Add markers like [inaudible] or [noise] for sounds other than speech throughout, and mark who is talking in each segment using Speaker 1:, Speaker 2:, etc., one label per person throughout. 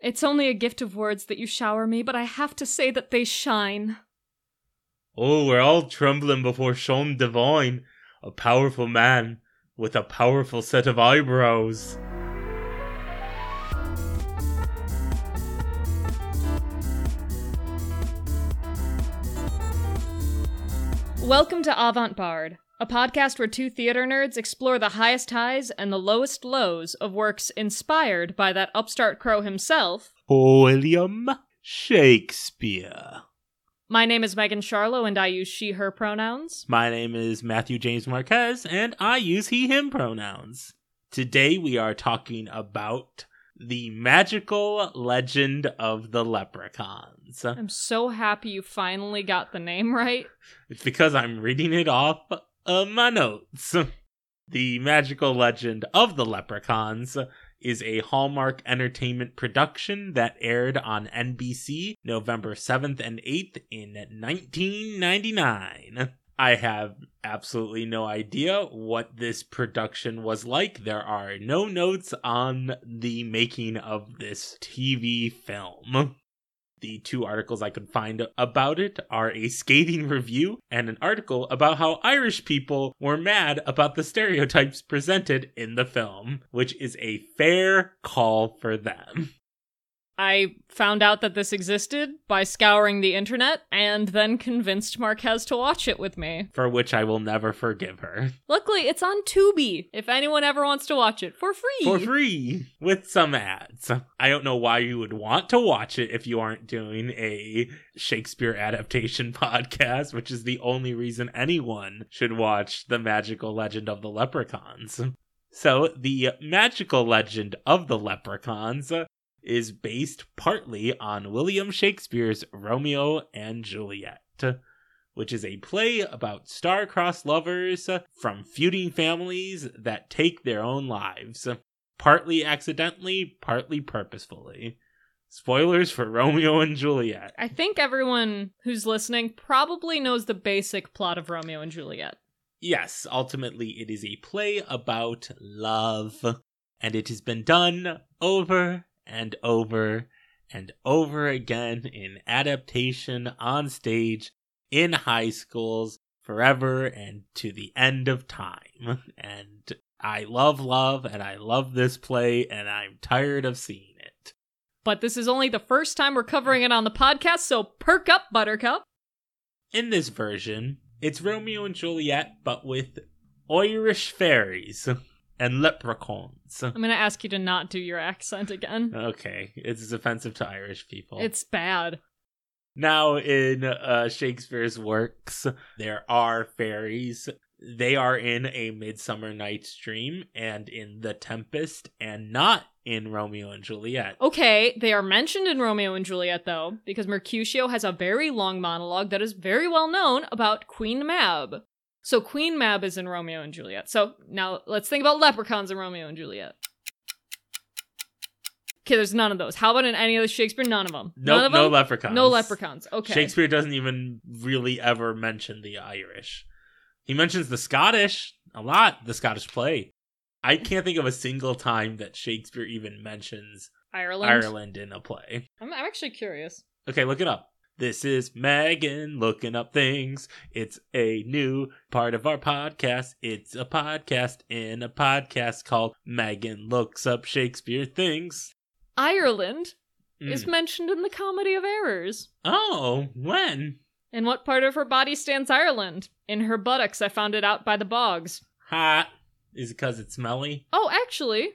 Speaker 1: It's only a gift of words that you shower me, but I have to say that they shine.
Speaker 2: Oh, we're all trembling before Sean Devine, a powerful man with a powerful set of eyebrows.
Speaker 1: Welcome to Avant Bard, a podcast where two theater nerds explore the highest highs and the lowest lows of works inspired by that upstart crow himself.
Speaker 2: William Shakespeare.
Speaker 1: My name is Megan Charlow, and I use she, her pronouns.
Speaker 2: My name is Matthew James Marquez, and I use he, him pronouns. Today we are talking about the magical legend of the leprechauns.
Speaker 1: I'm so happy you finally got the name right.
Speaker 2: It's because I'm reading it off of my notes. [laughs] The magical legend of the leprechauns is a Hallmark Entertainment production that aired on NBC November 7th and 8th in 1999. I have absolutely no idea what this production was like. There are no notes on the making of this TV film. The two articles I could find about it are a scathing [laughs] review and an article about how Irish people were mad about the stereotypes presented in the film, which is a fair call for them.
Speaker 1: I found out that this existed by scouring the internet and then convinced Marquez to watch it with me.
Speaker 2: For which I will never forgive her. [laughs]
Speaker 1: Luckily, it's on Tubi if anyone ever wants to watch it for free.
Speaker 2: For free! With some ads. I don't know why you would want to watch it if you aren't doing a Shakespeare adaptation [laughs] podcast, which is the only reason anyone should watch The Magical Legend of the Leprechauns. So, the magical legend of the leprechauns is based partly on William Shakespeare's Romeo and Juliet, which is a play about star-crossed lovers from feuding families that take their own lives, partly accidentally, partly purposefully. Spoilers for Romeo and Juliet.
Speaker 1: I think everyone who's listening probably knows the basic plot of Romeo and Juliet.
Speaker 2: Yes, ultimately, it is a play about love, and it has been done over and over and over again in adaptation on stage in high schools forever and to the end of time. And I love love, and I love this play, and I'm tired of seeing it.
Speaker 1: But this is only the first time we're covering it on the podcast, so perk up, Buttercup.
Speaker 2: In this version, it's Romeo and Juliet, but with Irish fairies and leprechauns.
Speaker 1: I'm going to ask you to not do your accent again.
Speaker 2: Okay, it's offensive to Irish people.
Speaker 1: It's bad.
Speaker 2: now in uh, Shakespeare's works, there are fairies. They are in A Midsummer Night's Dream and in The Tempest, and not in Romeo and Juliet.
Speaker 1: Okay, they are mentioned in Romeo and Juliet, though, because Mercutio has a very long monologue that is very well known about Queen Mab. So Queen Mab is in Romeo and Juliet. So now let's think about leprechauns in Romeo and Juliet. Okay, there's none of those. How about in any of the Shakespeare? None of them.
Speaker 2: Nope,
Speaker 1: none of
Speaker 2: no
Speaker 1: them.
Speaker 2: leprechauns.
Speaker 1: No leprechauns. Okay.
Speaker 2: Shakespeare doesn't even really ever mention the Irish. He mentions the Scottish a lot, the Scottish play. I can't think of a single time that Shakespeare even mentions
Speaker 1: Ireland.
Speaker 2: Ireland in a play.
Speaker 1: I'm, I'm actually curious.
Speaker 2: Okay, look it up. This is Megan looking up things. It's a new part of our podcast. It's a podcast in a podcast called Megan Looks Up Shakespeare Things.
Speaker 1: Ireland is
Speaker 2: Mm.
Speaker 1: mentioned in the Comedy of Errors.
Speaker 2: Oh, when?
Speaker 1: In what part of her body stands Ireland? In her buttocks. I found it out by the bogs.
Speaker 2: Hot. Is it because it's smelly?
Speaker 1: Oh, actually,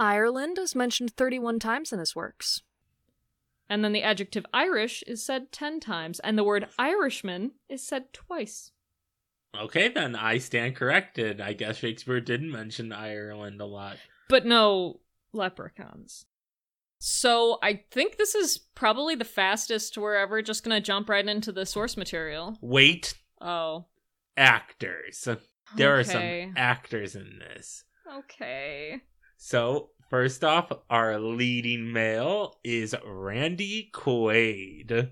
Speaker 3: Ireland is mentioned 31 times in his works.
Speaker 1: And then the adjective Irish is said 10 times, and the word Irishman is said twice.
Speaker 2: Okay, then I stand corrected. I guess Shakespeare didn't mention Ireland a lot.
Speaker 1: But no leprechauns. So I think this is probably the fastest we're ever just gonna jump right into the source material.
Speaker 2: Wait,
Speaker 1: Oh.
Speaker 2: actors. There are
Speaker 1: Okay.
Speaker 2: some actors in this.
Speaker 1: Okay.
Speaker 2: So, first off, our leading male is Randy Quaid.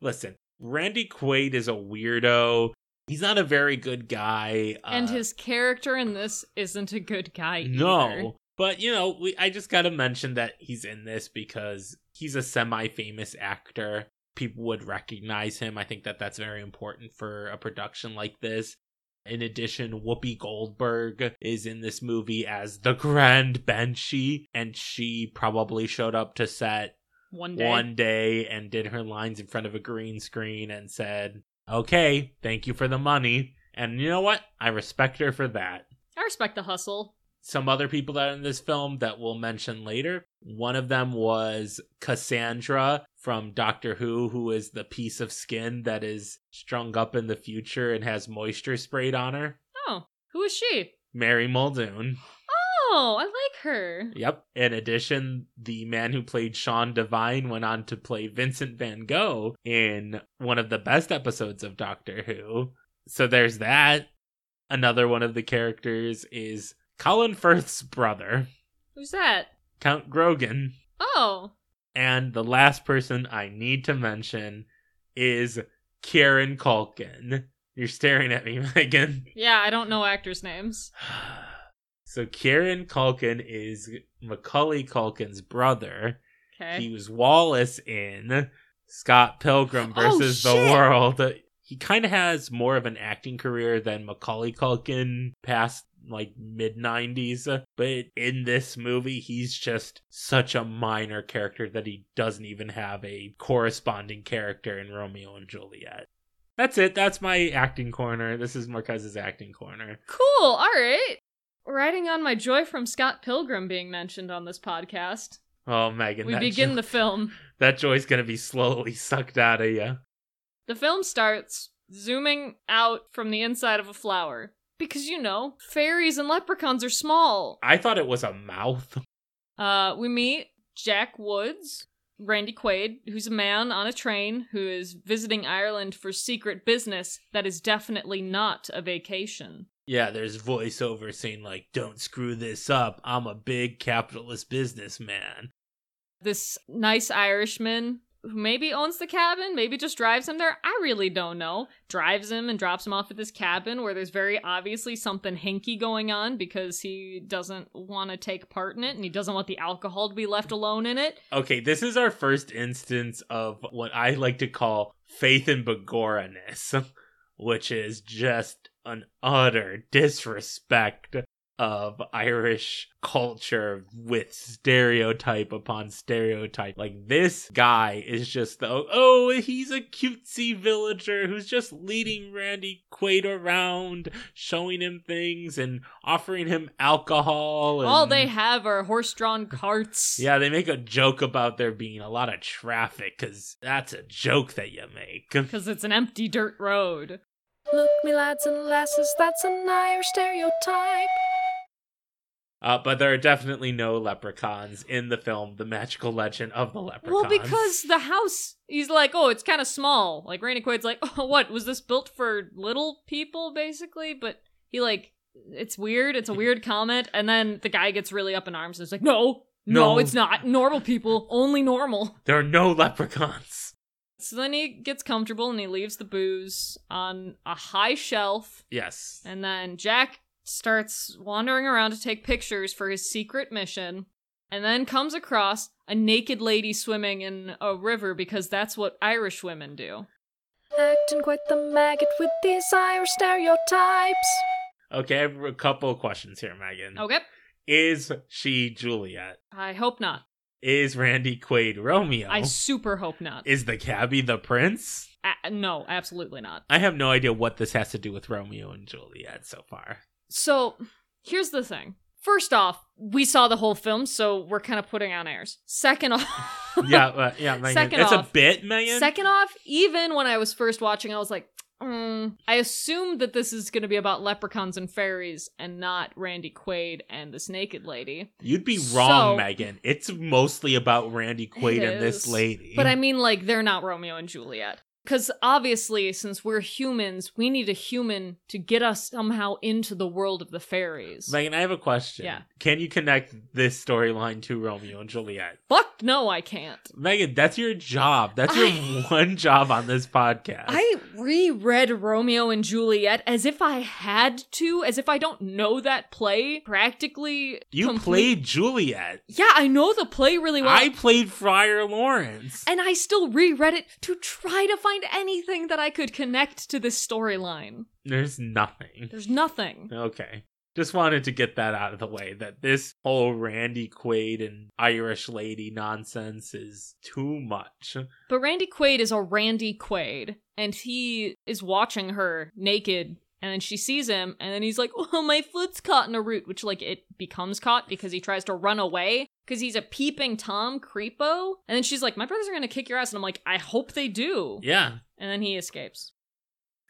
Speaker 2: Listen, Randy Quaid is a weirdo. He's not a very good guy.
Speaker 1: and
Speaker 2: uh,
Speaker 1: his character in this isn't a good guy.
Speaker 2: no,
Speaker 1: either.
Speaker 2: But you know, we, I just gotta mention that he's in this because he's a semi-famous actor. People would recognize him. I think that that's very important for a production like this. In addition, Whoopi Goldberg is in this movie as the Grand Banshee, and she probably showed up to set
Speaker 1: One day.
Speaker 2: one day and did her lines in front of a green screen and said, "Okay, thank you for the money." And you know what? I respect her for that
Speaker 1: I respect the hustle.
Speaker 2: some other people that are in this film that we'll mention later. One of them was Cassandra from Doctor Who, who is the piece of skin that is strung up in the future and has moisture sprayed on her.
Speaker 1: Oh, who is she?
Speaker 2: Mary Muldoon.
Speaker 1: Oh, I like her.
Speaker 2: Yep. In addition, the man who played Sean Devine went on to play Vincent Van Gogh in one of the best episodes of Doctor Who. So there's that. Another one of the characters is Colin Firth's brother,
Speaker 1: Who's that?
Speaker 2: Count Grogan.
Speaker 1: Oh,
Speaker 2: And the last person I need to mention is Karen Culkin. You're staring at me, [laughs] Megan. [sighs]
Speaker 1: yeah, I don't know actors' names.
Speaker 2: So Karen Culkin is Macaulay Culkin's brother.
Speaker 1: Okay.
Speaker 2: He was Wallace in Scott Pilgrim
Speaker 1: Oh,
Speaker 2: versus the
Speaker 1: shit.
Speaker 2: World. He kind of has more of an acting career than Macaulay Culkin past like mid 90s, but in this movie he's just such a minor character that he doesn't even have a corresponding character in Romeo and Juliet. That's it. That's my acting corner. This is Marquez's acting corner.
Speaker 1: cool. All right. Riding on my joy from Scott Pilgrim being mentioned on this podcast,
Speaker 2: Oh, Megan.
Speaker 1: we
Speaker 2: that
Speaker 1: begin
Speaker 2: joy-
Speaker 1: the film.
Speaker 2: that joy's going to be slowly sucked out of you.
Speaker 1: The film starts zooming out from the inside of a flower. Because, you know, fairies and leprechauns are small.
Speaker 2: I thought it was a mouth.
Speaker 1: Uh, we meet Jack Woods, Randy Quaid, who's a man on a train who is visiting Ireland for secret business that is definitely not a vacation.
Speaker 2: Yeah, there's voiceover saying like, "Don't screw this up. I'm a big capitalist businessman."
Speaker 1: This nice Irishman who maybe owns the cabin, maybe just drives him there, I really don't know, drives him and drops him off at this cabin where there's very obviously something hinky going on because he doesn't want to take part in it and he doesn't want the alcohol to be left alone in it.
Speaker 2: Okay, this is our first instance of what I like to call faith in Begoraness, [laughs] which is just an utter disrespect of Irish culture with stereotype upon stereotype. Like this guy is just the oh, he's a cutesy villager who's just leading Randy Quaid around, showing him things and offering him alcohol. And
Speaker 1: All they have are horse drawn carts. [laughs]
Speaker 2: yeah, they make a joke about there being a lot of traffic because that's a joke that you make. [laughs]
Speaker 1: because it's an empty dirt road.
Speaker 3: Look, me lads and lasses, that's an Irish stereotype.
Speaker 2: Uh, but there are definitely no leprechauns in the film, The Magical Legend of the Leprechauns.
Speaker 1: Well, because the house, he's like, oh, it's kind of small. Like Randy Quaid's like, [laughs] oh, what was this built for little people, basically? But he like, it's weird. It's a weird comment. And then the guy gets really up in arms and is like, no, no,
Speaker 2: No.
Speaker 1: it's not normal people, only normal.
Speaker 2: there are no [laughs] leprechauns.
Speaker 1: So then he gets comfortable and he leaves the booze on a high shelf.
Speaker 2: Yes.
Speaker 1: And then Jack starts wandering around to take pictures for his secret mission, and then comes across a naked lady swimming in a river because that's what Irish women do.
Speaker 3: Acting quite the maggot with these Irish stereotypes.
Speaker 2: Okay, I have a couple of questions here, Megan.
Speaker 1: Okay,
Speaker 2: Is she Juliet?
Speaker 1: I hope not.
Speaker 2: Is Randy Quaid Romeo?
Speaker 1: I super hope not.
Speaker 2: Is the cabbie the prince?
Speaker 1: A- no, absolutely not.
Speaker 2: I have no idea what this has to do with Romeo and Juliet so far.
Speaker 1: [laughs] So here's the thing. First off, we saw the whole film, so we're kind of putting on airs. Second off,
Speaker 2: yeah, uh, yeah, Megan.
Speaker 1: Second
Speaker 2: it's a
Speaker 1: off-
Speaker 2: bit, Megan.
Speaker 1: Second off, even when I was first watching, I was like, mm, I assumed that this is going to be about leprechauns and fairies and not Randy Quaid and this naked lady.
Speaker 2: You'd be
Speaker 1: So-
Speaker 2: wrong, Megan. It's mostly about Randy Quaid
Speaker 1: It
Speaker 2: and this
Speaker 1: is.
Speaker 2: lady.
Speaker 1: But I mean, like, they're not Romeo and Juliet. Because obviously, since we're humans, we need a human to get us somehow into the world of the fairies.
Speaker 2: Megan, I have a question.
Speaker 1: Yeah.
Speaker 2: Can you connect this storyline to Romeo and Juliet?
Speaker 1: Fuck no, I can't.
Speaker 2: Megan, that's your job. That's your
Speaker 1: I-
Speaker 2: [laughs] one job on this podcast.
Speaker 1: I reread Romeo and Juliet as if I had to, as if I don't know that play practically.
Speaker 2: you
Speaker 1: complete-
Speaker 2: played Juliet.
Speaker 1: Yeah, I know the play really well.
Speaker 2: I played Friar Lawrence.
Speaker 1: and I still reread it to try to find anything that I could connect to this storyline.
Speaker 2: There's nothing.
Speaker 1: There's nothing.
Speaker 2: Okay. Just wanted to get that out of the way that this whole Randy Quaid and Irish lady nonsense is too much.
Speaker 1: But Randy Quaid is a Randy Quaid, and he is watching her naked, and then she sees him, and then he's like, Oh, my foot's caught in a root, which, like, it becomes caught because he tries to run away because he's a peeping Tom creepo. And then she's like, My brothers are going to kick your ass. And I'm like, I hope they do.
Speaker 2: Yeah.
Speaker 1: And then he escapes.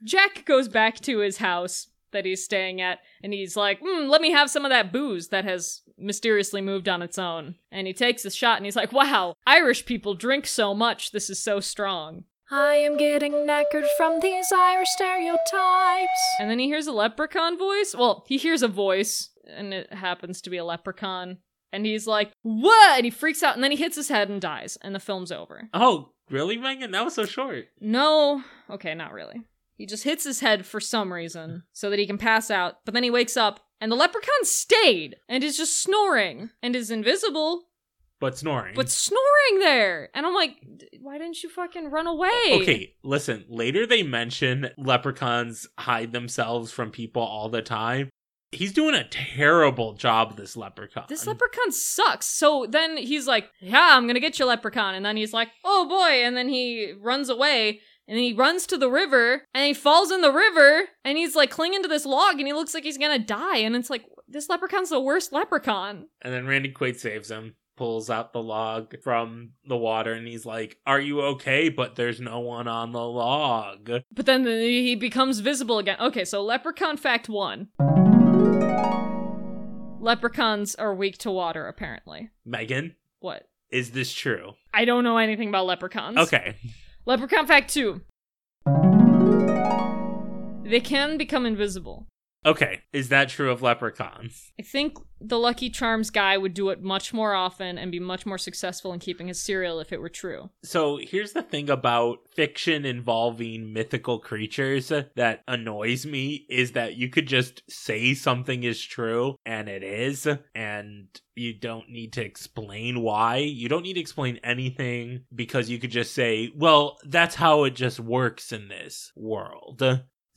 Speaker 1: Jack goes back to his house that he's staying at, and he's like, mm, Let me have some of that booze that has mysteriously moved on its own. And he takes a shot and he's like, Wow, Irish people drink so much. This is so strong.
Speaker 3: I am getting knackered from these Irish stereotypes.
Speaker 1: And then he hears a leprechaun voice. Well, he hears a voice, and it happens to be a leprechaun. And he's like, What? And he freaks out, and then he hits his head and dies, and the film's over.
Speaker 2: Oh, really, Megan? That was so short.
Speaker 1: No. Okay, not really. He just hits his head for some reason so that he can pass out, but then he wakes up and the leprechaun stayed and is just snoring and is invisible,
Speaker 2: But snoring.
Speaker 1: but snoring there. And I'm like, "D- why didn't you fucking run away?
Speaker 2: Okay, listen. Later they mention leprechauns hide themselves from people all the time. He's doing a terrible job, this leprechaun.
Speaker 1: This leprechaun sucks. So then he's like, yeah, I'm gonna get you, leprechaun. And then he's like, oh boy. And then he runs away. And he runs to the river and he falls in the river and he's like clinging to this log and he looks like he's gonna die. And it's like, this leprechaun's the worst leprechaun.
Speaker 2: And then Randy Quaid saves him, pulls out the log from the water, and he's like, Are you okay? But there's no one on the log.
Speaker 1: But then the- he becomes visible again. Okay, so leprechaun fact one. Leprechauns are weak to water, apparently.
Speaker 2: Megan,
Speaker 1: What?
Speaker 2: is this true?
Speaker 1: I don't know anything about leprechauns.
Speaker 2: Okay.
Speaker 1: Leprechaun fact two. They can become invisible.
Speaker 2: Okay. Is that true of leprechauns?
Speaker 1: I think the Lucky Charms guy would do it much more often and be much more successful in keeping his cereal if it were true.
Speaker 2: So here's the thing about fiction involving mythical creatures that annoys me is that you could just say something is true and it is, and you don't need to explain why. You don't need to explain anything because you could just say, well, that's how it just works in this world.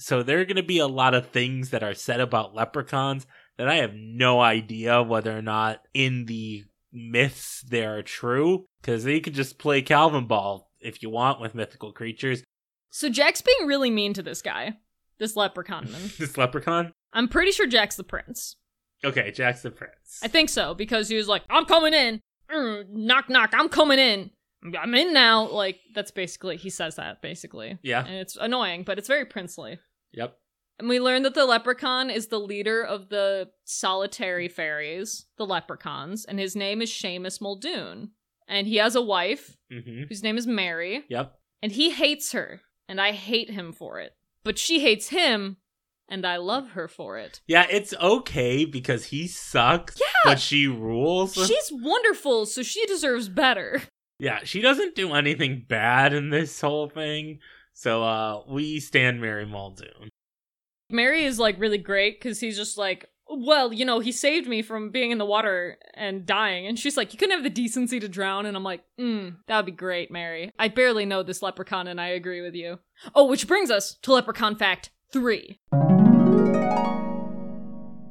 Speaker 2: So there are going to be a lot of things that are said about leprechauns that I have no idea whether or not in the myths they are true because you could just play Calvin Ball if you want with mythical creatures. [laughs]
Speaker 1: So Jack's being really mean to this guy, this leprechaun man.
Speaker 2: this leprechaun.
Speaker 1: I'm pretty sure Jack's the prince.
Speaker 2: Okay, Jack's the prince.
Speaker 1: I think so because he was like, "I'm coming in, Mm, knock knock, I'm coming in, I'm in now." Like that's basically he says that basically,
Speaker 2: yeah.
Speaker 1: and it's annoying, but it's very princely.
Speaker 2: Yep.
Speaker 1: And we learned that the leprechaun is the leader of the solitary fairies, the leprechauns, and his name is Seamus Muldoon, and he has a wife
Speaker 2: hmm
Speaker 1: whose name is Mary,
Speaker 2: Yep.
Speaker 1: and he hates her, and I hate him for it, but she hates him, and I love her for it.
Speaker 2: Yeah, it's okay because he sucks, yeah. but she rules.
Speaker 1: She's wonderful, so she deserves better.
Speaker 2: yeah, she doesn't do anything bad in this whole thing. So uh we stand Mary Muldoon.
Speaker 1: Mary is like really great because he's just like, well, you know, he saved me from being in the water and dying. And she's like, you couldn't have the decency to drown. And I'm like, mm, that would be great, Mary. I barely know this leprechaun and I agree with you. Oh, which brings us to leprechaun fact three.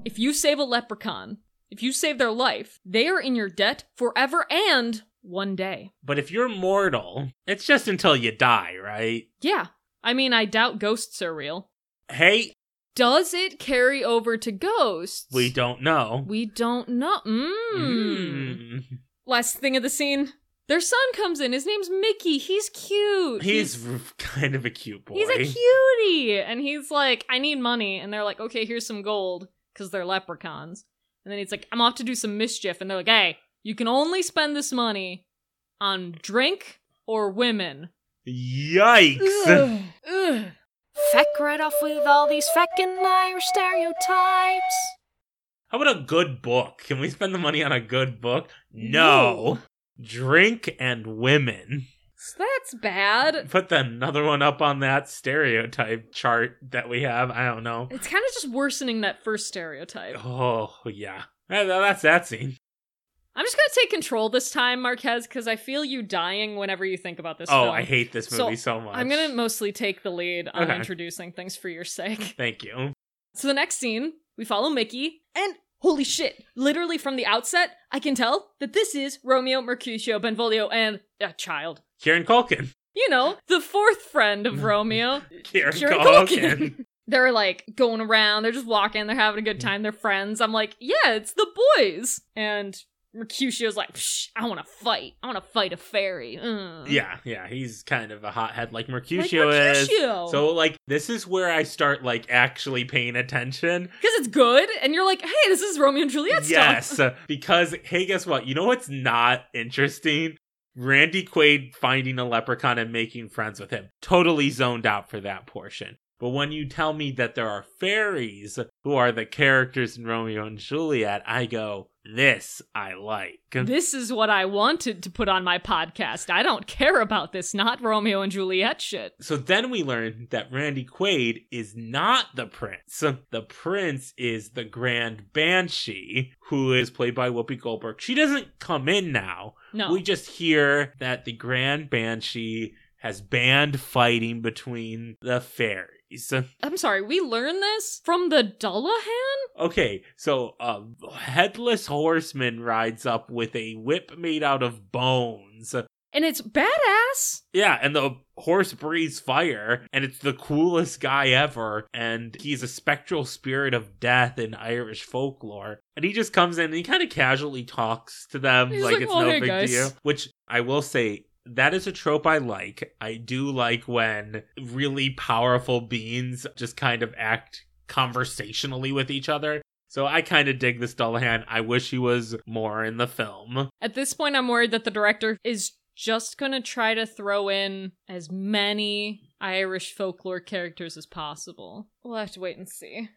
Speaker 1: If you save a leprechaun, if you save their life, they are in your debt forever and one day.
Speaker 2: But if you're mortal, it's just until you die, right?
Speaker 1: Yeah. I mean, I doubt ghosts are real.
Speaker 2: Hey,
Speaker 1: Does it carry over to ghosts?
Speaker 2: we don't know.
Speaker 1: We don't know. Mm.
Speaker 2: Mm.
Speaker 1: Last thing of the scene. Their son comes in. His name's Mickey. He's cute.
Speaker 2: He's r- kind of a cute boy.
Speaker 1: he's a cutie, and he's like, I need money, and they're like, okay, here's some gold, because they're leprechauns. And then he's like, I'm off to do some mischief, and they're
Speaker 2: [laughs]
Speaker 1: like, hey, you can only spend this money on drink or women.
Speaker 2: Yikes.
Speaker 1: Ugh.
Speaker 3: Feck right off with all these feckin' liar stereotypes.
Speaker 2: How about a good book? Can we spend the money on a good book? No. Drink and women.
Speaker 1: So that's bad.
Speaker 2: Put the- another one up on that stereotype chart that we have. I don't know.
Speaker 1: It's kind of just worsening that first stereotype.
Speaker 2: Oh, yeah. Eh, That's that scene.
Speaker 1: I'm just gonna take control this time, Marquez, because I feel you dying whenever you think about this.
Speaker 2: Oh,
Speaker 1: film.
Speaker 2: I hate this
Speaker 1: So,
Speaker 2: movie so, much.
Speaker 1: I'm gonna mostly take the lead on
Speaker 2: Okay.
Speaker 1: introducing things for your sake. [laughs]
Speaker 2: Thank you.
Speaker 1: So the next scene, we follow Mickey, and holy shit! Literally from the outset, I can tell that this is Romeo, Mercutio, Benvolio, and a child.
Speaker 2: Kieran Culkin. [laughs]
Speaker 1: You know, the fourth friend of Romeo.
Speaker 2: Kieran,
Speaker 1: Kieran
Speaker 2: Culkin.
Speaker 1: Culkin. They're like going around, they're just walking, they're having a good time, they're friends. I'm like, yeah, it's the boys. And Mercutio's like, Psh, I wanna fight. I wanna fight a fairy. Mm. Ugh.
Speaker 2: [laughs] Yeah, yeah, he's kind of a hothead like
Speaker 1: Like
Speaker 2: Mercutio, is.
Speaker 1: Mercutio.
Speaker 2: So like this is where I start like actually paying attention.
Speaker 1: Because it's good, and you're like, hey, this is Romeo and Juliet stuff.
Speaker 2: yes, because hey, guess what? You know what's not interesting? Randy Quaid finding a leprechaun and making friends with him. Totally zoned out for that portion. But when you tell me that there are fairies who are the characters in Romeo and Juliet, I go, this I like.
Speaker 1: This is what I wanted to put on my podcast. I don't care about this, not Romeo and Juliet shit.
Speaker 2: So then we learn that Randy Quaid is not the prince. The prince is the Grand Banshee, who is played by Whoopi Goldberg. She doesn't come in now.
Speaker 1: No.
Speaker 2: We just hear that the Grand Banshee has banned fighting between the fairies. [laughs]
Speaker 1: I'm sorry, we learned this from the Dullahan?
Speaker 2: Okay, so a headless horseman rides up with a whip made out of bones.
Speaker 1: And it's badass.
Speaker 2: Yeah, and the horse breathes fire, and it's the coolest guy ever. And he's a spectral spirit of death in Irish folklore. And he just comes in and he kind of casually talks to them
Speaker 1: He's
Speaker 2: like,
Speaker 1: like,
Speaker 2: it's
Speaker 1: "Well,
Speaker 2: no
Speaker 1: hey,
Speaker 2: big
Speaker 1: guys."
Speaker 2: deal. Which I will say, that is a trope I like. I do like when really powerful beings just kind of act conversationally with each other. So I kind of dig this Dullahan. I wish he was more in
Speaker 1: [laughs]
Speaker 2: the film.
Speaker 1: At this point, I'm worried that the director is just gonna try to throw in as many Irish folklore characters as possible. We'll have to wait and see.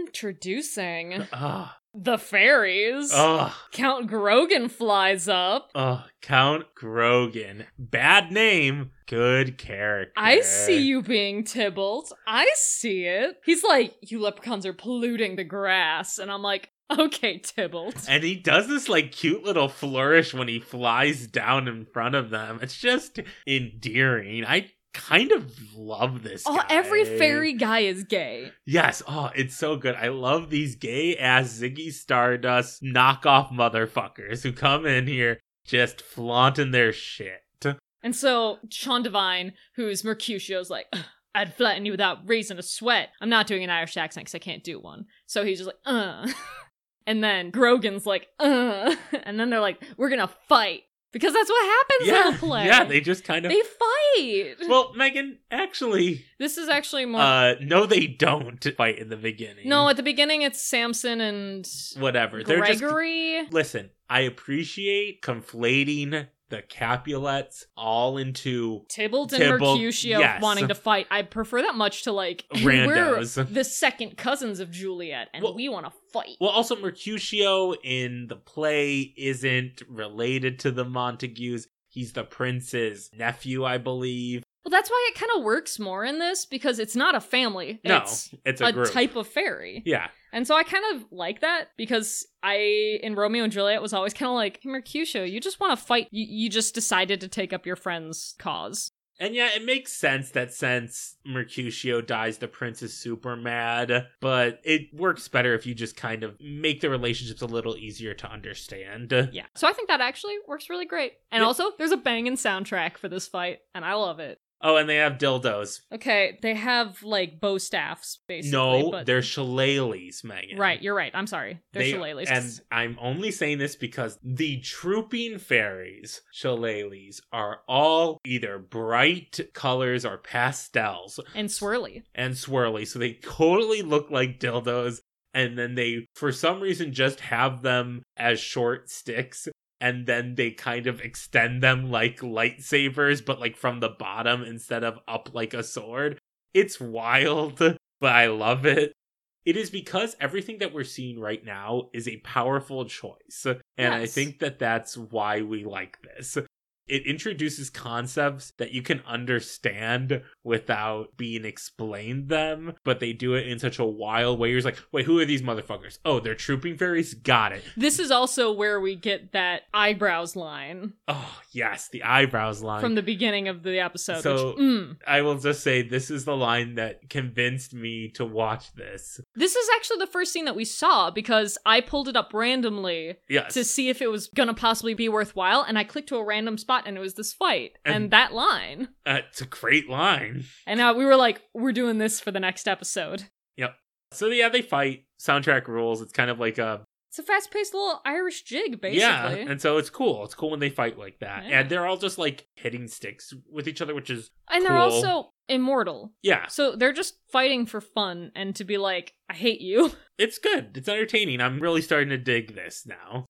Speaker 1: Introducing
Speaker 2: Ugh.
Speaker 1: the fairies.
Speaker 2: Ah, Ugh.
Speaker 1: Count Grogan flies up.
Speaker 2: Oh, Count Grogan. Bad name, good character.
Speaker 1: I see you being Tybalt. I see it. He's like, you leprechauns are polluting the grass. And I'm like, okay, Tybalt.
Speaker 2: And he does this like cute little flourish when he flies down in front of them. It's just endearing. I kind of love this.
Speaker 1: Oh,
Speaker 2: guy.
Speaker 1: every fairy guy is gay.
Speaker 2: Yes. Oh, it's so good. I love these gay ass Ziggy Stardust knockoff motherfuckers who come in here just flaunting their shit.
Speaker 1: And so Sean Devine, who's Mercutio's like, "Ugh, I'd flatten you without raising a sweat. I'm not doing an Irish accent because I can't do one. So he's just like, uh. [laughs] And then Grogan's like, uh. And then they're like, we're going to fight. Because that's what happens in a play.
Speaker 2: yeah, they just kind of.
Speaker 1: they fight.
Speaker 2: well, Megan, actually,
Speaker 1: this is actually more
Speaker 2: Uh, no, they don't fight in the beginning.
Speaker 1: No, at the beginning it's Samson and
Speaker 2: whatever. They're just
Speaker 1: Gregory.
Speaker 2: listen. I appreciate conflating the Capulets all into
Speaker 1: Tybalt and
Speaker 2: Tybalt,
Speaker 1: Mercutio
Speaker 2: yes.
Speaker 1: wanting to fight. I prefer that much to
Speaker 2: [laughs]
Speaker 1: like
Speaker 2: Randos.
Speaker 1: we're the second cousins of Juliet and
Speaker 2: Well-
Speaker 1: we want to fight.
Speaker 2: well. Also, Mercutio in the play isn't related to the Montagues. He's the prince's nephew, I believe.
Speaker 1: Well, that's why it kind of works more in this because it's not a family.
Speaker 2: No,
Speaker 1: It's
Speaker 2: it's a,
Speaker 1: a,
Speaker 2: group.
Speaker 1: type of fairy.
Speaker 2: Yeah,
Speaker 1: And so I kind of like that because I, in Romeo and Juliet, was always kind of like, hey, Mercutio, you just want to fight. You, you just decided to take up your friend's cause.
Speaker 2: and yeah, it makes sense that since Mercutio dies, the prince is super mad. But it works better if you just kind of make the relationships a little easier to understand.
Speaker 1: Yeah. So I think that actually works really great. And
Speaker 2: Yeah.
Speaker 1: also, there's a banging soundtrack for this fight, and I love it.
Speaker 2: Oh, and they have dildos.
Speaker 1: Okay, they have like bow staffs, basically.
Speaker 2: no,
Speaker 1: but-
Speaker 2: they're shillelaghs, Megan.
Speaker 1: right. You're right. I'm sorry. They're
Speaker 2: They-
Speaker 1: shillelaghs.
Speaker 2: And I'm only saying this because the trooping fairies, shillelaghs, are all either bright colors or pastels
Speaker 1: and swirly.
Speaker 2: and swirly. So they totally look like dildos. And then they, for some reason, just have them as short sticks. and then they kind of extend them like lightsabers, but like from the bottom instead of up like a sword. It's wild, [laughs] but I love it. It is because everything that we're seeing right now is a powerful choice. And I
Speaker 1: Yes.
Speaker 2: think that that's why we like this. It introduces concepts that you can understand without being explained them, but they do it in such a wild way. You're just like, wait, who are these motherfuckers? Oh, they're trooping fairies? Got it.
Speaker 1: This is also where we get that eyebrows line
Speaker 2: Oh, yes, the eyebrows line.
Speaker 1: from the beginning of the episode.
Speaker 2: So-
Speaker 1: which, mm.
Speaker 2: I will just say this is the line that convinced me to watch this.
Speaker 1: This is actually the first scene that we saw because I pulled it up randomly
Speaker 2: Yes.
Speaker 1: to see if it was going to possibly be worthwhile, and I clicked to a random spot and it was this fight and,
Speaker 2: And-
Speaker 1: that line.
Speaker 2: Uh, it's a great line.
Speaker 1: And uh, we were like, we're doing this for the next episode.
Speaker 2: So, yeah, they fight. Soundtrack rules. It's kind of like a
Speaker 1: It's a fast paced little Irish jig, basically.
Speaker 2: Yeah, and so it's cool. It's cool when they fight like that.
Speaker 1: Yeah.
Speaker 2: And they're all just like hitting sticks with each other, which is
Speaker 1: and they're
Speaker 2: cool.
Speaker 1: also immortal.
Speaker 2: yeah,
Speaker 1: So they're just fighting for fun and to be like, I hate you. [laughs]
Speaker 2: it's good. It's entertaining. I'm really starting to dig this now.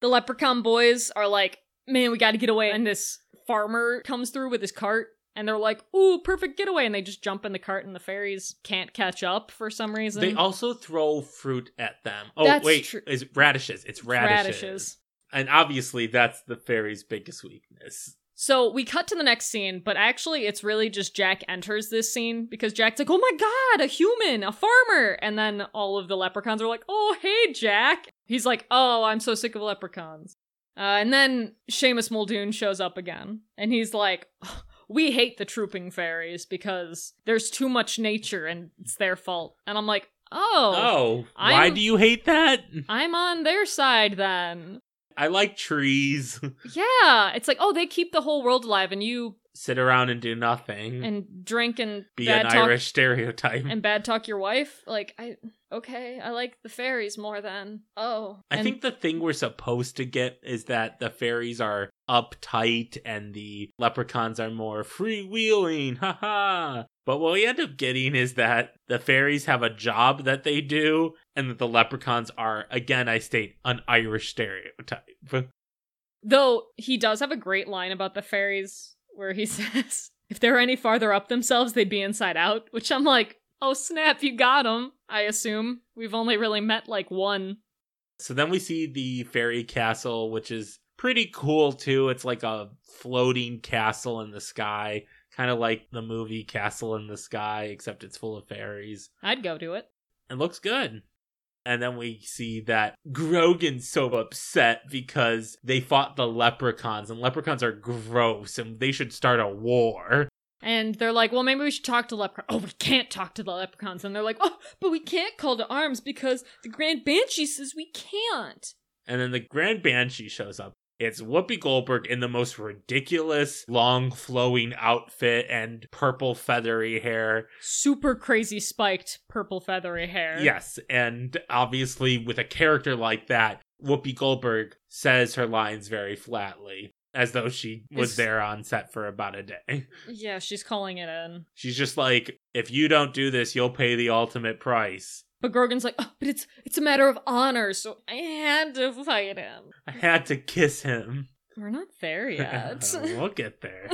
Speaker 1: The leprechaun boys are like, man, we got to get away. And this farmer comes through with his cart and they're like, ooh, perfect getaway. And they just jump in the cart and the fairies can't catch up for some reason.
Speaker 2: They also throw fruit at them. Oh
Speaker 1: That's
Speaker 2: wait,
Speaker 1: true.
Speaker 2: is radishes. It's radishes. And obviously that's the fairy's biggest weakness.
Speaker 1: So we cut to the next scene, but actually it's really just Jack enters this scene because Jack's like, oh my god, a human, a farmer. And then all of the leprechauns are like, oh, hey, Jack. He's like, oh, I'm so sick of leprechauns. Uh, and then Seamus Muldoon shows up again and he's like, we hate the trooping fairies because there's too much nature and it's their fault. And I'm like, oh,
Speaker 2: Oh, why
Speaker 1: I'm-
Speaker 2: do you hate that?
Speaker 1: I'm on their side then.
Speaker 2: I like trees. [laughs]
Speaker 1: Yeah, it's like, oh, they keep the whole world alive and you
Speaker 2: Sit around and do nothing.
Speaker 1: and drink and
Speaker 2: Hmm. be
Speaker 1: bad
Speaker 2: an
Speaker 1: talk
Speaker 2: Irish stereotype.
Speaker 1: and bad talk your wife. Like I okay, I like the fairies more than oh.
Speaker 2: I
Speaker 1: and
Speaker 2: think the thing we're supposed to get is that the fairies are uptight and the leprechauns are more freewheeling. Ha ha. But what we end up getting is that the fairies have a job that they do and that the leprechauns are, again, I state, an Irish stereotype. [laughs]
Speaker 1: though he does have a great line about the fairies where he [laughs] says if they're any farther up themselves, they'd be inside out. Which I'm like, oh snap, you got him. I assume we've only really met like one.
Speaker 2: So then we see the fairy castle, which is pretty cool too. It's like a floating castle in the sky, kind of like the movie Castle in the Sky, except it's full of fairies.
Speaker 1: I'd go to it.
Speaker 2: and looks good. And then we see that Grogan's so upset because they fought the leprechauns, and leprechauns are gross and they should start a war.
Speaker 1: And they're like, well, maybe we should talk to leprechauns. Oh, we can't talk to the leprechauns. And they're like, oh, but we can't call to arms because the Grand Banshee says we can't.
Speaker 2: And then the Grand Banshee shows up. It's Whoopi Goldberg in the most ridiculous, long flowing outfit and purple feathery hair.
Speaker 1: super crazy spiked purple feathery hair.
Speaker 2: Yes, and obviously, with a character like that, Whoopi Goldberg says her lines very flatly, as though she was
Speaker 1: Is-
Speaker 2: there on set for about a day.
Speaker 1: Yeah, she's calling it in.
Speaker 2: She's just like, if you don't do this, you'll pay the ultimate price.
Speaker 1: But Grogan's like, oh, but it's it's a matter of honor, so I had to fight him.
Speaker 2: I had to kiss him.
Speaker 1: We're not there yet. [laughs]
Speaker 2: [laughs] we'll get there.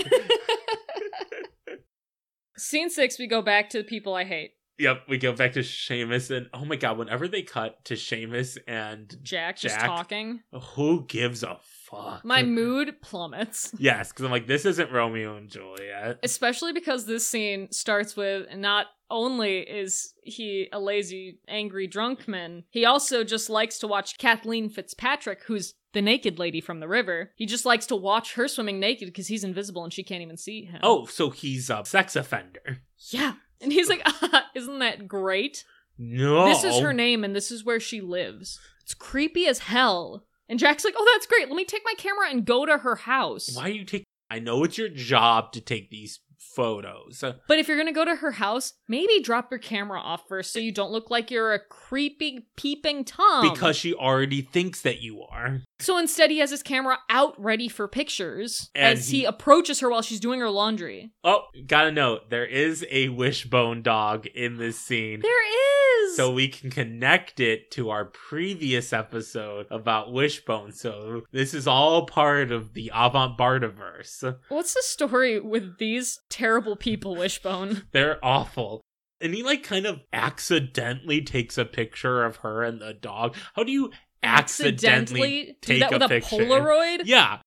Speaker 1: Scene six, we go back to the people I hate.
Speaker 2: yep, we go back to Seamus, and oh my god, whenever they cut to Seamus and
Speaker 1: Jack just
Speaker 2: Jack. Mm-hmm.
Speaker 1: talking.
Speaker 2: who gives a fuck?
Speaker 1: My mood plummets.
Speaker 2: Yes, because I'm like, this isn't Romeo and Juliet.
Speaker 1: Especially because this scene starts with not only is he a lazy, angry drunk man, he also just likes to watch Kathleen Fitzpatrick, who's the naked lady from the river. He just likes to watch her swimming naked because he's invisible and she can't even see him.
Speaker 2: Oh, so he's a sex offender.
Speaker 1: yeah. And he's like, [laughs] ah, isn't that great?
Speaker 2: No.
Speaker 1: This is her name and this is where she lives. It's creepy as hell. And Jack's like, oh, that's great. Let me take my camera and go to her house.
Speaker 2: Why do you take. I know it's your job to take these photos.
Speaker 1: But if you're gonna go to her house, maybe drop your camera off first so you don't look like you're a creepy peeping tom.
Speaker 2: because she already thinks that you are.
Speaker 1: so instead he has his camera out ready for pictures
Speaker 2: And
Speaker 1: as he,
Speaker 2: he-
Speaker 1: approaches her while she's doing her laundry.
Speaker 2: Oh, gotta note, there is a wishbone dog in this scene.
Speaker 1: There is.
Speaker 2: So we can connect it to our previous episode about Wishbone. So this is all part of the avant bardiverse.
Speaker 1: What's the story with these terrible people, Wishbone?
Speaker 2: They're awful. And he like kind of accidentally takes a picture of her and the dog. How
Speaker 1: [laughs]
Speaker 2: do you accidentally,
Speaker 1: do
Speaker 2: take
Speaker 1: that
Speaker 2: a
Speaker 1: with a
Speaker 2: picture?
Speaker 1: Polaroid?
Speaker 2: Yeah.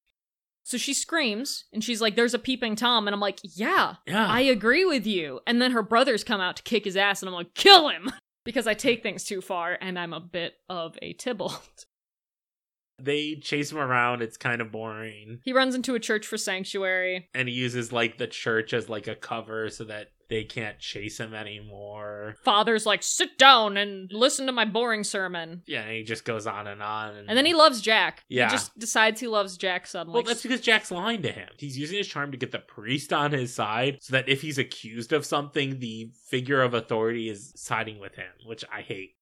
Speaker 1: So she screams and she's like, There's a peeping Tom. And I'm like, Yeah,
Speaker 2: Yeah.
Speaker 1: I agree with you. And then her brothers come out to kick his ass and I'm like, Kill him! [laughs] Because I take things too far and I'm a bit of a Tybalt. [laughs]
Speaker 2: they chase him around. It's kind of boring.
Speaker 1: He runs into a church for sanctuary.
Speaker 2: And he uses like the church as like a cover so that they can't chase him anymore.
Speaker 1: Father's like, Sit down and listen to my boring sermon.
Speaker 2: Yeah, and he just goes on and on.
Speaker 1: And then he loves Jack.
Speaker 2: Yeah.
Speaker 1: He just decides he loves Jack suddenly.
Speaker 2: Well, that's because Jack's lying to him. He's using his charm to get the priest on his side so that if he's accused of something, the figure of authority is siding with him, which I hate.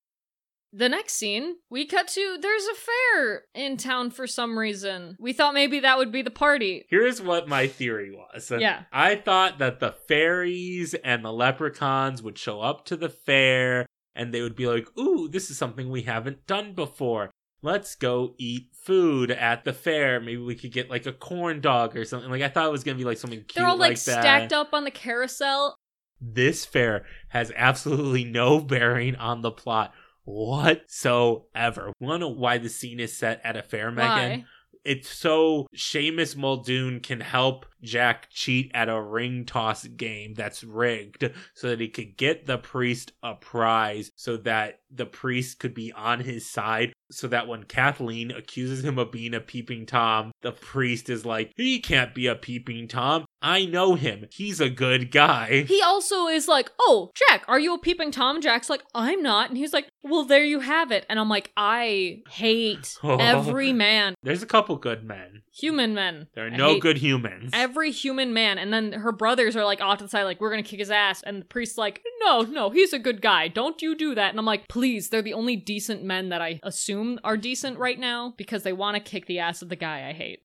Speaker 1: The next scene, we cut to there's a fair in town for some reason. We thought maybe that would be the party.
Speaker 2: Here's what my theory was.
Speaker 1: Yeah.
Speaker 2: I thought that the fairies and the leprechauns would show up to the fair and they would be like, ooh, this is something we haven't done before. Let's go eat food at the fair. Maybe we could get like a corn dog or something. Like I thought it was gonna be like something cute
Speaker 1: They're all like,
Speaker 2: that.
Speaker 1: stacked up on the carousel.
Speaker 2: this fair has absolutely no [laughs] bearing on the plot whatsoever. Wanna know why the scene is set at a fair, Megan?
Speaker 1: Why?
Speaker 2: It's so Seamus Muldoon can help Jack cheat at a ring toss game that's rigged so that he could get the priest a prize so that the priest could be on his side. So that when Kathleen accuses him of being a peeping Tom, the priest is like, he can't be a peeping Tom. I know him. He's a good guy.
Speaker 1: He also is like, Oh, Jack, are you a peeping Tom? Jack's like, I'm not. And he's like, Well, there you have it. And I'm like, I hate
Speaker 2: [laughs] Oh.
Speaker 1: every man,
Speaker 2: There's a couple good men.
Speaker 1: human men.
Speaker 2: There are
Speaker 1: I
Speaker 2: no
Speaker 1: hate
Speaker 2: good humans.
Speaker 1: Every human man. And then her brothers are like off to the side, like, we're going to kick his ass. And the priest's like, no, no, he's a good guy. Don't you do that. And I'm like, please, they're the only decent men that I assume are decent right now because they want to kick the ass of the guy I hate.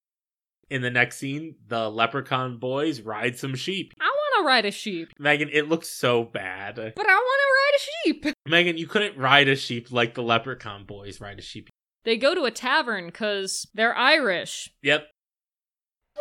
Speaker 2: In the next scene, the leprechaun boys ride some sheep.
Speaker 1: I want to ride a sheep,
Speaker 2: Megan, it looks so bad.
Speaker 1: but I want to ride a sheep.
Speaker 2: Megan, you couldn't ride a sheep like the leprechaun boys ride a sheep.
Speaker 1: They go to a tavern because they're Irish.
Speaker 2: Yep.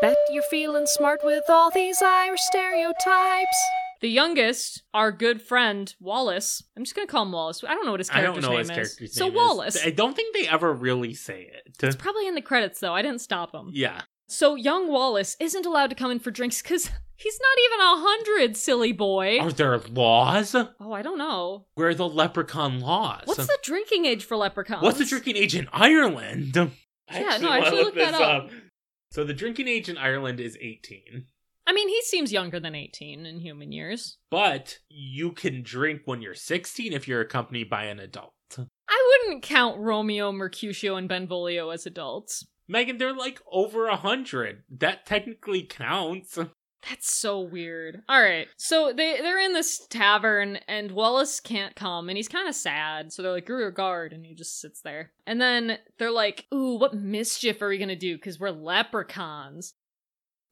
Speaker 3: Bet you're feeling smart with all these Irish stereotypes.
Speaker 1: The youngest, our good friend Wallace. I'm just gonna call him Wallace. I don't know what his
Speaker 2: I
Speaker 1: character's
Speaker 2: don't know
Speaker 1: name
Speaker 2: his
Speaker 1: is.
Speaker 2: character's name.
Speaker 1: so
Speaker 2: is.
Speaker 1: Wallace.
Speaker 2: I don't think they ever really say
Speaker 1: It's
Speaker 2: it.
Speaker 1: probably in the credits though. I didn't stop him.
Speaker 2: Yeah.
Speaker 1: So young Wallace isn't allowed to come in for drinks because [laughs] he's not even a hundred, silly boy.
Speaker 2: Are there laws?
Speaker 1: oh, I don't know.
Speaker 2: Where are the leprechaun laws?
Speaker 1: What's the drinking age for leprechauns?
Speaker 2: What's the drinking age in Ireland? Yeah,
Speaker 1: Yeah, no, I actually looked that up.
Speaker 2: So the drinking age in Ireland is 18.
Speaker 1: I mean, he seems younger than eighteen in human years.
Speaker 2: but you can drink when you're 16 if you're accompanied by an adult.
Speaker 1: I wouldn't count Romeo, Mercutio, and Benvolio as adults.
Speaker 2: Megan, they're like over a hundred. That technically counts.
Speaker 1: That's so weird. All right, so they they're in this tavern, and Wallace can't come, and he's kind of sad. So they're like, "Rear guard," and he just sits there. And then they're like, "Ooh, what mischief are we gonna do? Because we're leprechauns."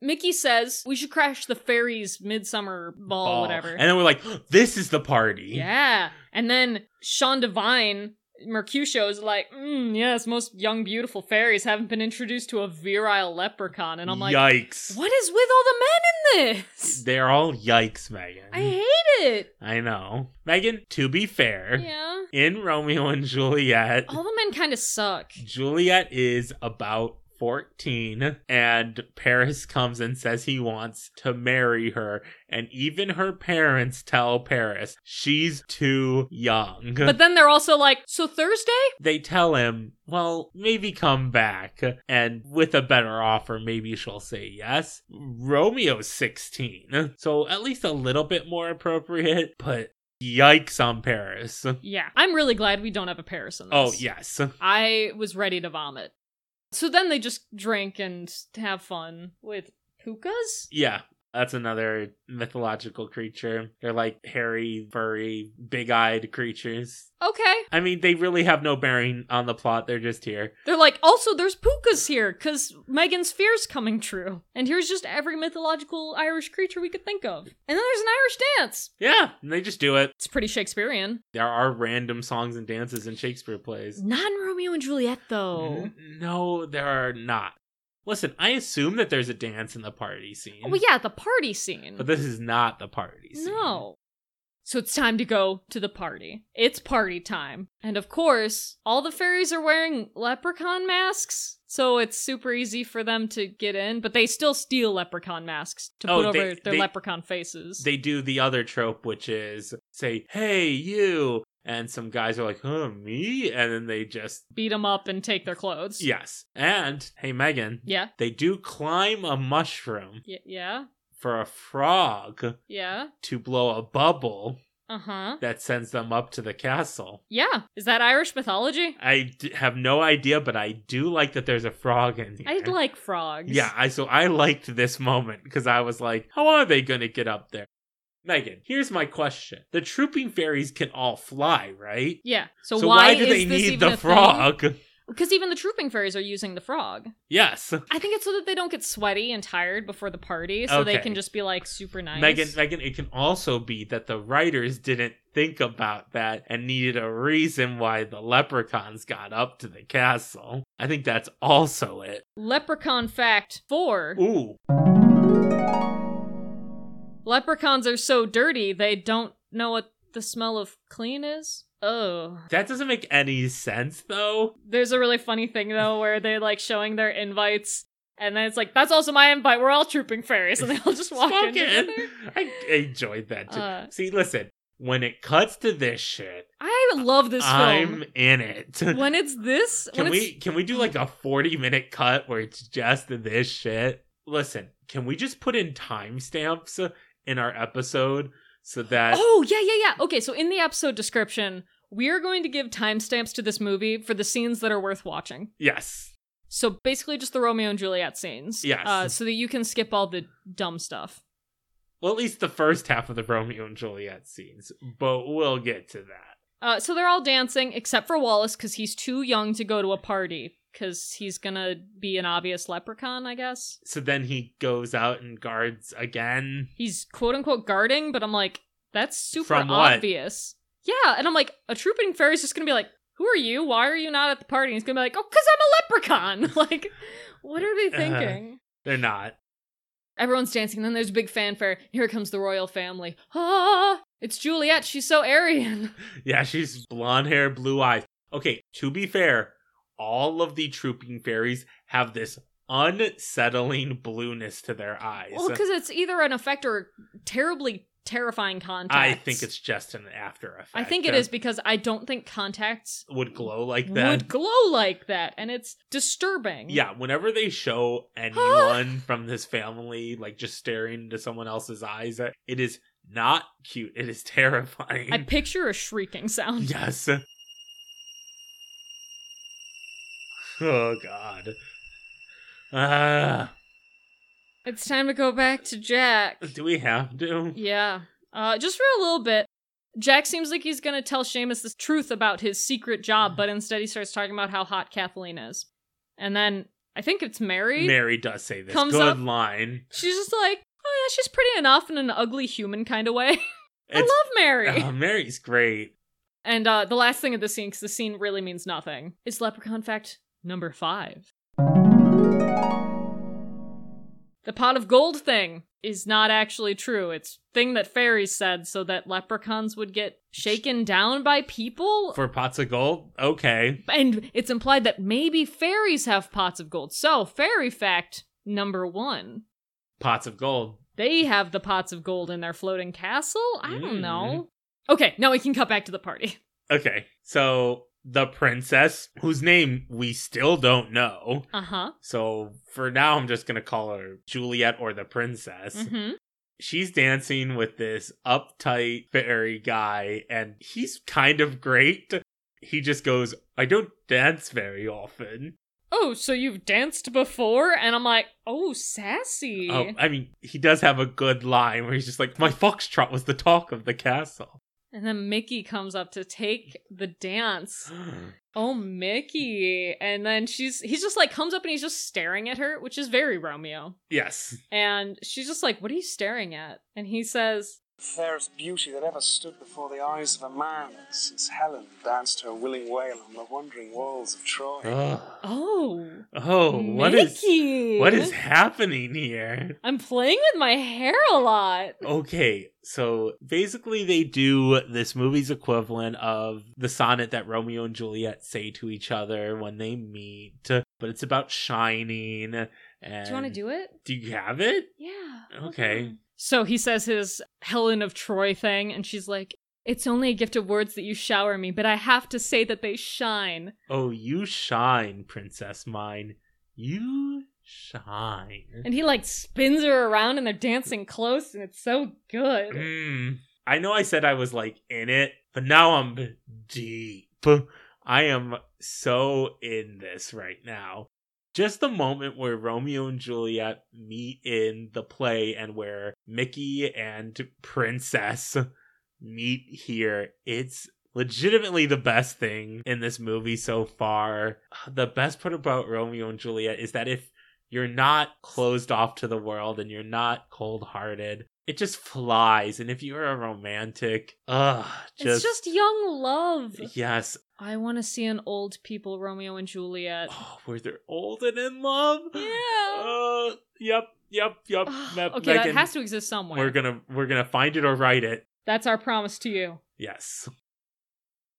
Speaker 1: Mickey says we should crash the fairy's midsummer ball,
Speaker 2: Ball.
Speaker 1: whatever.
Speaker 2: And then we're like, this is the party.
Speaker 1: yeah, and then Sean Devine. Mercutio is like, mm, yes, most young, beautiful fairies haven't been introduced to a virile leprechaun. And I'm like,
Speaker 2: yikes.
Speaker 1: what is with all the men in this?
Speaker 2: They're all yikes, Megan.
Speaker 1: I hate it.
Speaker 2: I know. Megan, to be fair,
Speaker 1: Yeah. Oh.
Speaker 2: in Romeo and Juliet,
Speaker 1: All the men kind of suck.
Speaker 2: Juliet is about 14 and Paris comes and says he wants to marry her and even her parents tell Paris she's too young.
Speaker 1: But then they're also like, so Thursday?
Speaker 2: they tell him, "Well, maybe come back and with a better offer maybe she'll say yes." Romeo's 16. So at least a little bit more appropriate, but yikes on Paris.
Speaker 1: Yeah. I'm really glad we don't have a Paris in this.
Speaker 2: Oh, yes.
Speaker 1: I was ready to vomit. So then they just drink and have fun with hookahs?
Speaker 2: Yeah. That's another mythological creature. They're like hairy, furry, big eyed creatures.
Speaker 1: Okay.
Speaker 2: I mean, they really have no bearing on the plot. They're just here.
Speaker 1: They're like, also, there's pukas here, because Megan's fear's coming true. And here's just every mythological Irish creature we could think of. And then there's an Irish dance.
Speaker 2: Yeah, and they just do it.
Speaker 1: It's pretty Shakespearean.
Speaker 2: There are random songs and dances in Shakespeare plays.
Speaker 1: Not in Romeo and Juliet, though.
Speaker 2: N- no, there are not. Listen, I assume that there's a dance in the party scene.
Speaker 1: Well, Oh, yeah, the party scene.
Speaker 2: But this is not the party scene.
Speaker 1: No. So it's time to go to the party. It's party time. And of course, all the fairies are wearing leprechaun masks. So it's super easy for them to get in, but they still steal leprechaun masks to
Speaker 2: Oh,
Speaker 1: put
Speaker 2: they-
Speaker 1: over their
Speaker 2: they-
Speaker 1: leprechaun faces.
Speaker 2: They do the other trope, which is say, hey, you. And some guys are like, huh, me? And then they just,
Speaker 1: beat them up and take their clothes.
Speaker 2: yes. And, hey, Megan,
Speaker 1: Yeah.
Speaker 2: they do climb a mushroom
Speaker 1: Y- yeah.
Speaker 2: for a frog
Speaker 1: Yeah.
Speaker 2: to blow a bubble
Speaker 1: Uh huh.
Speaker 2: that sends them up to the castle.
Speaker 1: Yeah. Is that Irish mythology?
Speaker 2: I d- have no idea, but I do like that there's a frog in here.
Speaker 1: I like frogs.
Speaker 2: Yeah, I so I liked this moment because I was like, how are they gonna get up there? Megan, here's my question: The trooping fairies can all fly, right?
Speaker 1: Yeah. So,
Speaker 2: so
Speaker 1: why,
Speaker 2: why, do
Speaker 1: is
Speaker 2: they
Speaker 1: this
Speaker 2: need
Speaker 1: even
Speaker 2: the frog? [laughs]
Speaker 1: Because even the trooping fairies are using the frog.
Speaker 2: Yes,
Speaker 1: I think it's so that they don't get sweaty and tired before the party, so they
Speaker 2: Okay.
Speaker 1: can just be like super nice.
Speaker 2: Megan. Megan, it can also be that the writers didn't think about that and needed a reason why the leprechauns got up to the castle. I think that's also it.
Speaker 1: Leprechaun fact four:
Speaker 2: Ooh,
Speaker 1: Leprechauns are so dirty they don't know what the smell of clean is. Oh.
Speaker 2: that doesn't make any sense though.
Speaker 1: There's a really funny thing
Speaker 2: [laughs]
Speaker 1: though where they're like showing their invites and then it's like, that's also my invite. We're all trooping [laughs] fairies. And they all just walk in.
Speaker 2: Spoken.
Speaker 1: together.
Speaker 2: I enjoyed that too.
Speaker 1: Uh,
Speaker 2: See, listen, when it cuts to this shit,
Speaker 1: I love this
Speaker 2: I'm in it. [laughs]
Speaker 1: film. When it's this,
Speaker 2: can
Speaker 1: when
Speaker 2: we
Speaker 1: it's,
Speaker 2: can we do like a 40 minute cut where it's just this shit? Listen, can we just put in timestamps in our episode so that
Speaker 1: oh yeah, yeah, yeah. Okay, so in the episode description, we are going to give timestamps to this movie for the scenes that are worth watching.
Speaker 2: yes.
Speaker 1: So basically, just the Romeo and Juliet scenes.
Speaker 2: Yes.
Speaker 1: Uh, so that you can skip all the dumb stuff.
Speaker 2: Well, at least the first half of the Romeo and Juliet scenes, but we'll get to that.
Speaker 1: Uh, so they're all dancing except for Wallace because he's too young to go to a party because he's gonna be an obvious leprechaun, I guess.
Speaker 2: So then he goes out and guards again.
Speaker 1: He's quote unquote guarding, but I'm like, that's super
Speaker 2: From what?
Speaker 1: obvious. Yeah, and I'm like, a trooping fairy's just gonna be like, who are you? Why are you not at the party? And he's gonna be like, oh, because I'm a leprechaun. [laughs] like, what are they
Speaker 2: Uh-huh.
Speaker 1: thinking?
Speaker 2: They're not.
Speaker 1: Everyone's dancing, and then there's a big fanfare. Here comes the royal family. Ah, it's Juliet. She's so Aryan.
Speaker 2: [laughs] Yeah, she's blonde hair, blue eyes. Okay, to be fair, all of the trooping fairies have this unsettling blueness to their eyes.
Speaker 1: Well, because it's either an effect or terribly terrifying contacts.
Speaker 2: I think it's just an after effect.
Speaker 1: I think it is because I don't think contacts
Speaker 2: Would glow like that.
Speaker 1: would glow like that, and it's disturbing.
Speaker 2: yeah, whenever they
Speaker 1: [gasps]
Speaker 2: show anyone from this family like just staring into someone else's eyes, uh, it is not cute. It is terrifying.
Speaker 1: I picture a shrieking sound.
Speaker 2: yes. Oh god. Ah.
Speaker 1: It's time to go back to Jack.
Speaker 2: Do we have to?
Speaker 1: Yeah. Uh, just for a little bit. Jack seems like he's gonna tell Seamus the truth about his secret job, but instead he starts talking about how hot Kathleen is. And then I think it's Mary.
Speaker 2: Mary does say this.
Speaker 1: Comes
Speaker 2: Good
Speaker 1: up-
Speaker 2: line.
Speaker 1: She's just like, oh yeah, she's pretty enough in an ugly human kind of way. [laughs] I love Mary.
Speaker 2: [laughs] Oh, Mary's great.
Speaker 1: and uh, the last thing of the scene, because the scene really means nothing, is leprechaun fact number five. The pot of gold thing is not actually true. It's thing that fairies said so that leprechauns would get shaken down by people.
Speaker 2: For pots of gold, okay.
Speaker 1: and it's implied that maybe fairies have pots of gold. So, fairy fact number one.
Speaker 2: Pots of gold.
Speaker 1: they have the pots of gold in their floating castle? I don't
Speaker 2: Mm.
Speaker 1: know. Okay, now we can cut back to the party. [laughs]
Speaker 2: Okay. So the princess, whose name we still don't know.
Speaker 1: Uh huh.
Speaker 2: So for now, I'm just going to call her Juliet or the princess.
Speaker 1: hmm
Speaker 2: She's dancing with this uptight fairy guy, and he's kind of great. He just goes, I don't dance very often.
Speaker 1: oh, so you've danced before? And I'm like, oh, sassy.
Speaker 2: Oh, I mean, he does have a good line where he's just like, "My foxtrot was the talk of the castle."
Speaker 1: And then Mickey comes up to take the dance. Oh, Mickey. And then she's he's just like comes up and he's just staring at her, which is very Romeo.
Speaker 2: yes,
Speaker 1: And she's just like, "What are you staring at?" And he says,
Speaker 4: Fairest beauty that ever stood before the eyes of a man since Helen danced her willing wail on the wandering walls of Troy.
Speaker 2: Ugh.
Speaker 1: "Oh,
Speaker 2: Oh, what is
Speaker 1: Mickey.
Speaker 2: what is happening here?
Speaker 1: I'm playing with my hair a lot."
Speaker 2: Okay, so basically they do this movie's equivalent of the sonnet that Romeo and Juliet say to each other when they meet, but it's about shining. And
Speaker 1: Do you want to do it?
Speaker 2: Do you have it?
Speaker 1: Yeah.
Speaker 2: Okay.
Speaker 1: So he says his Helen of Troy thing, and she's like, It's only a gift of words that you shower me, but I have to say that they shine.
Speaker 2: Oh, you shine, princess mine. You shine.
Speaker 1: And he like spins her around, and they're dancing close, and it's so good.
Speaker 2: Mm. I know I said I was like in it, but now I'm deep. I am so in this right now. Just the moment where Romeo and Juliet meet in the play and where Mickey and Princess meet here, it's legitimately the best thing in this movie so far. The best part about Romeo and Juliet is that if you're not closed off to the world and you're not cold hearted. It just flies. And if you're a romantic, ugh,
Speaker 1: It's
Speaker 2: just,
Speaker 1: just young love.
Speaker 2: yes.
Speaker 1: I want to see an old people Romeo and Juliet.
Speaker 2: Oh, where they're old and in love.
Speaker 1: Yeah.
Speaker 2: Uh, yep, yep, yep. Me-
Speaker 1: Ah, okay, that
Speaker 2: Megan,
Speaker 1: has to exist somewhere.
Speaker 2: We're gonna we're gonna find it or write it.
Speaker 1: That's our promise to you.
Speaker 2: Yes.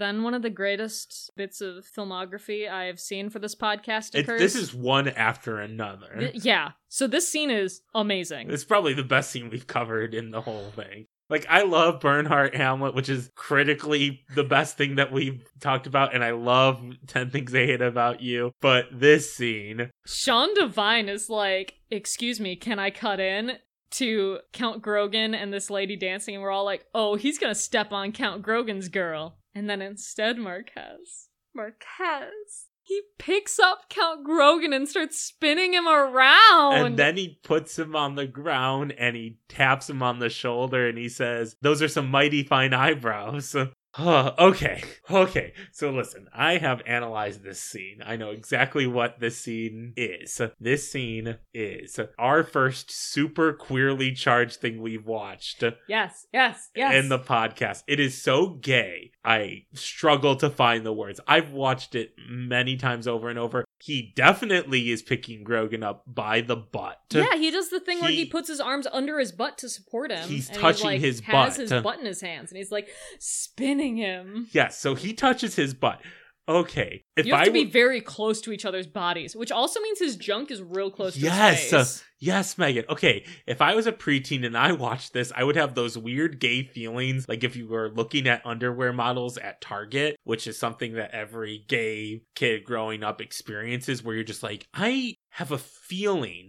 Speaker 1: Then one of the greatest bits of filmography I have seen for this podcast
Speaker 2: It,
Speaker 1: occurs.
Speaker 2: this is one after another.
Speaker 1: Th- yeah. So this scene is amazing.
Speaker 2: It's probably the best scene we've covered in the whole thing. Like I love Bernhardt Hamlet, which is critically the best thing that we've talked about, and I love Ten Things I Hate About You. But this scene,
Speaker 1: Sean Devine is like, "Excuse me, can I cut in?" to Count Grogan and this lady dancing, and we're all like, "Oh, he's gonna step on Count Grogan's girl." And then instead, Marquez, Marquez, he picks up Count Grogan and starts spinning him around.
Speaker 2: and then he puts him on the ground and he taps him on the shoulder and he says, "Those are some mighty fine eyebrows." [laughs] Huh, okay, okay. So listen, I have analyzed this scene. I know exactly what this scene is. This scene is our first super queerly charged thing we've watched
Speaker 1: yes, yes, yes.
Speaker 2: in the podcast. It is so gay. I struggle to find the words. I've watched it many times over and over. He definitely is picking Grogan up by the butt.
Speaker 1: yeah, he does the thing where he
Speaker 2: he-
Speaker 1: puts his arms under his butt to support him.
Speaker 2: He's
Speaker 1: and
Speaker 2: touching
Speaker 1: he, like,
Speaker 2: his
Speaker 1: has
Speaker 2: butt.
Speaker 1: his butt in his hands, and he's like spinning him.
Speaker 2: Yes, so he touches his butt. Okay. If
Speaker 1: you have
Speaker 2: I
Speaker 1: to be
Speaker 2: were-
Speaker 1: very close to each other's bodies, which also means his junk is real close
Speaker 2: Yes.
Speaker 1: to his face.
Speaker 2: Yes, Megan. Okay, if I was a preteen and I watched this, I would have those weird gay feelings like if you were looking at underwear models at Target, which is something that every gay kid growing up experiences where you're just like, I have a feeling.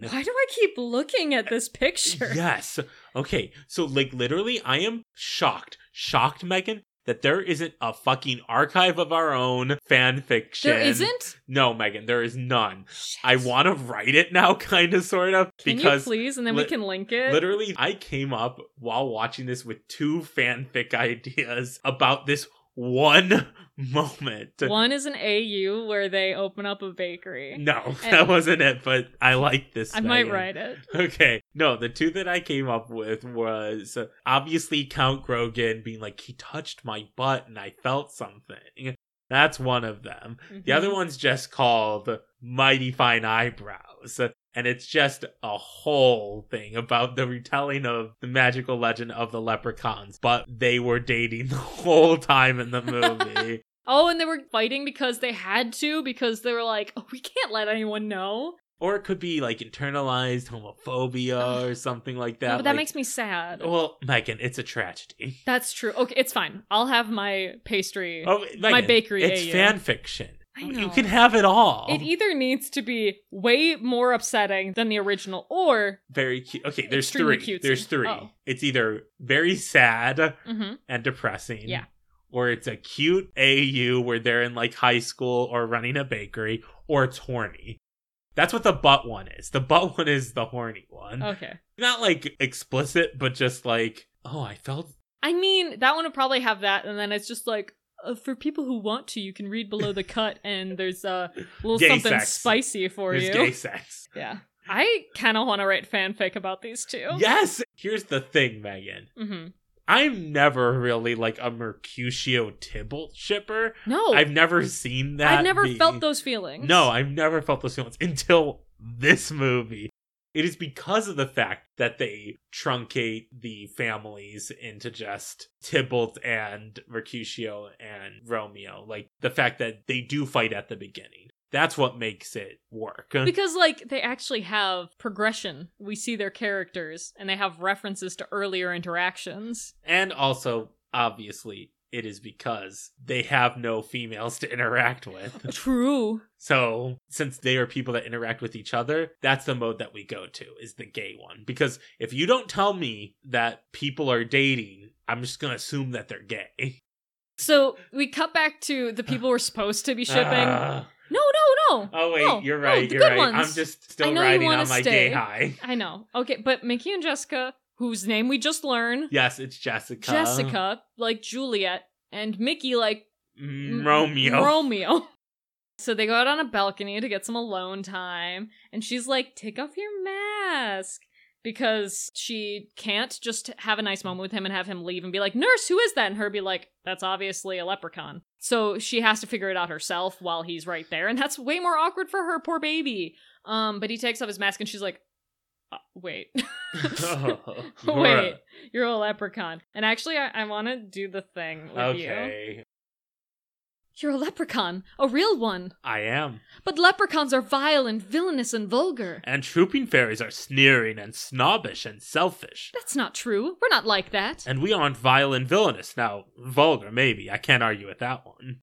Speaker 1: [laughs] Why do I keep looking at this picture?
Speaker 2: Yes. Okay. So, like, literally, I am shocked, shocked, Megan, that there isn't a fucking archive of our own fan fiction.
Speaker 1: There isn't?
Speaker 2: No, Megan, there is none.
Speaker 1: Shit.
Speaker 2: I want to write it now, [laughs] kind of, sort of,
Speaker 1: Can you
Speaker 2: because
Speaker 1: please? And then we
Speaker 2: lit-
Speaker 1: can link it.
Speaker 2: literally, I came up while watching this with two fanfic [laughs] ideas about this one [laughs] moment.
Speaker 1: One is an AU where they open up a bakery.
Speaker 2: No, [laughs]
Speaker 1: And-
Speaker 2: that wasn't it, but I like this.
Speaker 1: I might
Speaker 2: Megan.
Speaker 1: write it.
Speaker 2: [laughs] Okay. No, the two that I came up with was uh, obviously Count Grogan being like, he touched my butt and I felt something. That's one of them. The
Speaker 1: Mm-hmm.
Speaker 2: other one's just called Mighty Fine Eyebrows. And it's just a whole thing about the retelling of the magical legend of the leprechauns, but they were dating [laughs] the whole time in
Speaker 1: [laughs]
Speaker 2: the movie.
Speaker 1: Oh, and they were fighting because they had to, because they were like, oh, we can't let anyone know.
Speaker 2: or it could be like internalized homophobia or something like that.
Speaker 1: no, but Oh, that
Speaker 2: like- Oh.
Speaker 1: makes me sad.
Speaker 2: Well, Megan, it's a tragedy.
Speaker 1: That's true. Okay, it's fine. I'll have my pastry.
Speaker 2: Oh,
Speaker 1: My
Speaker 2: Megan,
Speaker 1: bakery
Speaker 2: It's
Speaker 1: AU.
Speaker 2: fan fiction.
Speaker 1: I know.
Speaker 2: You can have it all.
Speaker 1: It e- either needs to be way more upsetting than the original, or
Speaker 2: very cute. Okay, there's
Speaker 1: Extremely Oh.
Speaker 2: three.
Speaker 1: cutesy.
Speaker 2: There's three.
Speaker 1: Oh.
Speaker 2: It's either very sad
Speaker 1: Mhm.
Speaker 2: and depressing.
Speaker 1: Yeah.
Speaker 2: or it's a cute AU where they're in like high school or running a bakery, or it's horny. That's what the butt one is. The butt one is the horny one.
Speaker 1: Okay.
Speaker 2: Not like explicit, but just like, oh, I felt
Speaker 1: I mean, that one would probably have that, and then it's just like uh, for people who want to, you can read below the
Speaker 2: [laughs]
Speaker 1: cut, and there's a little
Speaker 2: Gay
Speaker 1: something
Speaker 2: sex.
Speaker 1: spicy for
Speaker 2: there's
Speaker 1: you.
Speaker 2: gay sex.
Speaker 1: Yeah. I kind of want to write fanfic about these two.
Speaker 2: Yes. Here's the thing, Megan.
Speaker 1: hmm
Speaker 2: I'm never really like a Mercutio Tybalt shipper.
Speaker 1: No,
Speaker 2: I've never seen that.
Speaker 1: Oh. I've never
Speaker 2: be-
Speaker 1: felt those feelings.
Speaker 2: No, I've never felt those feelings until this movie. It is because of the fact that they truncate the families into just Tybalt and Mercutio and Romeo. Like the fact that they do fight at the beginning. That's what makes it work.
Speaker 1: because like they actually have progression. We see their characters, and they have references to earlier interactions.
Speaker 2: [laughs] And also, obviously, it is because they have no females to interact with.
Speaker 1: True.
Speaker 2: So, since they are people that interact with each other, that's the mode that we go to is the gay one. Because if you don't tell me that people are dating, I'm just going to assume that they're gay.
Speaker 1: So we cut back to the people we're supposed to be [laughs]
Speaker 2: [laughs]
Speaker 1: shipping.
Speaker 2: Ah.
Speaker 1: no, no, no.
Speaker 2: oh, wait,
Speaker 1: No,
Speaker 2: you're
Speaker 1: no,
Speaker 2: right.
Speaker 1: the
Speaker 2: you're
Speaker 1: good
Speaker 2: right. I'm
Speaker 1: ones.
Speaker 2: just
Speaker 1: I
Speaker 2: still
Speaker 1: know you
Speaker 2: riding
Speaker 1: wanna
Speaker 2: on my
Speaker 1: stay.
Speaker 2: gay high. [laughs]
Speaker 1: I know. Okay, but Mickey and Jessica, whose name we just learned,
Speaker 2: Yes, it's Jessica.
Speaker 1: Jessica, like Juliet, and Mickey, like
Speaker 2: Mm, Romeo.
Speaker 1: Romeo. [laughs] So they go out on a balcony to get some alone time, and she's like, "Take off your mask." Because she can't just have a nice moment with him and have him leave and be like, Nurse, who is that? And her be like, That's obviously a leprechaun. So she has to figure it out herself while he's right there. And that's way more awkward for her, poor baby. Um, but he takes off his mask and she's like, uh, Wait. [laughs]
Speaker 2: [laughs] Oh, you're
Speaker 1: Wait,
Speaker 2: a-
Speaker 1: you're a leprechaun. And actually, I, I want to do the thing with you.
Speaker 2: Okay.
Speaker 1: You're a leprechaun, a real one.
Speaker 2: I am.
Speaker 1: But leprechauns are vile and villainous and vulgar.
Speaker 2: And trooping fairies are sneering and snobbish and selfish.
Speaker 1: That's not true. We're not like that.
Speaker 2: And we aren't vile and villainous. Now, vulgar, maybe. I can't argue with that one.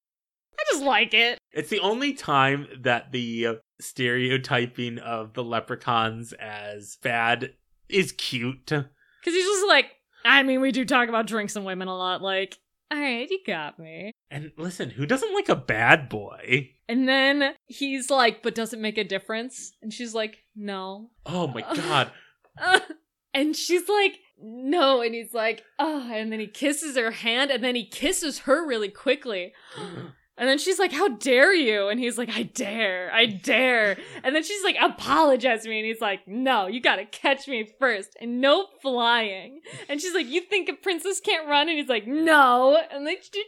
Speaker 1: I just like it.
Speaker 2: It's the only time that the uh, stereotyping of the leprechauns as bad is cute.
Speaker 1: Because he's just like, I mean, we do talk about drinks and women a lot. Like, all right, you got me.
Speaker 2: And listen, who doesn't like a bad boy?
Speaker 1: And then he's like, but does it make a difference? And she's like, no. [laughs]
Speaker 2: Oh my god.
Speaker 1: Uh, and she's like, no. And he's like, oh. And then he kisses her hand and then he kisses her really quickly. And then she's like, How dare you? And he's like, I dare, I dare. And then she's like, Apologize to me. And he's like, No, you gotta catch me first. And no flying. And she's like, You think a princess can't run? And he's like, No. And then she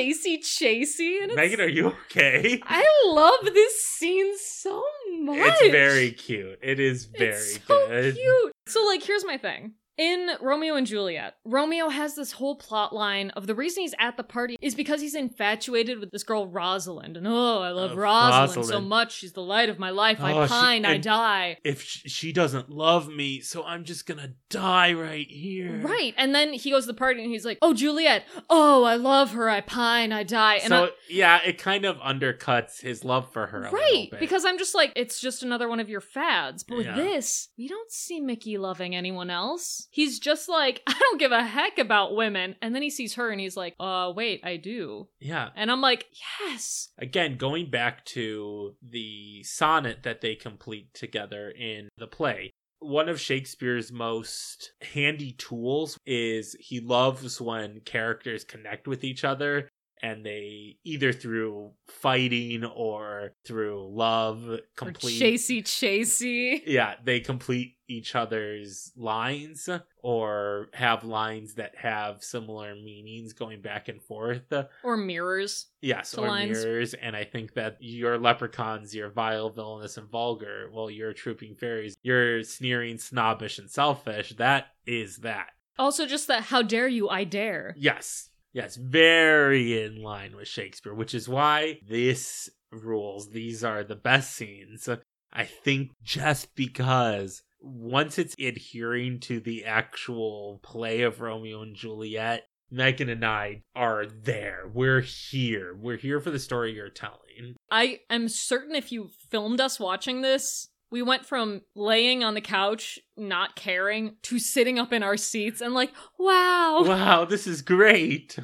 Speaker 1: chasey, chasey. And it's,
Speaker 2: Megan, are you okay?
Speaker 1: I love this scene so much.
Speaker 2: It's very cute. It is very
Speaker 1: It's so
Speaker 2: good. [laughs]
Speaker 1: cute. So, like, here's my thing. In Romeo and Juliet, Romeo has this whole plot line of the reason he's at the party is because he's infatuated with this girl Rosalind. And oh, I love
Speaker 2: Oh,
Speaker 1: Rosalind, so
Speaker 2: Rosalind.
Speaker 1: much. She's the light of my life.
Speaker 2: Oh,
Speaker 1: I
Speaker 2: she-
Speaker 1: pine, I
Speaker 2: and-
Speaker 1: die.
Speaker 2: If sh- she doesn't love me, so I'm just gonna die right here.
Speaker 1: Right. And then he goes to the party and he's like, Oh, Juliet. Oh, I love her. I pine, I die. And
Speaker 2: so
Speaker 1: I-
Speaker 2: yeah, it kind of undercuts his love for her. a little
Speaker 1: Right,
Speaker 2: bit.
Speaker 1: because I'm just like, it's just another one of your fads. But with
Speaker 2: Yeah.
Speaker 1: this, we don't see Mickey loving anyone else. He's just like, [laughs] I don't give a heck about women. And then he sees her and he's like, uh, wait, I do.
Speaker 2: yeah,
Speaker 1: And I'm like, yes.
Speaker 2: again going back to the sonnet that they complete together in the play one of shakespeare's most handy tools is he loves when characters connect with each other and they either through fighting or through love
Speaker 1: Or
Speaker 2: complete
Speaker 1: chasey,
Speaker 2: [laughs]
Speaker 1: chasey.
Speaker 2: yeah, they complete each other's lines or have lines that have similar meanings going back and forth.
Speaker 1: Or mirrors.
Speaker 2: Yes,
Speaker 1: The
Speaker 2: or
Speaker 1: lines.
Speaker 2: mirrors, and I think that your leprechauns, your vile, villainous, and vulgar, well, your trooping fairies, your sneering, snobbish, and selfish, that is that.
Speaker 1: Also, just that, how dare you, I dare.
Speaker 2: Yes, yes, very in line with Shakespeare, which is why this rules. These are the best scenes. I think just because once it's adhering to the actual play of Romeo and Juliet, Megan and I are there. We're here. We're here for the story you're telling.
Speaker 1: I am certain if you filmed us watching this, we went from laying on the couch, not Oh. caring, to sitting up in our seats and like, wow.
Speaker 2: Wow, this is great.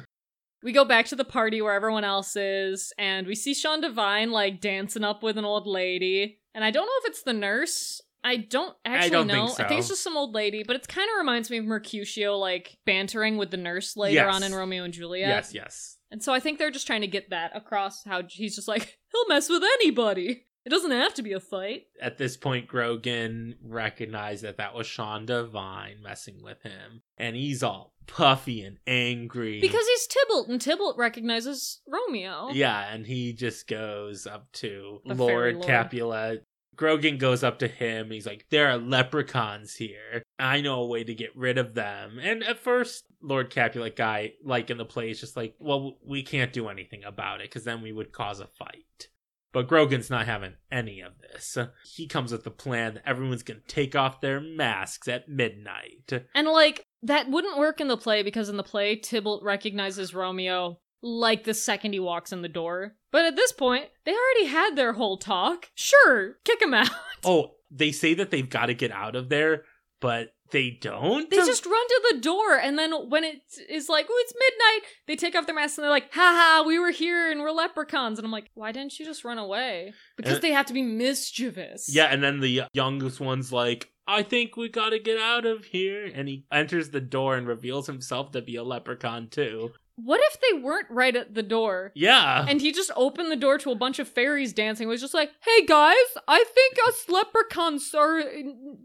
Speaker 1: we go back to the party where everyone else is, and we see Sean Devine like dancing up with an old lady. And I don't know if it's the nurse. I don't actually
Speaker 2: don't
Speaker 1: know.
Speaker 2: think
Speaker 1: I think it's
Speaker 2: so.
Speaker 1: just some old lady, but it kind of reminds me of Mercutio like bantering with the nurse later
Speaker 2: Yes.
Speaker 1: on in Romeo and Juliet.
Speaker 2: Yes, yes.
Speaker 1: And so I think they're just trying to get that across how he's just like, he'll mess with anybody. It doesn't have to be a fight.
Speaker 2: At this point, Grogan recognized that that was Sean Devine messing with him, and he's all puffy and angry
Speaker 1: Because he's Tybalt, and Tybalt recognizes Romeo.
Speaker 2: Yeah, and he just goes up to
Speaker 1: The fairy
Speaker 2: Lord,
Speaker 1: lord.
Speaker 2: Capulet. Grogan goes up to him. He's like, There are leprechauns here. I know a way to get rid of them. And at first, Lord Capulet guy, like in the play, is just like, Well, we can't do anything about it because then we would cause a fight. But Grogan's not having any of this. He comes with the plan that everyone's going to take off their masks at midnight.
Speaker 1: And like, that wouldn't work in the play because in the play, Tybalt recognizes Romeo like the second he walks in the door. But at this point, they already had their whole talk. Sure, kick him out. [laughs]
Speaker 2: Oh, they say that they've got to get out of there, but they don't?
Speaker 1: They just run to the door, and then when it is like, oh, it's midnight, they take off their masks and they're like, haha, we were here and we're leprechauns. And I'm like, why didn't you just run away? Because
Speaker 2: And-
Speaker 1: they have to be mischievous.
Speaker 2: Yeah, and then the youngest one's like, I think we gotta get out of here. And he enters the door and reveals himself to be a leprechaun, too.
Speaker 1: What if they weren't right at the door?
Speaker 2: Yeah.
Speaker 1: [laughs] And he just opened the door to a bunch of fairies dancing. Was just like, "Hey guys, I think us leprechauns are.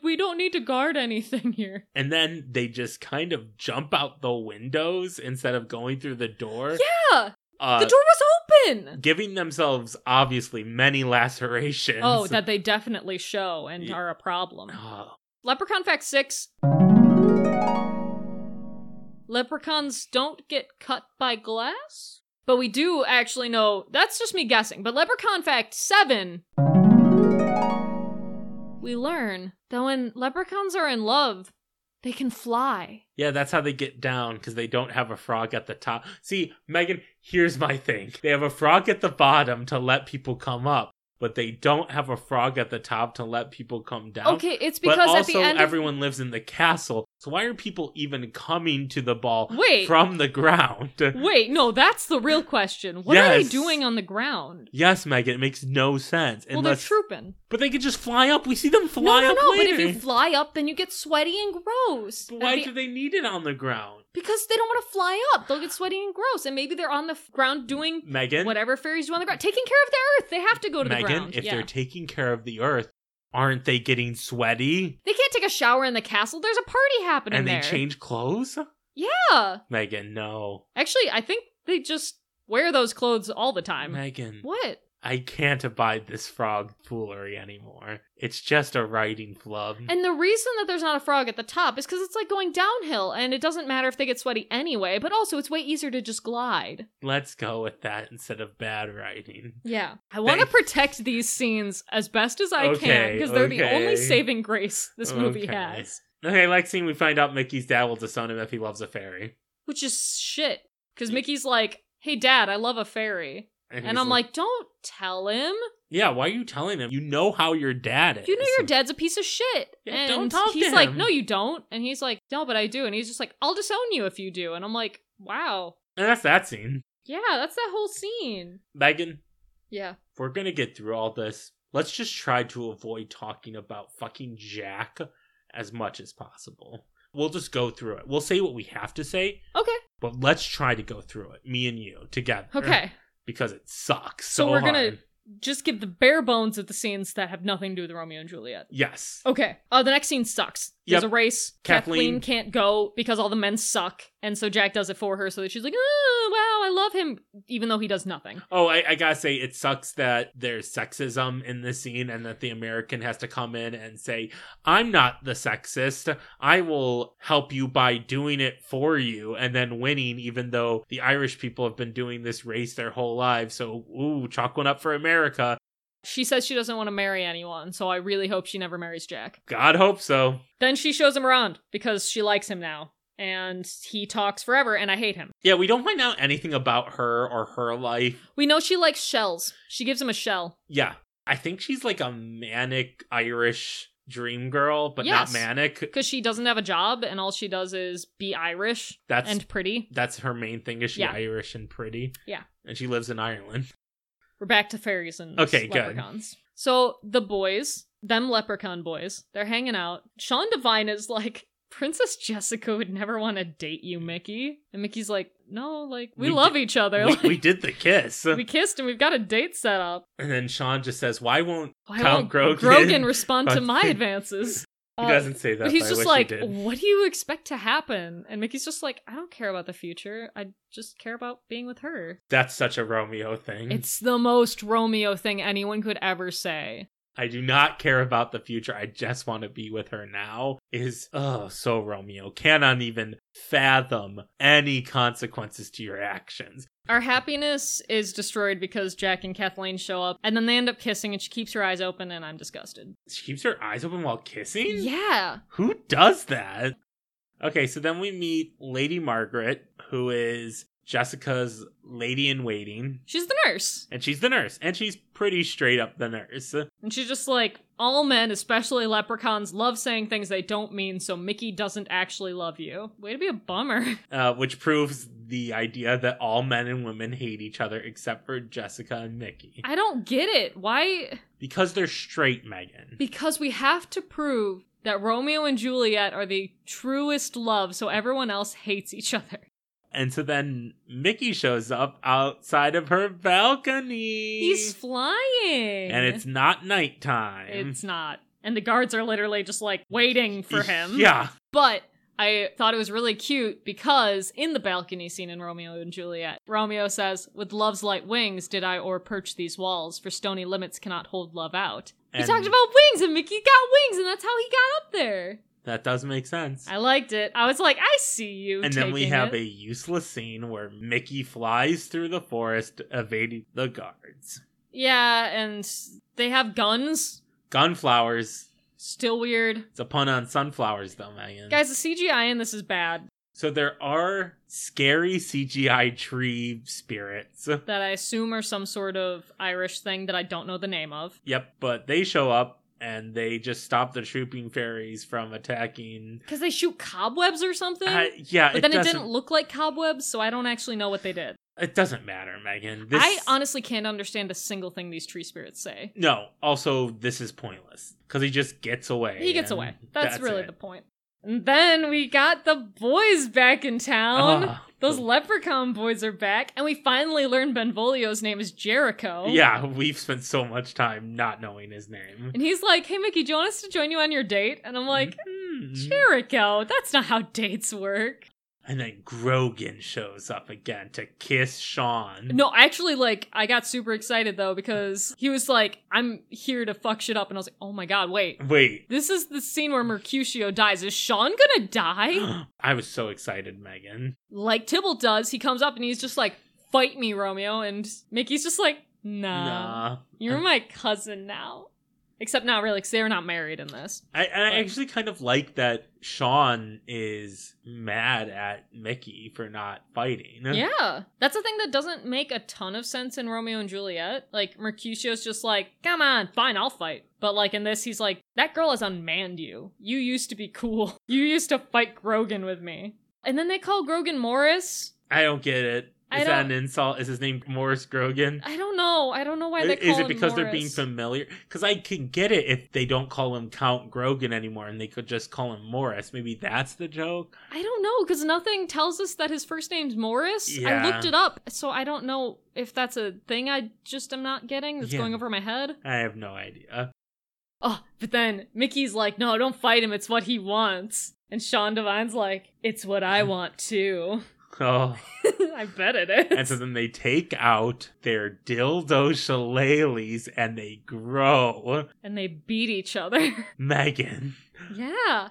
Speaker 1: We don't need to guard anything here."
Speaker 2: And then they just kind of jump out the windows instead of going through the door.
Speaker 1: Yeah,
Speaker 2: Uh,
Speaker 1: the door was open.
Speaker 2: Giving themselves, obviously, many lacerations.
Speaker 1: Oh,
Speaker 2: [laughs]
Speaker 1: that they definitely show and
Speaker 2: Yeah.
Speaker 1: are a
Speaker 2: [laughs]
Speaker 1: problem.
Speaker 2: Oh,
Speaker 1: Leprechaun fact six. Leprechauns don't get cut by glass, but we do actually know. That's just me guessing. But leprechaun fact seven. We learn that when leprechauns are in love, they can fly.
Speaker 2: yeah, that's how they get down because they don't have a frog at the top. See, Megan, here's my thing they have a frog at the bottom to let people come up, but they don't have a frog at the top to let people come down.
Speaker 1: Okay, it's
Speaker 2: But
Speaker 1: because at
Speaker 2: also,
Speaker 1: the end. of-
Speaker 2: everyone lives in the castle. So why are people even coming to the ball
Speaker 1: Wait.
Speaker 2: from the ground?
Speaker 1: Wait, no, that's the real question. What are they
Speaker 2: Yes.
Speaker 1: doing on the ground?
Speaker 2: Yes, Megan, it makes no sense.
Speaker 1: Well,
Speaker 2: unless,
Speaker 1: they're trooping.
Speaker 2: but they could just fly up. We see them
Speaker 1: No,
Speaker 2: fly
Speaker 1: no,
Speaker 2: up
Speaker 1: no. But
Speaker 2: later.
Speaker 1: if you fly up, then you get sweaty and gross.
Speaker 2: But
Speaker 1: At
Speaker 2: why
Speaker 1: the
Speaker 2: do they need it on the ground,
Speaker 1: Because they don't want to fly up. They'll get sweaty and gross. And maybe they're on the f- ground doing
Speaker 2: Megan?
Speaker 1: whatever fairies do on the ground, taking care of the earth. They have to go to
Speaker 2: Megan,
Speaker 1: the ground.
Speaker 2: if
Speaker 1: yeah.
Speaker 2: they're taking care of the earth, aren't they getting sweaty?
Speaker 1: they can't take a shower in the castle. There's a party happening
Speaker 2: and they
Speaker 1: there.
Speaker 2: change clothes?
Speaker 1: yeah.
Speaker 2: Megan, no.
Speaker 1: Actually, I think they just wear those clothes all the time.
Speaker 2: Megan,
Speaker 1: What?
Speaker 2: I can't abide this frog foolery anymore. It's just a writing flub.
Speaker 1: And the reason that there's not a frog at the top is because it's like going downhill, and it doesn't matter if they get sweaty anyway. But also, it's way easier to just glide.
Speaker 2: Let's go with that instead of bad writing.
Speaker 1: Yeah, I want to
Speaker 2: Thank-
Speaker 1: protect these scenes as best as I can
Speaker 2: Okay,
Speaker 1: because they're the only
Speaker 2: okay.
Speaker 1: saving grace this movie
Speaker 2: Okay.
Speaker 1: has.
Speaker 2: Okay, next scene we find out Mickey's dad will disown him if he loves a fairy.
Speaker 1: which is shit because Mickey's like, "Hey, Dad, I love a fairy," and
Speaker 2: he's
Speaker 1: I'm like, "Don't tell him.
Speaker 2: Yeah, why are you telling him? You know how your dad is.
Speaker 1: You know your dad's a piece of shit."
Speaker 2: Yeah,
Speaker 1: and
Speaker 2: don't talk to
Speaker 1: he's like,
Speaker 2: him.
Speaker 1: "No, you don't," and he's like, "No, but I do," and he's just like, "I'll disown you if you do," and I'm like, "Wow,
Speaker 2: And that's that scene.
Speaker 1: yeah, that's that whole scene."
Speaker 2: Megan,
Speaker 1: Yeah,
Speaker 2: if we're gonna get through all this. Let's just try to avoid talking about fucking Jack as much as possible. We'll just go through it. We'll say what we have to say,
Speaker 1: okay,
Speaker 2: but let's try to go through it, me and you together.
Speaker 1: okay.
Speaker 2: Because it sucks.
Speaker 1: So
Speaker 2: So,
Speaker 1: we're gonna-
Speaker 2: hard.
Speaker 1: Just give the bare bones of the scenes that have nothing to do with Romeo and Juliet.
Speaker 2: Yes.
Speaker 1: Okay. Uh, the next scene sucks. There's
Speaker 2: Yep.
Speaker 1: a race. Kathleen.
Speaker 2: Kathleen-
Speaker 1: can't go because all the men suck, and so Jack does it for her. So that she's like, oh, "Wow, I love him," even though he does nothing.
Speaker 2: Oh, I, I gotta say, it sucks that there's sexism in this scene and that the American has to come in and say, I'm not the sexist. I will help you by doing it for you and then winning, even though the Irish people have been doing this race their whole lives. So, ooh, chalk one up for America.
Speaker 1: She says she doesn't want to marry anyone, so I really hope she never marries Jack.
Speaker 2: God hope so.
Speaker 1: Then she shows him around because she likes him now, and he talks forever, and I hate him.
Speaker 2: Yeah, we don't find out anything about her or her life.
Speaker 1: We know she likes shells. She gives him a shell.
Speaker 2: Yeah. I think she's like a manic Irish dream girl, but
Speaker 1: Yes.
Speaker 2: not manic.
Speaker 1: because she doesn't have a job and all she does is be Irish
Speaker 2: That's
Speaker 1: and pretty.
Speaker 2: that's her main thing is she
Speaker 1: Yeah.
Speaker 2: Irish and pretty.
Speaker 1: Yeah.
Speaker 2: And she lives in Ireland.
Speaker 1: [laughs] We're back to fairies and
Speaker 2: Okay, good.
Speaker 1: leprechauns. So the boys, them leprechaun boys, they're hanging out. Sean Devine is like, Princess Jessica would never want to date you, Mickey. And Mickey's like, no, like, we,
Speaker 2: We
Speaker 1: love
Speaker 2: di-
Speaker 1: each other.
Speaker 2: We,
Speaker 1: like,
Speaker 2: we did the
Speaker 1: [laughs]
Speaker 2: kiss.
Speaker 1: we kissed and we've got a date set up.
Speaker 2: and then Sean just says, Why won't
Speaker 1: Why
Speaker 2: Count
Speaker 1: won't
Speaker 2: Grogan- [laughs]
Speaker 1: Grogan respond to
Speaker 2: Fucking-
Speaker 1: my advances?
Speaker 2: he
Speaker 1: Uh,
Speaker 2: doesn't say that?
Speaker 1: But he's
Speaker 2: but I
Speaker 1: just
Speaker 2: wish
Speaker 1: like,
Speaker 2: he did.
Speaker 1: what do you expect to happen? And Mickey's just like, I don't care about the future. I just care about being with her.
Speaker 2: That's such a Romeo thing.
Speaker 1: It's the most Romeo thing anyone could ever say.
Speaker 2: I do not care about the future. I just want to be with her now. Is oh so Romeo cannot even fathom any consequences to your actions.
Speaker 1: Our happiness is destroyed because Jack and Kathleen show up, and then they end up kissing, and she keeps her eyes open, and I'm disgusted.
Speaker 2: She keeps her eyes open while kissing.
Speaker 1: Yeah.
Speaker 2: Who does that? Okay, so then we meet Lady Margaret, who is Jessica's lady in waiting,
Speaker 1: She's the nurse.
Speaker 2: and she's the nurse, and she's pretty straight up the nurse.
Speaker 1: And she's just like, all men, especially leprechauns, love saying things they don't mean, so Mickey doesn't actually love you. Way to be a bummer. [laughs]
Speaker 2: uh, which proves the idea that all men and women hate each other except for Jessica and Mickey.
Speaker 1: I don't get it. Why?
Speaker 2: Because they're straight, Megan.
Speaker 1: Because we have to prove that Romeo and Juliet are the truest love, so everyone else hates each other.
Speaker 2: and so then Mickey shows up outside of her balcony.
Speaker 1: He's flying.
Speaker 2: and it's not nighttime.
Speaker 1: It's not. And the guards are literally just like waiting for him.
Speaker 2: Yeah.
Speaker 1: But I thought it was really cute because in the balcony scene in Romeo and Juliet, Romeo says, With love's light wings did I o'erperch these walls, for stony limits cannot hold love out.
Speaker 2: And
Speaker 1: he talked about wings and Mickey got wings, and that's how he got up there.
Speaker 2: that does make sense.
Speaker 1: I liked it. I was like, I see you.
Speaker 2: and then we
Speaker 1: taking
Speaker 2: have
Speaker 1: it."
Speaker 2: a useless scene where Mickey flies through the forest, evading the guards.
Speaker 1: Yeah, and they have guns.
Speaker 2: Gunflowers.
Speaker 1: Still weird.
Speaker 2: It's a pun on sunflowers, though, Megan.
Speaker 1: Guys, the CGI in this is bad.
Speaker 2: So there are scary CGI tree spirits.
Speaker 1: That I assume are some sort of Irish thing that I don't know the name of.
Speaker 2: Yep, but they show up and they just stop the trooping fairies from attacking.
Speaker 1: Because they shoot cobwebs or something?
Speaker 2: Uh, yeah,
Speaker 1: but
Speaker 2: it,
Speaker 1: then it
Speaker 2: doesn't,
Speaker 1: didn't look like cobwebs, so I don't actually know what they did.
Speaker 2: it doesn't matter, Megan. This,
Speaker 1: I honestly can't understand a single thing these tree spirits say.
Speaker 2: no. Also, this is pointless because he just gets away.
Speaker 1: He gets
Speaker 2: and
Speaker 1: away. That's, really
Speaker 2: it.
Speaker 1: the point. And then we got the boys back in town.
Speaker 2: Ah.
Speaker 1: Those leprechaun boys are back, and we finally learn Benvolio's name is Jericho.
Speaker 2: Yeah, we've spent so much time not knowing his name.
Speaker 1: And he's like, hey, Mickey, do you want us to join you on your date? And I'm like,
Speaker 2: Mm.
Speaker 1: Jericho, that's not how dates work.
Speaker 2: And then Grogan shows up again to kiss Sean.
Speaker 1: No, actually, like, I got super excited though because he was like, I'm here to fuck shit up. And I was like, oh my god, wait.
Speaker 2: Wait.
Speaker 1: This is the scene where Mercutio dies. Is Sean gonna [gasps] die?
Speaker 2: [gasps] I was so excited, Megan.
Speaker 1: Like Tybalt does, he comes up and he's just like, fight me, Romeo. And Mickey's just like, nah.
Speaker 2: nah.
Speaker 1: You're my cousin now. Except not really, because they're not married in this.
Speaker 2: I, and I
Speaker 1: But-
Speaker 2: actually kind of like that Sean is mad at Mickey for not fighting.
Speaker 1: Yeah. That's a thing that doesn't make a ton of sense in Romeo and Juliet. Like, Mercutio's just like, come on, fine, I'll fight. But, like, in this, he's like, that girl has unmanned you. You used to be cool. [laughs] You used to fight Grogan with me. And then they call Grogan Morris.
Speaker 2: I don't get it.
Speaker 1: I
Speaker 2: Is that
Speaker 1: don't-
Speaker 2: an insult? Is his name Morris Grogan?
Speaker 1: I don't know. I don't know why they
Speaker 2: I-
Speaker 1: call
Speaker 2: Is
Speaker 1: him
Speaker 2: it because they're
Speaker 1: Morris.
Speaker 2: being familiar? Because I can get it if they don't call him Count Grogan anymore and they could just call him Morris. Maybe that's the joke.
Speaker 1: I don't know because nothing tells us that his first name's Morris. I
Speaker 2: Yeah.
Speaker 1: looked it up, so I don't know if that's a thing I just am not getting that's
Speaker 2: Yeah.
Speaker 1: going over my head.
Speaker 2: I have no idea.
Speaker 1: Oh, but then Mickey's like, "No, don't fight him. It's what he wants." And Sean Devine's like, "It's what
Speaker 2: [laughs]
Speaker 1: I want too." [laughs]
Speaker 2: Oh.
Speaker 1: I bet it is.
Speaker 2: and so then they take out their dildo shillelaghs and they grow.
Speaker 1: and they beat each other. [laughs]
Speaker 2: Megan,
Speaker 1: yeah.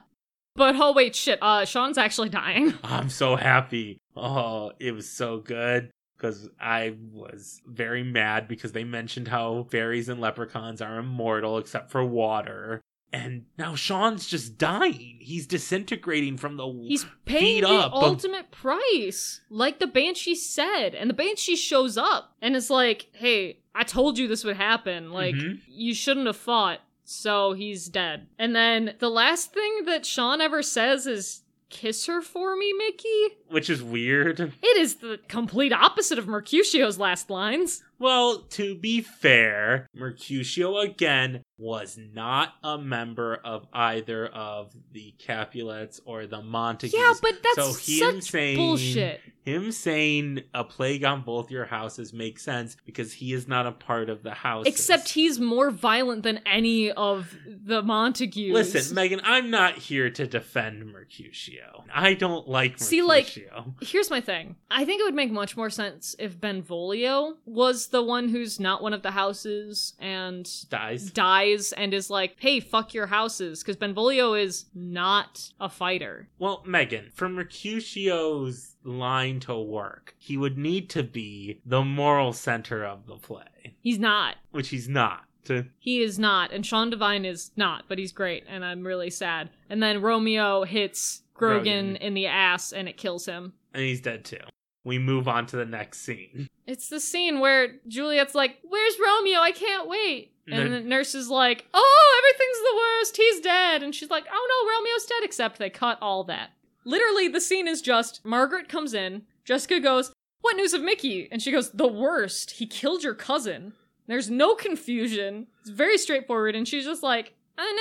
Speaker 1: But oh wait, shit. Uh, Sean's actually dying.
Speaker 2: I'm so happy. Oh, it was so good because I was very mad because they mentioned how fairies and leprechauns are immortal except for water. And now Sean's just dying. He's disintegrating from the.
Speaker 1: He's paying
Speaker 2: Feed
Speaker 1: the
Speaker 2: up, um-
Speaker 1: ultimate price, like the banshee said. And the banshee shows up and is like, "Hey, I told you this would happen. Like,
Speaker 2: Mhm.
Speaker 1: you shouldn't have fought. So he's dead. And then the last thing that Sean ever says is, Kiss her for me, Mickey?
Speaker 2: which is weird.
Speaker 1: It is the complete opposite of Mercutio's last lines.
Speaker 2: Well, to be fair, Mercutio again was not a member of either of the Capulets or the Montagues.
Speaker 1: Yeah, but that's
Speaker 2: so him
Speaker 1: such
Speaker 2: saying-
Speaker 1: bullshit.
Speaker 2: Him saying a plague on both your houses makes sense because he is not a part of the house.
Speaker 1: Except he's more violent than any of the Montagues.
Speaker 2: Listen, Megan, I'm not here to defend Mercutio. I don't like Mercutio.
Speaker 1: See, like- Here's my thing. I think it would make much more sense if Benvolio was the one who's not one of the houses and
Speaker 2: dies.
Speaker 1: dies and is like, hey, fuck your houses. Because Benvolio is not a fighter.
Speaker 2: Well, Megan, for Mercutio's line to work, he would need to be the moral center of the play,
Speaker 1: He's not.
Speaker 2: which he's not.
Speaker 1: He is not. And Sean Devine is not, but he's great. And I'm really sad. And then Romeo hits Grogan
Speaker 2: Grogan.
Speaker 1: in the ass and it kills him.
Speaker 2: And he's dead too. We move on to the next scene.
Speaker 1: It's the scene where Juliet's like, Where's Romeo? I can't wait. And
Speaker 2: And
Speaker 1: the
Speaker 2: then-
Speaker 1: nurse is like, Oh, everything's the worst. He's dead. And she's like, Oh no, Romeo's dead. Except they cut all that. Literally, the scene is just Margaret comes in. Jessica goes, What news of Mickey? And she goes, The worst. He killed your cousin. There's no confusion. It's very straightforward. And she's just like, I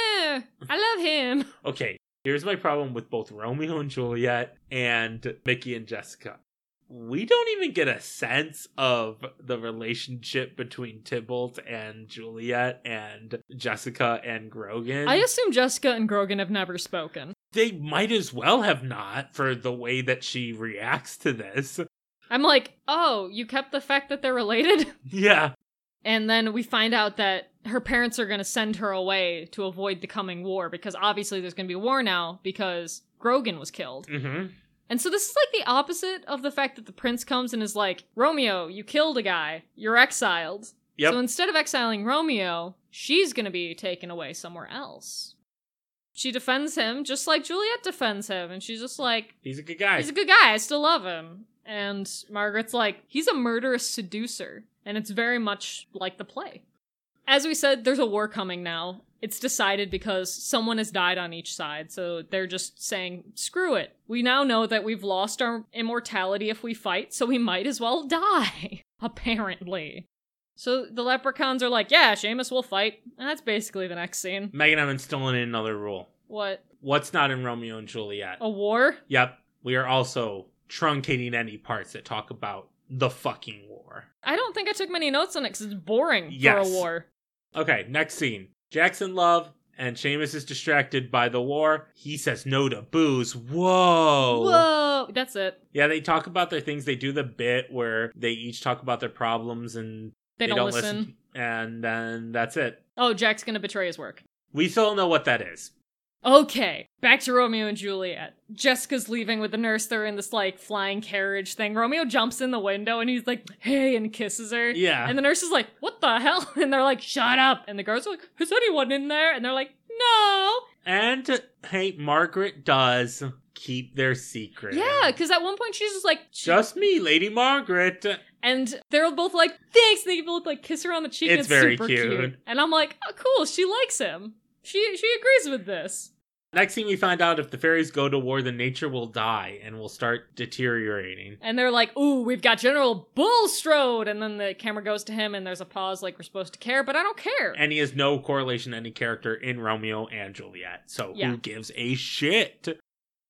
Speaker 1: know. I love him.
Speaker 2: Okay, here's my problem with both Romeo and Juliet and Mickey and Jessica. We don't even get a sense of the relationship between Tybalt and Juliet and Jessica and Grogan.
Speaker 1: I assume Jessica and Grogan have never spoken.
Speaker 2: they might as well have not for the way that she reacts to this. [laughs]
Speaker 1: I'm like, Oh, you kept the fact that they're related? [laughs]
Speaker 2: Yeah.
Speaker 1: And then we find out that her parents are going to send her away to avoid the coming war because obviously there's going to be war now because Grogan was killed.
Speaker 2: hmm
Speaker 1: And so this is like the opposite of the fact that the prince comes and is like, Romeo, you killed a guy. You're exiled.
Speaker 2: Yep.
Speaker 1: So instead of exiling Romeo, she's going to be taken away somewhere else. She defends him just like Juliet defends him. And she's just like,
Speaker 2: He's a good guy.
Speaker 1: He's a good guy. I still love him. And Margaret's like, he's a murderous seducer. And it's very much like the play. As we said, there's a war coming now. It's decided because someone has died on each side. So they're just saying, screw it. We now know that we've lost our immortality if we fight, so we might as well [laughs] die, apparently. So the leprechauns are like, yeah, Seamus will fight. And that's basically the next scene.
Speaker 2: Megan, I'm installing in another rule.
Speaker 1: What?
Speaker 2: What's not in Romeo and Juliet?
Speaker 1: A war?
Speaker 2: Yep. We are also truncating any parts that talk about the fucking war.
Speaker 1: I don't think I took many notes on it because it's boring for
Speaker 2: Yes.
Speaker 1: a war.
Speaker 2: Okay, next scene. Jackson Love and Seamus is distracted by the war. He says no to booze. Whoa.
Speaker 1: Whoa. That's it.
Speaker 2: Yeah, they talk about their things. They do the bit where they each talk about their problems and
Speaker 1: They, don't, listen.
Speaker 2: And then that's it.
Speaker 1: Oh, Jack's gonna betray his work.
Speaker 2: We still don't know what that is.
Speaker 1: Okay, back to Romeo and Juliet. Jessica's leaving with the nurse. They're in this like flying carriage thing. Romeo jumps in the window and he's like, hey, and kisses her.
Speaker 2: Yeah.
Speaker 1: And the nurse is like, what the hell? [laughs] And they're like, shut up. And the girls are like, is anyone in there? And they're like, no.
Speaker 2: And hey, Margaret does keep their secret.
Speaker 1: Yeah, because at one point she's just like,
Speaker 2: Just me, Lady Margaret.
Speaker 1: and they're both like, thanks. And they both like kiss her on the cheek. and
Speaker 2: It's very
Speaker 1: super
Speaker 2: cute.
Speaker 1: And I'm like, oh, cool. She likes him. She she agrees with this.
Speaker 2: Next thing we find out if the fairies go to war, the nature will die and will start deteriorating.
Speaker 1: And they're like, ooh, we've got General Bulstrode. And then the camera goes to him, and there's a pause, like, we're supposed to care, but I don't care.
Speaker 2: And he has no correlation to any character in Romeo and Juliet. So
Speaker 1: Yeah.
Speaker 2: who gives a shit?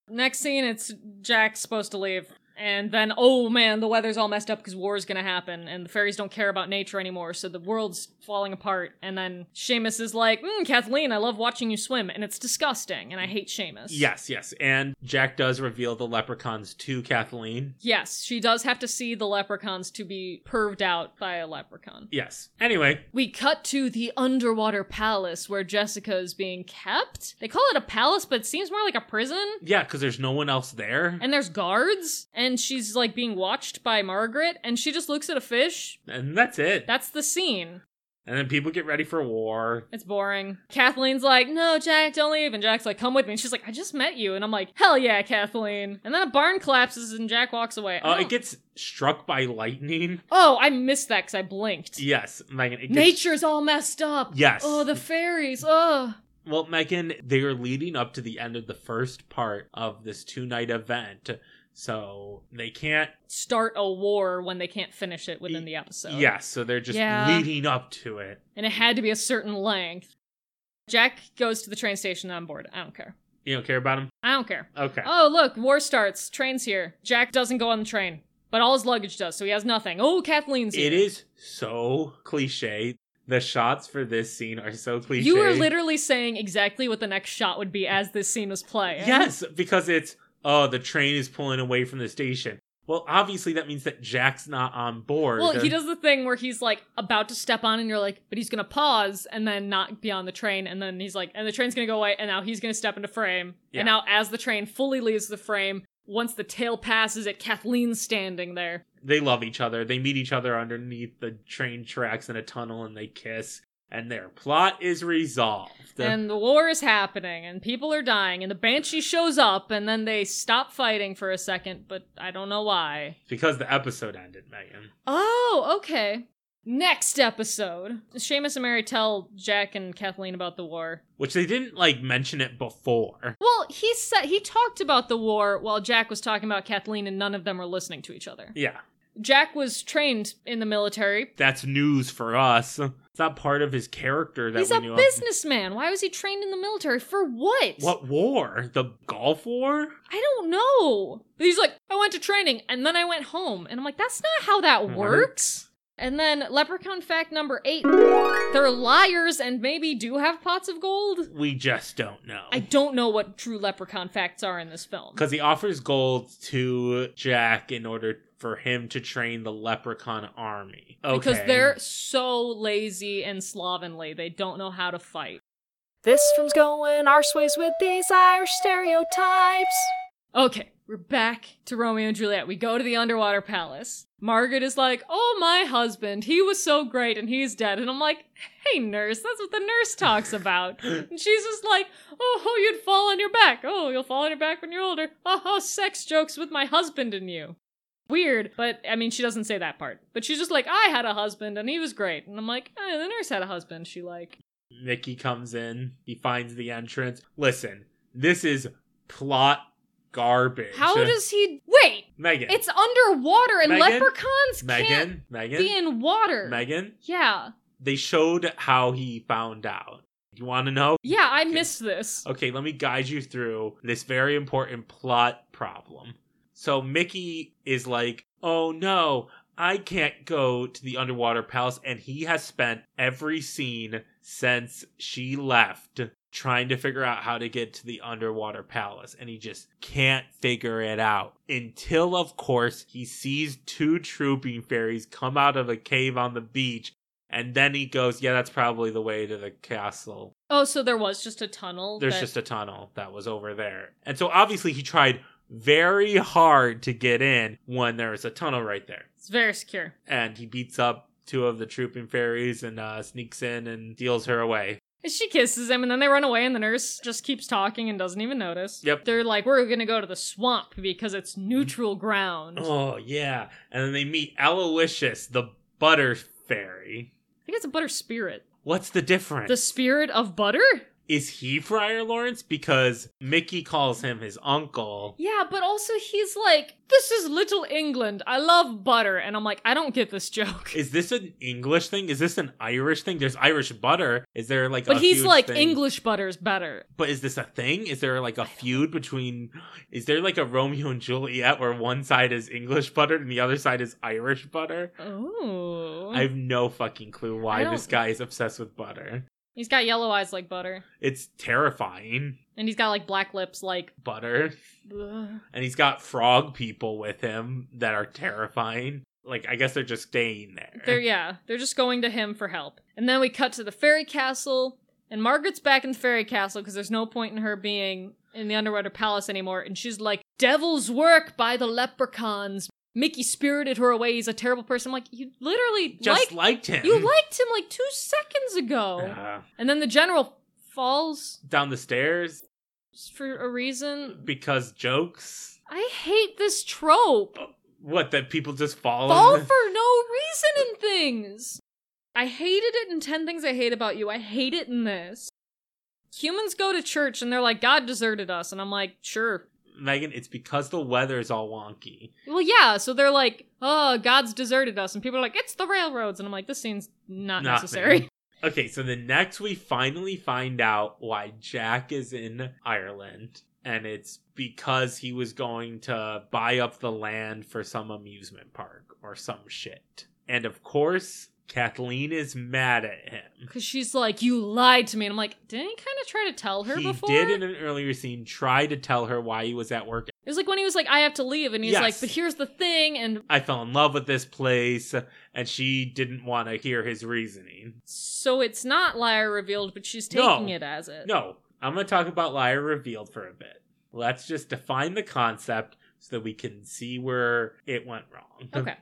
Speaker 1: Next scene, it's Jack's supposed to leave. And then, oh man, the weather's all messed up because war is going to happen, and the fairies don't care about nature anymore, so the world's falling apart. And then Seamus is like, mm, Kathleen, I love watching you swim, and it's disgusting, and I hate Seamus.
Speaker 2: Yes, yes. And Jack does reveal the leprechauns to Kathleen.
Speaker 1: Yes, she does have to see the leprechauns to be perved out by a leprechaun.
Speaker 2: Yes. Anyway,
Speaker 1: We cut to the underwater palace where Jessica is being kept. They call it a palace, but it seems more like a prison.
Speaker 2: yeah, because there's no one else there. And,
Speaker 1: And there's guards, and she's like being watched by Margaret, and she just looks at a fish.
Speaker 2: that's it.
Speaker 1: That's the scene.
Speaker 2: And then people get ready for war.
Speaker 1: It's boring. Kathleen's like, no, Jack, don't leave. And Jack's like, come with me. And she's like, I just met you. And I'm like, hell yeah, Kathleen. And then a barn collapses and Jack walks away.
Speaker 2: Uh,
Speaker 1: I
Speaker 2: it
Speaker 1: don't-
Speaker 2: gets struck by lightning.
Speaker 1: oh, I missed that because I blinked.
Speaker 2: Yes, Megan. It gets-
Speaker 1: Nature's all messed up.
Speaker 2: Yes.
Speaker 1: Oh, the fairies. Oh.
Speaker 2: Well, Megan, they are leading up to the end of the first part of this two night event. So they can't.
Speaker 1: Start a war when they can't finish it within the episode.
Speaker 2: yes, so they're just
Speaker 1: Yeah.
Speaker 2: leading up to it.
Speaker 1: And it had to be a certain length. Jack goes to the train station on board. I don't care.
Speaker 2: You don't care about them?
Speaker 1: I don't care.
Speaker 2: Okay.
Speaker 1: Oh, look, war starts. Train's here. Jack doesn't go on the train, but all his luggage does, so he has nothing. Oh, Kathleen's here.
Speaker 2: It is so cliche. The shots for this scene are so cliche.
Speaker 1: You were literally saying exactly what the next shot would be as this scene was playing.
Speaker 2: Yes, because it's, oh, the train is pulling away from the station. Well, obviously, that means that Jack's not on board.
Speaker 1: Well, he does the thing where he's like about to step on, and you're like, but he's gonna pause and then not be on the train, and then he's like, and the train's gonna go away, and now he's gonna step into frame.
Speaker 2: Yeah.
Speaker 1: And now, as the train fully leaves the frame, once the tail passes it, Kathleen's standing there.
Speaker 2: They love each other. They meet each other underneath the train tracks in a tunnel and they kiss, and their plot is resolved.
Speaker 1: and the war is happening, and people are dying, and the banshee shows up, and then they stop fighting for a second, but I don't know why.
Speaker 2: because the episode ended, Megan.
Speaker 1: Oh, okay. Next episode, Seamus and Mary tell Jack and Kathleen about the war.
Speaker 2: Which they didn't like mention it before.
Speaker 1: Well, he said he talked about the war while Jack was talking about Kathleen, and none of them were listening to each other.
Speaker 2: Yeah.
Speaker 1: Jack was trained in the military.
Speaker 2: That's news for us. It's not part of his character that
Speaker 1: He's
Speaker 2: we
Speaker 1: a
Speaker 2: knew
Speaker 1: businessman. Why was he trained in the military for what?
Speaker 2: of. What war? The Gulf War?
Speaker 1: I don't know. But he's like, I went to training and then I went home, and I'm like, that's not how that
Speaker 2: Mhm.
Speaker 1: works. And then leprechaun fact number eight: they're liars and maybe do have pots of gold.
Speaker 2: We just don't know.
Speaker 1: I don't know what true leprechaun facts are in this film.
Speaker 2: Because he offers gold to Jack in order for him to train the leprechaun army. Okay.
Speaker 1: Because they're so lazy and slovenly. They don't know how to fight.
Speaker 3: This film's going our sways with these Irish stereotypes.
Speaker 1: Okay, we're back to Romeo and Juliet. We go to the underwater palace. Margaret is like, Oh, my husband, he was so great and he's dead. And I'm like, Hey, nurse, that's what the nurse talks about. and she's just like, Oh, oh, you'd fall on your back. Oh, you'll fall on your back when you're older. Oh, oh, sex jokes with my husband and you. Weird, but I mean, she doesn't say that part. But she's just like, I had a husband and he was great. And I'm like, eh, The nurse had a husband. She like,
Speaker 2: Mickey comes in. He finds the entrance. Listen, this is plot garbage.
Speaker 1: How does he wait?
Speaker 2: Megan?
Speaker 1: It's underwater and
Speaker 2: Megan?
Speaker 1: leprechauns can't
Speaker 2: Megan. Megan.
Speaker 1: be in water.
Speaker 2: Megan.
Speaker 1: Yeah.
Speaker 2: They showed how he found out. You want to know?
Speaker 1: Yeah, I missed this.
Speaker 2: Okay, let me guide you through this very important plot problem. So Mickey is like, "Oh no, I can't go to the underwater palace," and he has spent every scene since she left trying to figure out how to get to the underwater palace, and he just can't figure it out. Until, of course, he sees two trooping fairies come out of a cave on the beach, and then he goes, "Yeah, that's probably the way to the castle."
Speaker 1: Oh, so there was just a tunnel.
Speaker 2: There's
Speaker 1: that-
Speaker 2: just a tunnel that was over there. And so obviously he tried very hard to get in when there is a tunnel right there.
Speaker 1: it's very secure.
Speaker 2: And he beats up two of the trooping fairies and uh, sneaks in and deals her away.
Speaker 1: And she kisses him, and then they run away, and the nurse just keeps talking and doesn't even notice.
Speaker 2: Yep. Mm-hmm.
Speaker 1: They're like, "We're gonna go to the swamp because it's neutral ground."
Speaker 2: Oh, yeah. And then they meet Aloysius, the butter fairy.
Speaker 1: I think it's a butter spirit.
Speaker 2: What's the difference?
Speaker 1: The spirit of butter?
Speaker 2: is he Friar Lawrence? Because Mickey calls him his uncle.
Speaker 1: Yeah, but also he's like, "This is Little England. I love butter," and I'm like, I don't get this joke.
Speaker 2: Is this an English thing? Is this an Irish thing? There's Irish butter. Is there like a
Speaker 1: but he's
Speaker 2: huge
Speaker 1: like,
Speaker 2: thing?
Speaker 1: "English butter's better."
Speaker 2: But is this a thing? Is there like a feud between? Is there like a Romeo and Juliet where one side is English butter and the other side is Irish butter?
Speaker 1: Oh.
Speaker 2: I have no fucking clue why
Speaker 1: I
Speaker 2: this
Speaker 1: don't-
Speaker 2: guy is obsessed with butter.
Speaker 1: He's got yellow eyes like butter.
Speaker 2: It's terrifying.
Speaker 1: And he's got like black lips like.
Speaker 2: Butter.
Speaker 1: ugh.
Speaker 2: And he's got frog people with him that are terrifying. Like, I guess they're just staying there.
Speaker 1: They're, yeah, they're just going to him for help. And then we cut to the fairy castle. And Margaret's back in the fairy castle because there's no point in her being in the underwater palace anymore. And she's like, Devil's work by the leprechauns. Mickey spirited her away. He's a terrible person. I'm like, you literally liked,
Speaker 2: Just liked him.
Speaker 1: you
Speaker 2: [laughs]
Speaker 1: liked him like two seconds ago.
Speaker 2: Yeah.
Speaker 1: And then the general falls
Speaker 2: down the stairs
Speaker 1: for a reason.
Speaker 2: because jokes.
Speaker 1: I hate this trope.
Speaker 2: What that people just fall. [laughs]
Speaker 1: Fall
Speaker 2: in the-
Speaker 1: for no reason in things. I hated it in 10 Things I Hate About You. I hate it in this. Humans go to church and they're like, God deserted us. And I'm like, sure.
Speaker 2: Megan, it's because the weather is all wonky.
Speaker 1: Well, yeah. So they're like, oh, God's deserted us. And people are like, it's the railroads. And I'm like, this scene's not
Speaker 2: Nothing.
Speaker 1: [laughs] necessary.
Speaker 2: Okay, so the next we finally find out why Jack is in Ireland, and it's because he was going to buy up the land for some amusement park or some shit. And of course, Kathleen is mad at him.
Speaker 1: Because she's like, you lied to me. And I'm like, didn't he kind of try to tell her
Speaker 2: he
Speaker 1: before?
Speaker 2: did in an earlier scene try to tell her why he was at work.
Speaker 1: It was like when he was like, I have to leave. And he's
Speaker 2: Yes.
Speaker 1: like, but here's the thing. And
Speaker 2: I fell in love with this place, and she didn't want to hear his reasoning.
Speaker 1: so it's not liar revealed, but she's
Speaker 2: No.
Speaker 1: taking it as it.
Speaker 2: No, I'm going to talk about Liar Revealed for a bit. Let's just define the concept so that we can see where it went wrong.
Speaker 1: Okay.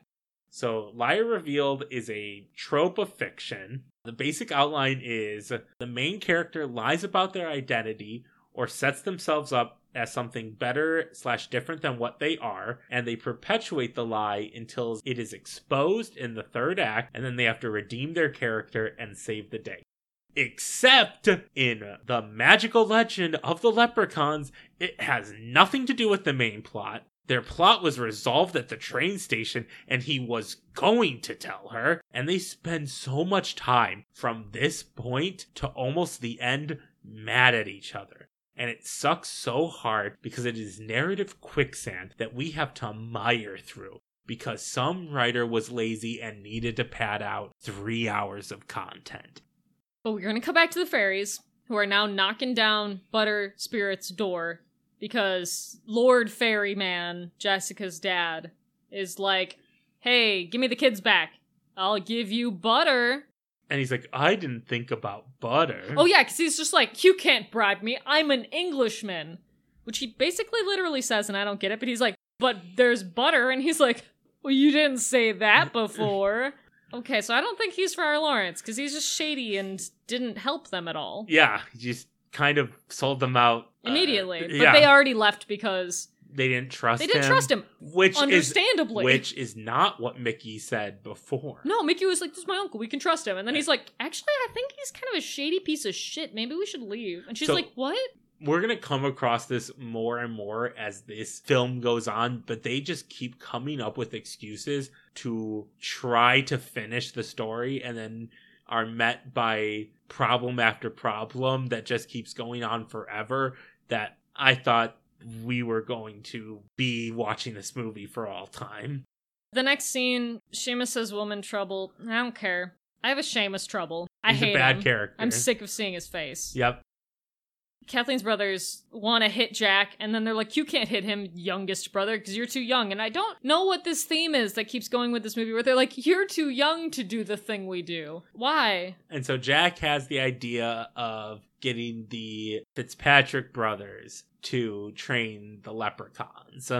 Speaker 2: So, Liar Revealed is a trope of fiction. The basic outline is the main character lies about their identity or sets themselves up as something better slash different than what they are, and they perpetuate the lie until it is exposed in the third act, and then they have to redeem their character and save the day. Except in the magical legend of the leprechauns, it has nothing to do with the main plot. Their plot was resolved at the train station, and he was going to tell her. And they spend so much time from this point to almost the end mad at each other. And it sucks so hard because it is narrative quicksand that we have to mire through because some writer was lazy and needed to pad out three hours of content.
Speaker 1: But we're going to come back to the fairies, who are now knocking down Butter Spirit's door because Lord Ferryman, Jessica's dad, is like, hey, give me the kids back. I'll give you butter.
Speaker 2: And he's like, I didn't think about butter.
Speaker 1: Oh, yeah, because he's just like, you can't bribe me. I'm an Englishman. Which he basically literally says, and I don't get it, but he's like, but there's butter. And he's like, well, you didn't say that before. okay, so I don't think he's Friar Lawrence because he's just shady and didn't help them at all.
Speaker 2: Yeah, he just kind of sold them out uh,
Speaker 1: immediately. but
Speaker 2: yeah,
Speaker 1: they already left because
Speaker 2: they didn't trust.
Speaker 1: they didn't
Speaker 2: him,
Speaker 1: trust him.
Speaker 2: which is
Speaker 1: Understandably.
Speaker 2: which is not what Mickey said before.
Speaker 1: no, Mickey was like, This is my uncle, we can trust him. And then he's like, Actually, I think he's kind of a shady piece of shit. Maybe we should leave. And she's
Speaker 2: So-
Speaker 1: like, What?
Speaker 2: we're gonna come across this more and more as this film goes on, but they just keep coming up with excuses to try to finish the story, and then are met by problem after problem that just keeps going on forever. That I thought we were going to be watching this movie for all time.
Speaker 1: The next scene, Seamus says woman trouble. I don't care. I have a Seamus trouble. I
Speaker 2: He's
Speaker 1: hate
Speaker 2: a bad
Speaker 1: him.
Speaker 2: character.
Speaker 1: I'm sick of seeing his face.
Speaker 2: Yep.
Speaker 1: Kathleen's brothers want to hit Jack, and then they're like, You can't hit him, youngest brother, because you're too young. And I don't know what this theme is that keeps going with this movie where they're like, You're too young to do the thing we do. Why?
Speaker 2: And so Jack has the idea of getting the Fitzpatrick brothers to train the leprechauns.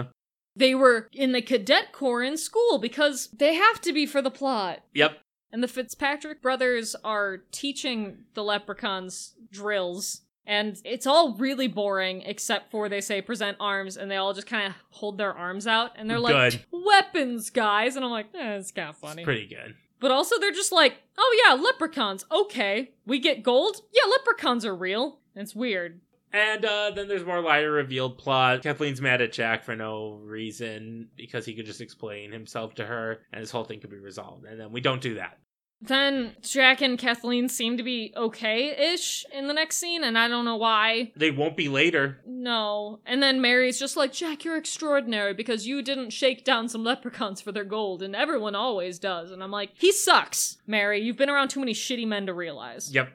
Speaker 1: They were in the cadet corps in school because they have to be for the plot.
Speaker 2: Yep.
Speaker 1: And the Fitzpatrick brothers are teaching the leprechauns drills. And it's all really boring, except for they say present arms, and they all just kind of hold their arms out, and they're like,
Speaker 2: Good.
Speaker 1: weapons, guys. And I'm like, eh, it's kind of funny.
Speaker 2: It's pretty good.
Speaker 1: But also, they're just like, oh yeah, leprechauns. Okay, we get gold. Yeah, leprechauns are real. It's weird.
Speaker 2: And uh, then there's more liar revealed plot. Kathleen's mad at Jack for no reason because he could just explain himself to her and this whole thing could be resolved. And then we don't do that.
Speaker 1: Then Jack and Kathleen seem to be okay ish in the next scene, and I don't know why.
Speaker 2: They won't be later.
Speaker 1: No. And then Mary's just like, Jack, you're extraordinary because you didn't shake down some leprechauns for their gold, and everyone always does. And I'm like, he sucks, Mary. You've been around too many shitty men to realize.
Speaker 2: Yep.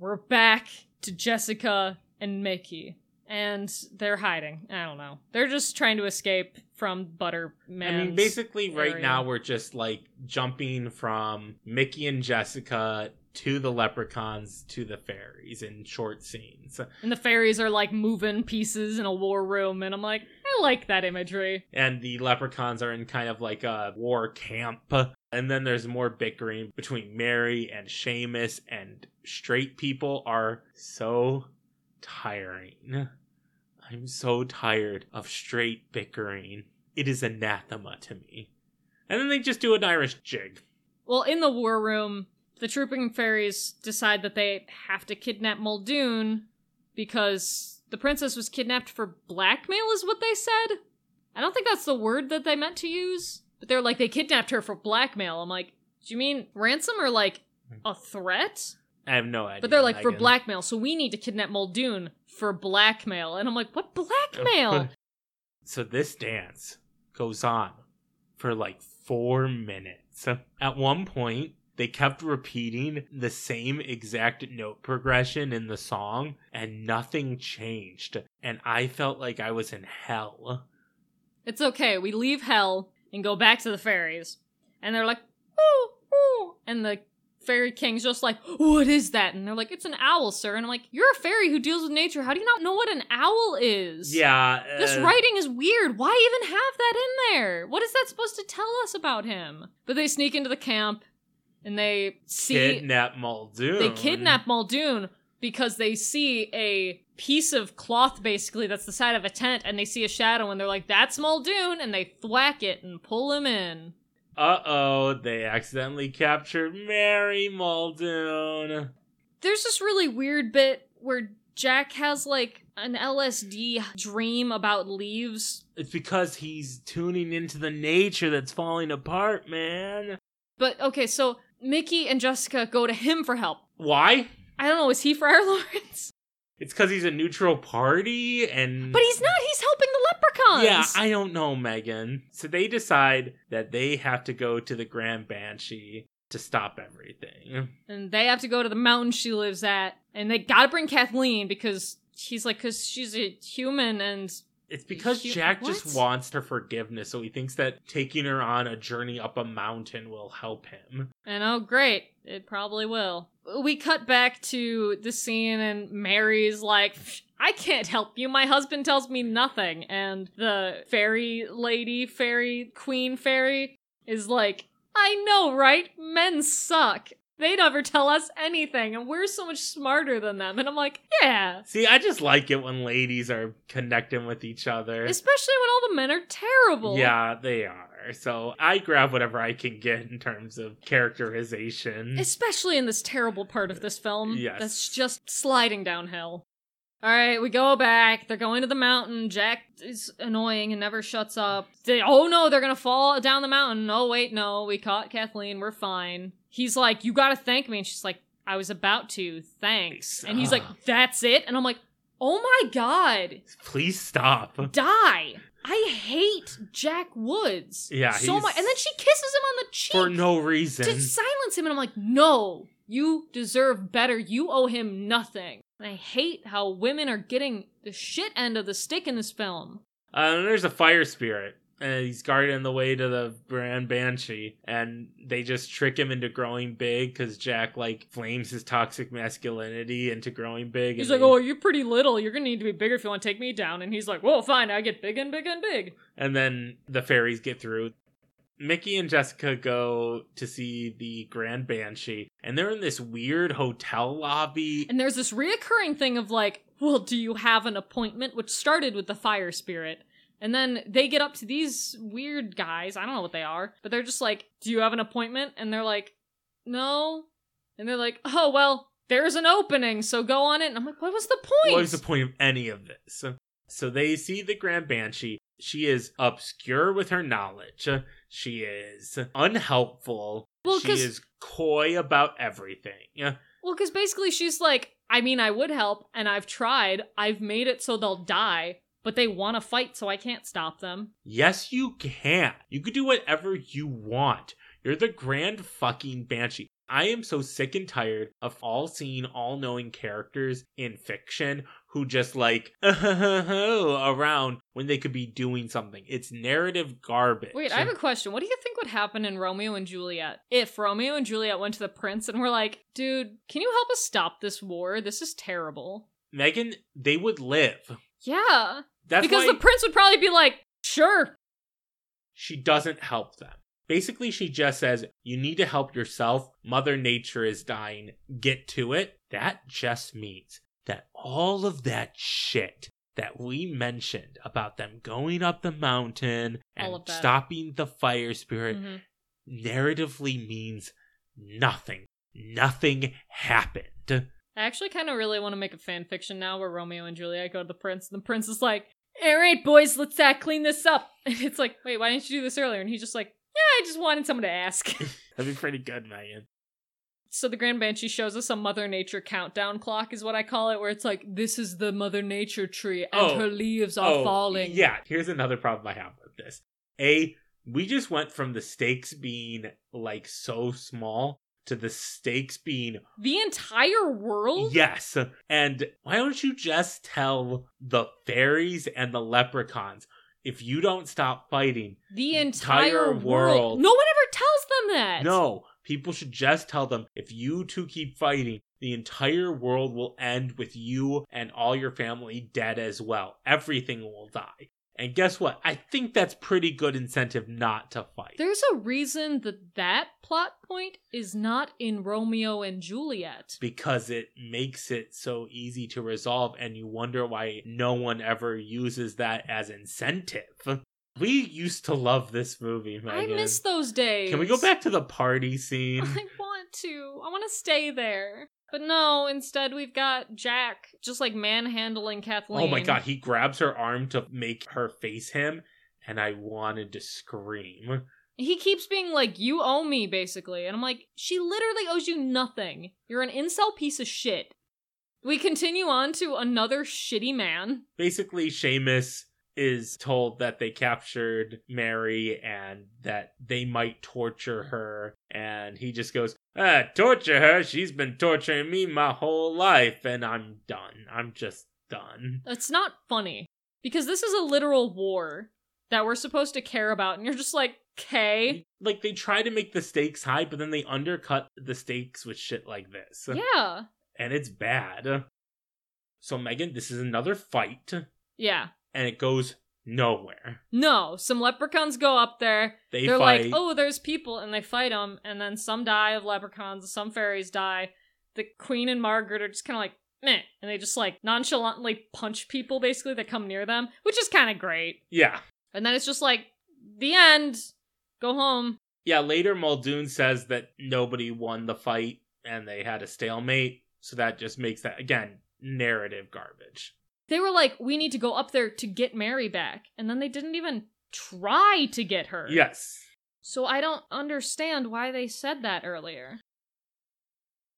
Speaker 1: We're back to Jessica and Mickey. And they're hiding. I don't know. They're just trying to escape from Butterman.
Speaker 2: I mean, basically, right
Speaker 1: area.
Speaker 2: now we're just like jumping from Mickey and Jessica to the leprechauns to the fairies in short scenes.
Speaker 1: And the fairies are like moving pieces in a war room, and I'm like, I I like that imagery.
Speaker 2: and the leprechauns are in kind of like a war camp. And then there's more bickering between Mary and Seamus, and straight people are so tiring. I'm so tired of straight bickering. It is anathema to me. And then they just do an Irish jig.
Speaker 1: Well, in the war room, the trooping fairies decide that they have to kidnap Muldoon because the princess was kidnapped for blackmail, is what they said. I don't think that's the word that they meant to use, but they're like, they kidnapped her for blackmail. I'm like, do you mean ransom or like a threat?
Speaker 2: I have no idea.
Speaker 1: But they're like, for
Speaker 2: Megan.
Speaker 1: blackmail, so we need to kidnap Muldoon for blackmail. And I'm like, what blackmail?
Speaker 2: So this dance goes on for like four minutes. At one point, they kept repeating the same exact note progression in the song, and nothing changed. And I felt like I was in hell.
Speaker 1: It's okay. We leave hell and go back to the fairies. And they're like, ooh, ooh. And the fairy king's just like, what is that? And they're like, it's an owl, sir. And I'm like, you're a fairy who deals with nature. How do you not know what an owl is?
Speaker 2: Yeah.
Speaker 1: This
Speaker 2: uh,
Speaker 1: writing is weird. Why even have that in there? What is that supposed to tell us about him? But they sneak into the camp and they see.
Speaker 2: Kidnap Muldoon.
Speaker 1: They kidnap Muldoon because they see a piece of cloth basically that's the side of a tent and they see a shadow and they're like, that's Muldoon, and they thwack it and pull him in.
Speaker 2: Uh oh, they accidentally captured Mary Muldoon.
Speaker 1: There's this really weird bit where Jack has like an LSD dream about leaves,
Speaker 2: It's because he's tuning into the nature that's falling apart, man.
Speaker 1: but okay, so Mickey and Jessica go to him for help.
Speaker 2: Why?
Speaker 1: I don't know, is he Friar Lawrence?
Speaker 2: It's because he's a neutral party and.
Speaker 1: But he's not, he's helping the leprechauns!
Speaker 2: Yeah, I don't know, Megan. So they decide that they have to go to the Grand Banshee to stop everything.
Speaker 1: and they have to go to the mountain she lives at, and they gotta bring Kathleen because he's like, because she's a human, and
Speaker 2: It's because
Speaker 1: You-
Speaker 2: Jack just
Speaker 1: what?
Speaker 2: wants her forgiveness, so he thinks that taking her on a journey up a mountain will help him.
Speaker 1: and oh great, it probably will. We cut back to the scene, and Mary's like, "Psh, I can't help you. My husband tells me nothing, and the fairy lady, fairy queen, fairy is like, I know, right? Men suck. They never tell us anything, and we're so much smarter than them. And I'm like, yeah.
Speaker 2: See, I just like it when ladies are connecting with each other.
Speaker 1: Especially when all the men are terrible.
Speaker 2: Yeah, they are. So I grab whatever I can get in terms of characterization.
Speaker 1: Especially in this terrible part of this film.
Speaker 2: Hmm. Yes.
Speaker 1: That's just sliding downhill. All right, we go back. They're going to the mountain. Jack is annoying and never shuts up. They, oh no, they're going to fall down the mountain. Oh, wait, no. We caught Kathleen. We're fine. He's like, You got to thank me. And she's like, I was about to. Thanks. And
Speaker 2: Ah.
Speaker 1: he's like, That's it. And I'm like, Oh my God.
Speaker 2: Please stop.
Speaker 1: Die. I hate Jack Woods.
Speaker 2: Yeah,
Speaker 1: So
Speaker 2: he's-
Speaker 1: much. And then she kisses him on the cheek
Speaker 2: For no reason.
Speaker 1: to silence him and i'm like no you deserve better you owe him nothing and i hate how women are getting the shit end of the stick in this film
Speaker 2: Uh, there's a fire spirit, and he's guarding the way to the Grand Banshee, and they just trick him into growing big because Jack like flames his toxic masculinity into growing big.
Speaker 1: he's
Speaker 2: and
Speaker 1: like
Speaker 2: they-
Speaker 1: oh you're pretty little you're gonna need to be bigger if you want to take me down and he's like well fine i get big and big and big
Speaker 2: and then the fairies get through. Mickey and Jessica go to see the Grand Banshee, and they're in this weird hotel lobby.
Speaker 1: and there's this reoccurring thing of like well do you have an appointment which started with the fire spirit and then they get up to these weird guys i don't know what they are but they're just like do you have an appointment and they're like no and they're like oh well there's an opening so go on it and i'm like what was the point
Speaker 2: What is the point of any of this? So they see the Grand Banshee. She is obscure with her knowledge. She is unhelpful.
Speaker 1: Well,
Speaker 2: she
Speaker 1: 'cause-
Speaker 2: is coy about everything. Yeah.
Speaker 1: well because basically she's like i mean i would help and i've tried i've made it so they'll die but they want to fight so i can't stop them
Speaker 2: Yes, you can. You can do whatever you want. You're the Grand fucking Banshee. I am so sick and tired of all seeing, all knowing characters in fiction who just like [laughs] around when they could be doing something. It's narrative garbage.
Speaker 1: Wait, I have a question. What do you think would happen in Romeo and Juliet if Romeo and Juliet went to the prince and were like, dude, can you help us stop this war? This is terrible.
Speaker 2: Megan, they would live.
Speaker 1: Yeah.
Speaker 2: That's
Speaker 1: because
Speaker 2: why
Speaker 1: the prince would probably be like, sure.
Speaker 2: she doesn't help them. Basically, she just says, You need to help yourself. Mother Nature is dying. Get to it. That just means that all of that shit that we mentioned about them going up the mountain
Speaker 1: All
Speaker 2: and
Speaker 1: of that.
Speaker 2: stopping the fire spirit
Speaker 1: Mhm.
Speaker 2: narratively means nothing. Nothing happened.
Speaker 1: I actually kind of really want to make a fan fiction now where Romeo and Juliet go to the prince, and the prince is like, all right, boys, let's uh, clean this up. [laughs] And it's like, wait, why didn't you do this earlier? And he's just like, yeah, I just wanted someone to ask. [laughs]
Speaker 2: That'd be pretty good, Megan.
Speaker 1: So the Grand Banshee shows us a Mother Nature countdown clock, is what I call it, where it's like, this is the Mother Nature tree, and
Speaker 2: Oh.
Speaker 1: her leaves are
Speaker 2: Oh,
Speaker 1: falling.
Speaker 2: Yeah, here's another problem I have with this. A, we just went from the stakes being like so small to the stakes being
Speaker 1: The entire world?
Speaker 2: yes. And why don't you just tell the fairies and the leprechauns if you don't stop fighting?
Speaker 1: The
Speaker 2: Entire
Speaker 1: entire
Speaker 2: world.
Speaker 1: world. No one ever tells them that.
Speaker 2: No, people should just tell them if you two keep fighting, the entire world will end with you and all your family dead as well. Everything will die. And guess what? I think that's pretty good incentive not to fight.
Speaker 1: There's a reason that that plot point is not in Romeo and Juliet.
Speaker 2: because it makes it so easy to resolve and you wonder why no one ever uses that as incentive. We used to love this movie,
Speaker 1: I
Speaker 2: Megan.
Speaker 1: miss those days.
Speaker 2: Can we go back to the party
Speaker 1: [laughs]
Speaker 2: scene?
Speaker 1: I want to. I want to stay there. But no, instead we've got Jack just like manhandling Kathleen.
Speaker 2: oh my god, he grabs her arm to make her face him and I wanted to scream.
Speaker 1: He keeps being like, you owe me, basically. And I'm like, she literally owes you nothing. You're an incel piece of shit. We continue on to another shitty man.
Speaker 2: Basically, Seamus is told that they captured Mary and that they might torture her. And he just goes, ah, torture her? She's been torturing me my whole life. And I'm done. I'm just done.
Speaker 1: It's not funny. Because this is a literal war that we're supposed to care about. And you're just like, okay.
Speaker 2: Like, they try to make the stakes high, but then they undercut the stakes with shit like this.
Speaker 1: Yeah.
Speaker 2: And it's bad. So, Megan, this is another fight,
Speaker 1: Yeah.
Speaker 2: and it goes nowhere.
Speaker 1: No, some leprechauns go up there.
Speaker 2: They
Speaker 1: They are
Speaker 2: fight.
Speaker 1: like, oh, there's people, and they fight them, and then some die of leprechauns, some fairies die. The queen and Margaret are just kind of like, meh, and they just like nonchalantly punch people basically that come near them, which is kind of great.
Speaker 2: Yeah.
Speaker 1: And then it's just like, the end, go home.
Speaker 2: Yeah, later Muldoon says that nobody won the fight and they had a stalemate. So that just makes that, again, narrative garbage.
Speaker 1: They were like, we need to go up there to get Mary back, and then they didn't even try to get her.
Speaker 2: Yes.
Speaker 1: So I don't understand why they said that earlier.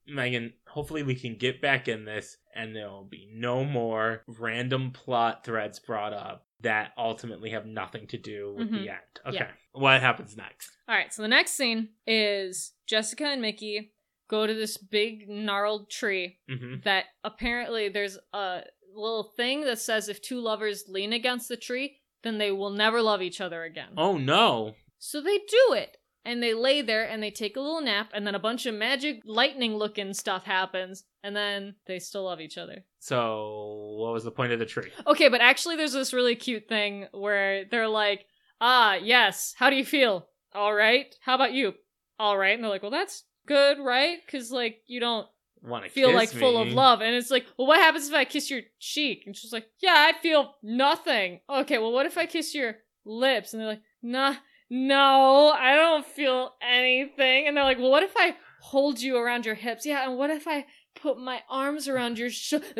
Speaker 2: Megan, hopefully we can get back in this and there will be no more random plot threads brought up that ultimately have nothing to do with
Speaker 1: Mhm.
Speaker 2: the end. Okay.
Speaker 1: Yeah.
Speaker 2: What happens next?
Speaker 1: All right, so the next scene is Jessica and Mickey go to this big gnarled tree
Speaker 2: hmm
Speaker 1: that apparently there's a little thing that says if two lovers lean against the tree, then they will never love each other again.
Speaker 2: Oh no.
Speaker 1: So they do it. And they lay there and they take a little nap, and then a bunch of magic lightning looking stuff happens, and then they still love each other.
Speaker 2: So, what was the point of the tree?
Speaker 1: Okay, but actually, there's this really cute thing where they're like, ah, yes, how do you feel? All right. How about you? All right. And they're like, well, that's good, right? Because, like, you don't
Speaker 2: Want to
Speaker 1: feel like full of love. And it's like, well, what happens if I kiss your cheek? And she's like, yeah, I feel nothing. Okay, well, what if I kiss your lips? And they're like, nah, no, I don't feel anything. And they're like, well, what if I hold you around your hips? Yeah, and what if I put my arms around your sh-? [laughs]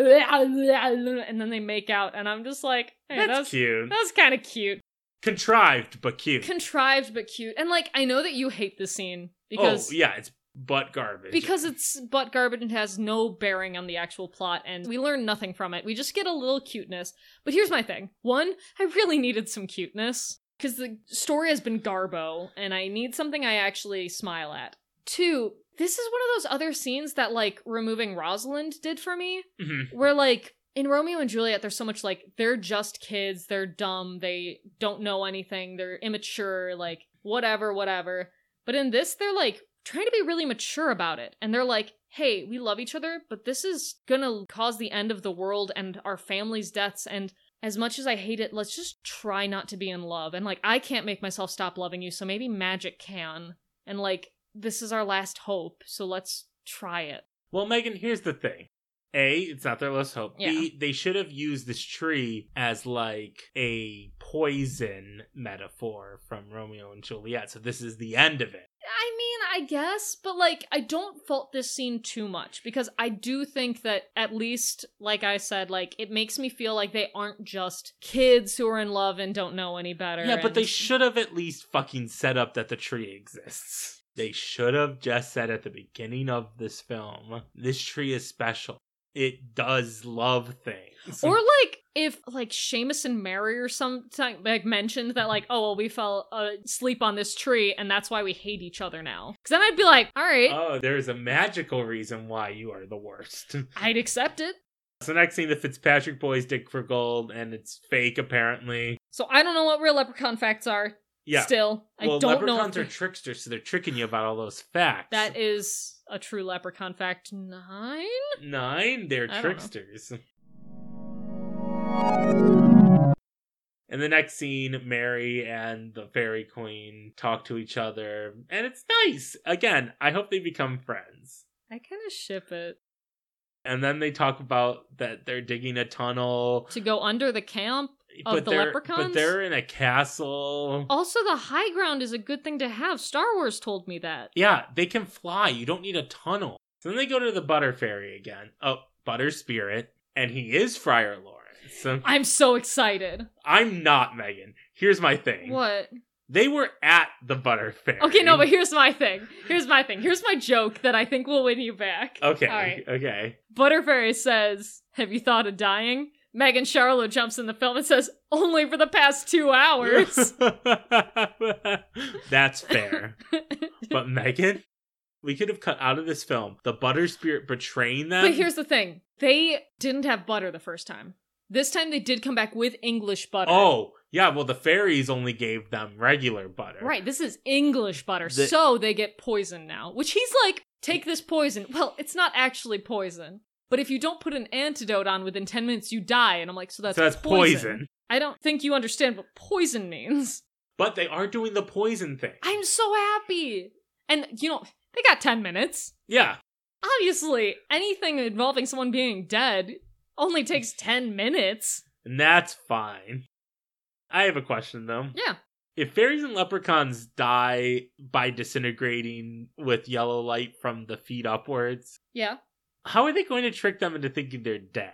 Speaker 1: And then they make out. And I'm just like, hey,
Speaker 2: That's,
Speaker 1: that's,
Speaker 2: cute.
Speaker 1: that's kind of cute.
Speaker 2: Contrived, but cute.
Speaker 1: Contrived, but cute. And like, I know that you hate this scene because
Speaker 2: oh, yeah, it's butt garbage.
Speaker 1: because it's butt garbage and has no bearing on the actual plot and we learn nothing from it we just get a little cuteness but here's my thing one i really needed some cuteness because the story has been garbo and i need something i actually smile at two this is one of those other scenes that like removing rosalind did for me
Speaker 2: Mhm.
Speaker 1: where like in Romeo and Juliet, there's so much like they're just kids, they're dumb, they don't know anything, they're immature, like whatever, whatever. But in this, they're like trying to be really mature about it. And they're like, hey, we love each other, but this is gonna cause the end of the world and our families' deaths, and as much as I hate it, let's just try not to be in love. And like, I can't make myself stop loving you, so maybe magic can. And like, this is our last hope, so let's try it.
Speaker 2: Well, Megan, here's the thing. A, it's not their last hope.
Speaker 1: Yeah.
Speaker 2: B, they should have used this tree as like a poison metaphor from Romeo and Juliet. So this is the end of it.
Speaker 1: I mean, I guess, but like, I don't fault this scene too much because I do think that at least, like I said, like it makes me feel like they aren't just kids who are in love and don't know any better.
Speaker 2: Yeah, but
Speaker 1: and-
Speaker 2: they should have at least fucking set up that the tree exists. They should have just said at the beginning of this film, this tree is special. It does love things.
Speaker 1: Or like if like Seamus and Mary or something like mentioned that like oh well we fell uh, asleep on this tree and that's why we hate each other now. Because then I'd be like, all right,
Speaker 2: oh, there's a magical reason why you are the worst. [laughs]
Speaker 1: I'd accept it.
Speaker 2: so next thing, the Fitzpatrick boys dig for gold, and it's fake apparently.
Speaker 1: So I don't know what real leprechaun facts are.
Speaker 2: Yeah.
Speaker 1: Still, I
Speaker 2: well,
Speaker 1: don't know.
Speaker 2: leprechauns
Speaker 1: if
Speaker 2: are
Speaker 1: they-
Speaker 2: tricksters, so they're tricking you about all those facts.
Speaker 1: that is a true leprechaun fact nine.
Speaker 2: Nine, they're
Speaker 1: don't know.
Speaker 2: tricksters. [laughs] In the next scene, Mary and the Fairy Queen talk to each other, and it's nice. Again, I hope they become friends.
Speaker 1: I kind of ship it
Speaker 2: And then they talk about that they're digging a tunnel,
Speaker 1: to go under the camp. Of
Speaker 2: but
Speaker 1: the
Speaker 2: they're but
Speaker 1: leprechauns? Oh.
Speaker 2: they're in a castle.
Speaker 1: Also, the high ground is a good thing to have. Star Wars told me that.
Speaker 2: Yeah, they can fly. You don't need a tunnel. So then they go to the Butter Fairy again. Oh, Butter Spirit, and he is Friar Lawrence. So-
Speaker 1: I'm so excited.
Speaker 2: I'm not Megan. Here's my thing.
Speaker 1: What?
Speaker 2: They were at the Butter Fairy.
Speaker 1: Okay, no, but here's my thing. Here's my thing. Here's my joke that I think will win you back.
Speaker 2: Okay.
Speaker 1: All right.
Speaker 2: Okay.
Speaker 1: Butterfairy says, Have you thought of dying? Megan Charlotte jumps in the film and says, Only for the past two hours.
Speaker 2: [laughs] That's fair.
Speaker 1: [laughs]
Speaker 2: but Megan, we could have cut out of this film the Butter Spirit betraying them.
Speaker 1: but here's the thing they didn't have butter the first time. This time they did come back with English butter.
Speaker 2: Oh, yeah, well the fairies only gave them regular butter.
Speaker 1: Right, this is English butter.
Speaker 2: The-
Speaker 1: so they get poison now, which he's like, Take this poison. Well, it's not actually poison. But if you don't put an antidote on within 10 minutes, you die. And I'm like, so that's,
Speaker 2: so that's
Speaker 1: poison. I don't think you understand what poison means. [laughs]
Speaker 2: But they are doing the poison thing.
Speaker 1: I'm so happy. And, you know, they got 10 minutes.
Speaker 2: yeah.
Speaker 1: Obviously, anything involving someone being dead only takes 10 minutes.
Speaker 2: And that's fine. I have a question though.
Speaker 1: Yeah.
Speaker 2: If fairies and leprechauns die by disintegrating with yellow light from the feet upwards,
Speaker 1: Yeah.
Speaker 2: how are they going to trick them into thinking they're dead?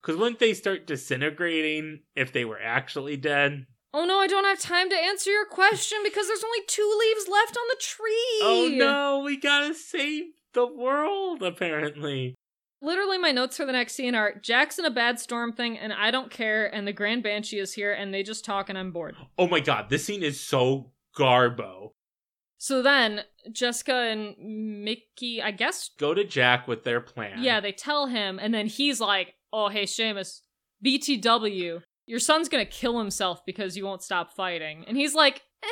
Speaker 2: Because wouldn't they start disintegrating if they were actually dead?
Speaker 1: Oh no, I don't have time to answer your question because there's only two leaves left on the tree.
Speaker 2: Oh no, we gotta save the world, apparently.
Speaker 1: Literally, my notes for the next scene are Jackson a bad storm thing, and I don't care, and the Grand Banshee is here, and they just talk, and I'm bored.
Speaker 2: Oh my god, this scene is so garbo.
Speaker 1: So then, Jessica and Mickey, I guess
Speaker 2: Go to Jack with their plan.
Speaker 1: Yeah, they tell him, and then he's like, "Oh, hey, Seamus, BTW, your son's gonna kill himself because you won't stop fighting." And he's like, "Eh,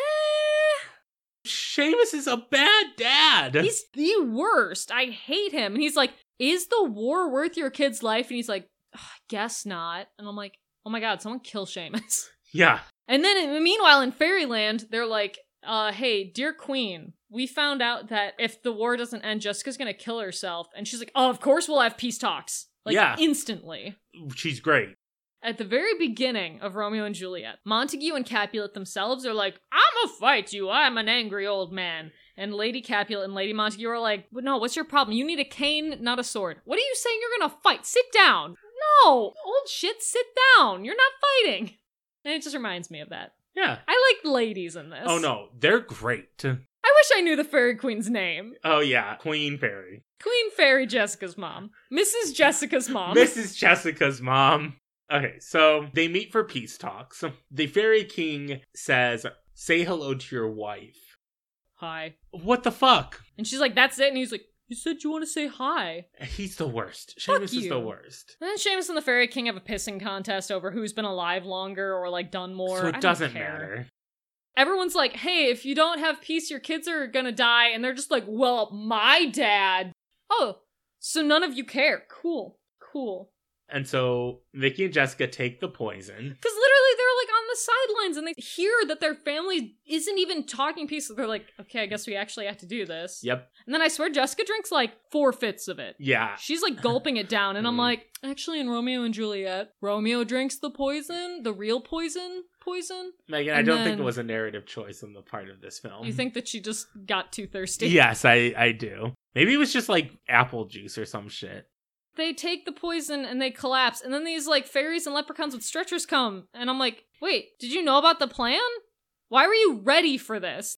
Speaker 2: Seamus is a bad dad.
Speaker 1: he's the worst. I hate him." And he's like, "Is the war worth your kid's life?" And he's like, "Ugh, I "Guess not." And I'm like, "Oh my god, someone kill Seamus."
Speaker 2: yeah.
Speaker 1: And then, meanwhile, in Fairyland, they're like, uh, hey, dear queen, we found out that if the war doesn't end, Jessica's gonna kill herself. And she's like, oh, of course we'll have peace talks. Like,
Speaker 2: Yeah.
Speaker 1: instantly.
Speaker 2: She's great.
Speaker 1: At the very beginning of Romeo and Juliet, Montague and Capulet themselves are like, I'ma fight you, I'm an angry old man. And Lady Capulet and Lady Montague are like, "But no, what's your problem? You need a cane, not a sword. What are you saying you're gonna fight? Sit down. No, old shit, sit down. You're not fighting. And it just reminds me of that.
Speaker 2: Yeah.
Speaker 1: I like ladies in this.
Speaker 2: Oh no, they're great.
Speaker 1: I wish I knew the fairy queen's name.
Speaker 2: Oh yeah, Queen Fairy.
Speaker 1: Queen Fairy Jessica's mom. Mrs. Jessica's mom.
Speaker 2: Mrs. Jessica's mom. Okay, so they meet for peace talks. The Fairy King says, "Say hello to your wife."
Speaker 1: hi.
Speaker 2: What the fuck?
Speaker 1: And she's like, that's it. And he's like, you said you want to say hi.
Speaker 2: He's the worst.
Speaker 1: Fuck
Speaker 2: Seamus is
Speaker 1: you.
Speaker 2: the worst.
Speaker 1: And then Seamus and the Fairy King have a pissing contest over who's been alive longer or like done more.
Speaker 2: so
Speaker 1: I
Speaker 2: it
Speaker 1: don't
Speaker 2: doesn't
Speaker 1: care.
Speaker 2: matter.
Speaker 1: Everyone's like, hey, if you don't have peace, your kids are gonna die. And they're just like, well, my dad. Oh, so none of you care. Cool. Cool.
Speaker 2: And so Vicky and Jessica take the poison.
Speaker 1: Because literally they're like on the sidelines and they hear that their family isn't even talking peace. So they're like, okay, I guess we actually have to do this.
Speaker 2: Yep.
Speaker 1: And then I swear Jessica drinks like four fifths of it.
Speaker 2: Yeah.
Speaker 1: She's like gulping it down. And I'm
Speaker 2: [laughs] Mm.
Speaker 1: like, actually, in Romeo and Juliet, Romeo drinks the poison, the real poison, poison.
Speaker 2: Megan, I
Speaker 1: And
Speaker 2: don't think it
Speaker 1: then-
Speaker 2: was a narrative choice on the part of this film.
Speaker 1: You think that she just got too [laughs] thirsty?
Speaker 2: Yes, I, I do. Maybe it was just like apple juice or some shit.
Speaker 1: They take the poison and they collapse. And then these like fairies and leprechauns with stretchers come. And I'm like, wait, did you know about the plan? Why were you ready for this?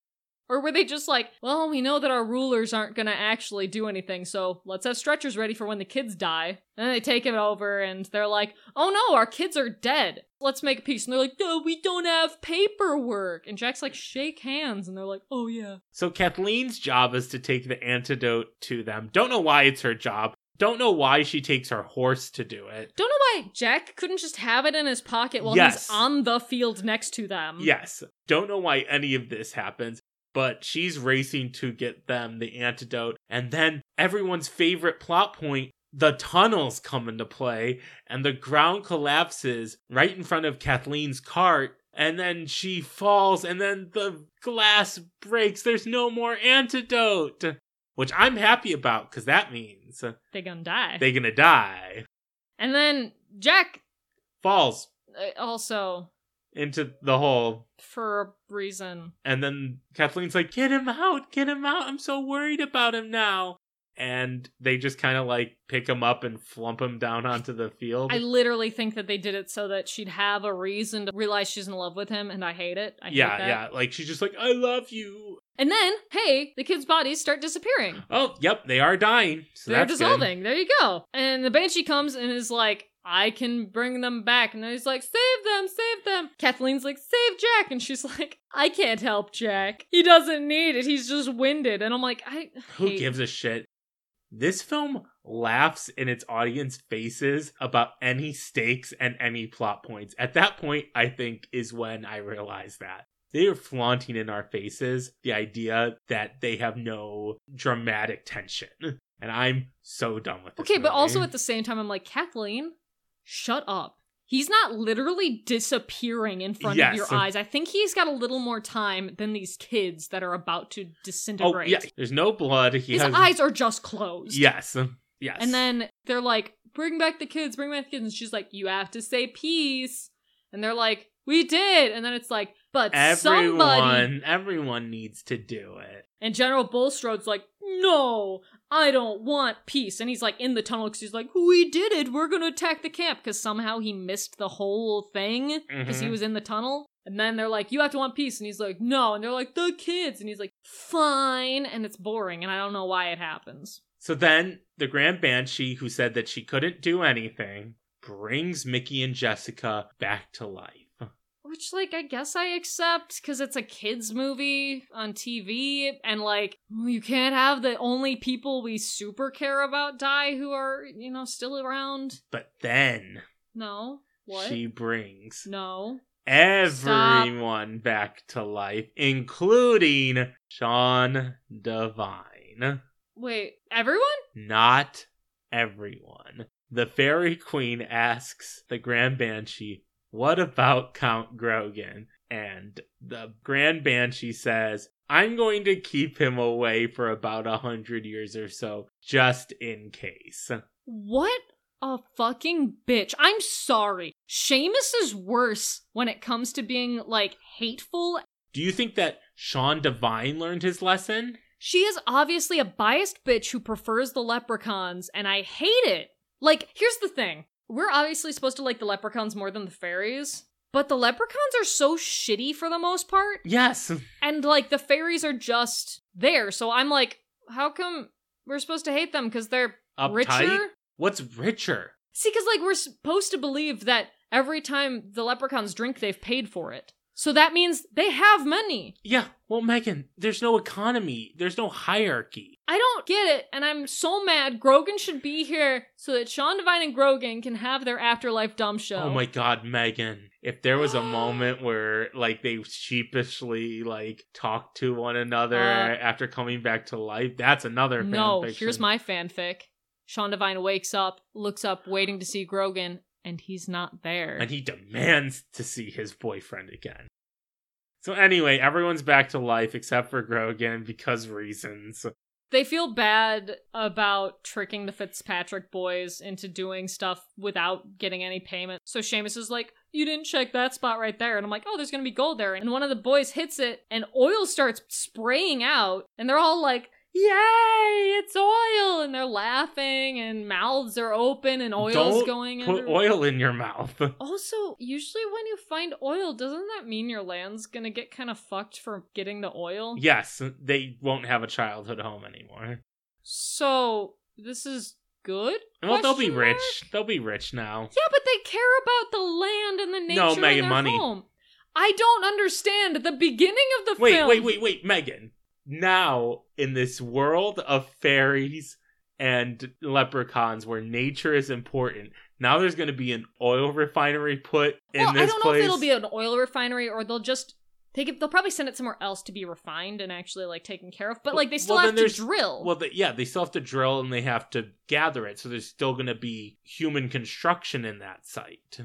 Speaker 1: Or were they just like, well, we know that our rulers aren't going to actually do anything, so let's have stretchers ready for when the kids die. And then they take it over and they're like, oh no, our kids are dead. Let's make a peace. And they're like, no, we don't have paperwork. And Jack's like, shake hands. And they're like, oh yeah.
Speaker 2: So Kathleen's job is to take the antidote to them. Don't know why it's her job. Don't know why she takes her horse to do it.
Speaker 1: Don't know why Jack couldn't just have it in his pocket while
Speaker 2: Yes.
Speaker 1: he's on the field next to them.
Speaker 2: Yes. Don't know why any of this happens, but she's racing to get them the antidote. And then everyone's favorite plot point the tunnels come into play, and the ground collapses right in front of Kathleen's cart. And then she falls, and then the glass breaks. There's no more antidote, which I'm happy about because that means
Speaker 1: They gonna die.
Speaker 2: they're gonna die.
Speaker 1: and then Jack
Speaker 2: Falls
Speaker 1: uh, also,
Speaker 2: into the hole,
Speaker 1: for a reason,
Speaker 2: And then Kathleen's like, get him out, get him out. I'm so worried about him now. And they just kind of like pick him up and flump him down onto the field.
Speaker 1: I literally think that they did it so that she'd have a reason to realize she's in love with him, and I hate it. I
Speaker 2: yeah,
Speaker 1: hate that.
Speaker 2: yeah. Like she's just like, I love you.
Speaker 1: And then, hey, the kids' bodies start disappearing.
Speaker 2: Oh, yep, they are dying. So
Speaker 1: They're
Speaker 2: that's good.
Speaker 1: dissolving. There you go. And the banshee comes and is like, I can bring them back. And then he's like, save them, save them. Kathleen's like, save Jack. And she's [laughs] like, I can't help Jack. He doesn't need it. He's just winded. And I'm like, I.
Speaker 2: Who
Speaker 1: hate-
Speaker 2: gives a shit? This film laughs in its audience faces about any stakes and any plot points. At that point, I think is when I realized that. They are flaunting in our faces the idea that they have no dramatic tension. And I'm so done with this.
Speaker 1: Okay, but
Speaker 2: movie.
Speaker 1: also at the same time, I'm like, Kathleen, shut up. He's not literally disappearing in front
Speaker 2: Yes.
Speaker 1: of your eyes. I think he's got a little more time than these kids that are about to
Speaker 2: Oh,
Speaker 1: disintegrate.
Speaker 2: yeah. There's no blood. He
Speaker 1: His
Speaker 2: has
Speaker 1: eyes are just closed.
Speaker 2: Yes. [laughs] Yes.
Speaker 1: And then they're like, bring back the kids, bring back the kids. And she's like, you have to say peace. And they're like, we did. And then it's like, but
Speaker 2: everyone
Speaker 1: somebody.
Speaker 2: everyone needs to do it.
Speaker 1: And General Bulstrode's like, no, I don't want peace. And he's like in the tunnel because he's like, we did it. We're going to attack the camp. Because somehow he missed the whole thing because he
Speaker 2: Mhm.
Speaker 1: was in the tunnel. And then they're like, you have to want peace. And he's like, no. And they're like, the kids. And he's like, fine. And it's boring. And I don't know why it happens.
Speaker 2: So then the Grand Banshee, who said that she couldn't do anything, brings Mickey and Jessica back to life.
Speaker 1: Which, like, I guess I accept because it's a kids' movie on TV, and like, you can't have the only people we super care about die who are, you know, still around.
Speaker 2: But then
Speaker 1: No. What?
Speaker 2: she brings
Speaker 1: No.
Speaker 2: everyone back to life, including Sean Devine.
Speaker 1: Wait, everyone?
Speaker 2: Not everyone. The Fairy Queen asks the Grand Banshee, What about Count Grogan? And the Grand Banshee says, I'm going to keep him away for about a hundred years or so, just in case.
Speaker 1: What a fucking bitch. I'm sorry. Seamus is worse when it comes to being, like, hateful.
Speaker 2: Do you think that Sean Devine learned his lesson?
Speaker 1: She is obviously a biased bitch who prefers the leprechauns, and I hate it. Like, here's the thing we're obviously supposed to like the leprechauns more than the fairies, but the leprechauns are so shitty for the most part,
Speaker 2: Yes.
Speaker 1: and like the fairies are just there. So I'm like, how come we're supposed to hate them because they're
Speaker 2: Uptight?
Speaker 1: richer?
Speaker 2: What's richer?
Speaker 1: See, because like we're supposed to believe that every time the leprechauns drink, they've paid for it. So that means they have money.
Speaker 2: Yeah, well, Megan, there's no economy, there's no hierarchy.
Speaker 1: I don't get it, and I'm so mad. Grogan should be here so that Sean Devine and Grogan can have their afterlife dumb show.
Speaker 2: Oh my god, Megan. If there was
Speaker 1: [gasps]
Speaker 2: a moment where like they sheepishly like talk to one another
Speaker 1: Uh,
Speaker 2: after coming back to life, that's another
Speaker 1: No,
Speaker 2: fanfiction.
Speaker 1: here's my fanfic. Sean Devine wakes up, looks up, waiting to see Grogan, and he's not there.
Speaker 2: and he demands to see his boyfriend again. So anyway, everyone's back to life except for Grogan because reasons.
Speaker 1: they feel bad about tricking the Fitzpatrick boys into doing stuff without getting any payment. So Seamus is like, You didn't check that spot right there. And I'm like, Oh, there's going to be gold there. And one of the boys hits it, and oil starts spraying out. And they're all like, Yay, it's oil. And they're laughing, and mouths are open, and oil's
Speaker 2: Don't
Speaker 1: going
Speaker 2: Put
Speaker 1: under-
Speaker 2: oil in your mouth. [laughs]
Speaker 1: Oh. Also, usually when you find oil, doesn't that mean your land's going to get kind of fucked for getting the oil?
Speaker 2: yes, they won't have a childhood home anymore.
Speaker 1: So this is good.
Speaker 2: Well, they'll be
Speaker 1: Question mark?
Speaker 2: rich. They'll be rich now.
Speaker 1: Yeah, but they care about the land and the nature
Speaker 2: No,
Speaker 1: of
Speaker 2: Megan,
Speaker 1: their
Speaker 2: money.
Speaker 1: home. I don't understand the beginning of the
Speaker 2: Wait,
Speaker 1: film.
Speaker 2: wait, wait, wait, Megan. Now, in this world of fairies and leprechauns where nature is important, now there's going to be an oil refinery put in
Speaker 1: Well,
Speaker 2: this
Speaker 1: I don't know
Speaker 2: place.
Speaker 1: if it'll be an oil refinery or they'll just they could- they'll probably send it somewhere else to be refined and actually like taken care of. But like they still
Speaker 2: Well, then
Speaker 1: have to
Speaker 2: there's-
Speaker 1: drill.
Speaker 2: Well, the, yeah, they still have to drill and they have to gather it, so there's still going to be human construction in that site.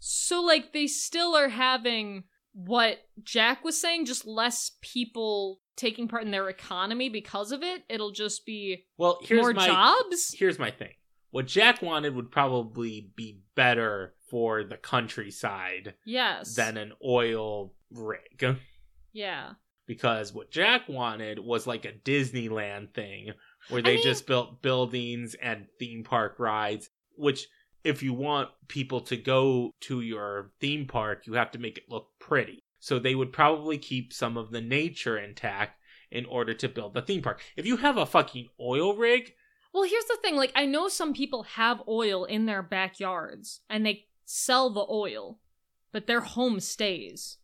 Speaker 1: so like they still are having what Jack was saying, just less people taking part in their economy because of it. It'll just be
Speaker 2: Well, here's
Speaker 1: more
Speaker 2: my
Speaker 1: jobs.
Speaker 2: here's my thing. What Jack wanted would probably be better for the countryside
Speaker 1: Yes.
Speaker 2: than an oil rig.
Speaker 1: yeah.
Speaker 2: Because what Jack wanted was like a Disneyland thing where they
Speaker 1: mean-
Speaker 2: just built buildings and theme park rides, which if you want people to go to your theme park, you have to make it look pretty. So they would probably keep some of the nature intact in order to build the theme park. If you have a fucking oil rig,
Speaker 1: Well, here's the thing. Like, I know some people have oil in their backyards and they sell the oil, but their home stays.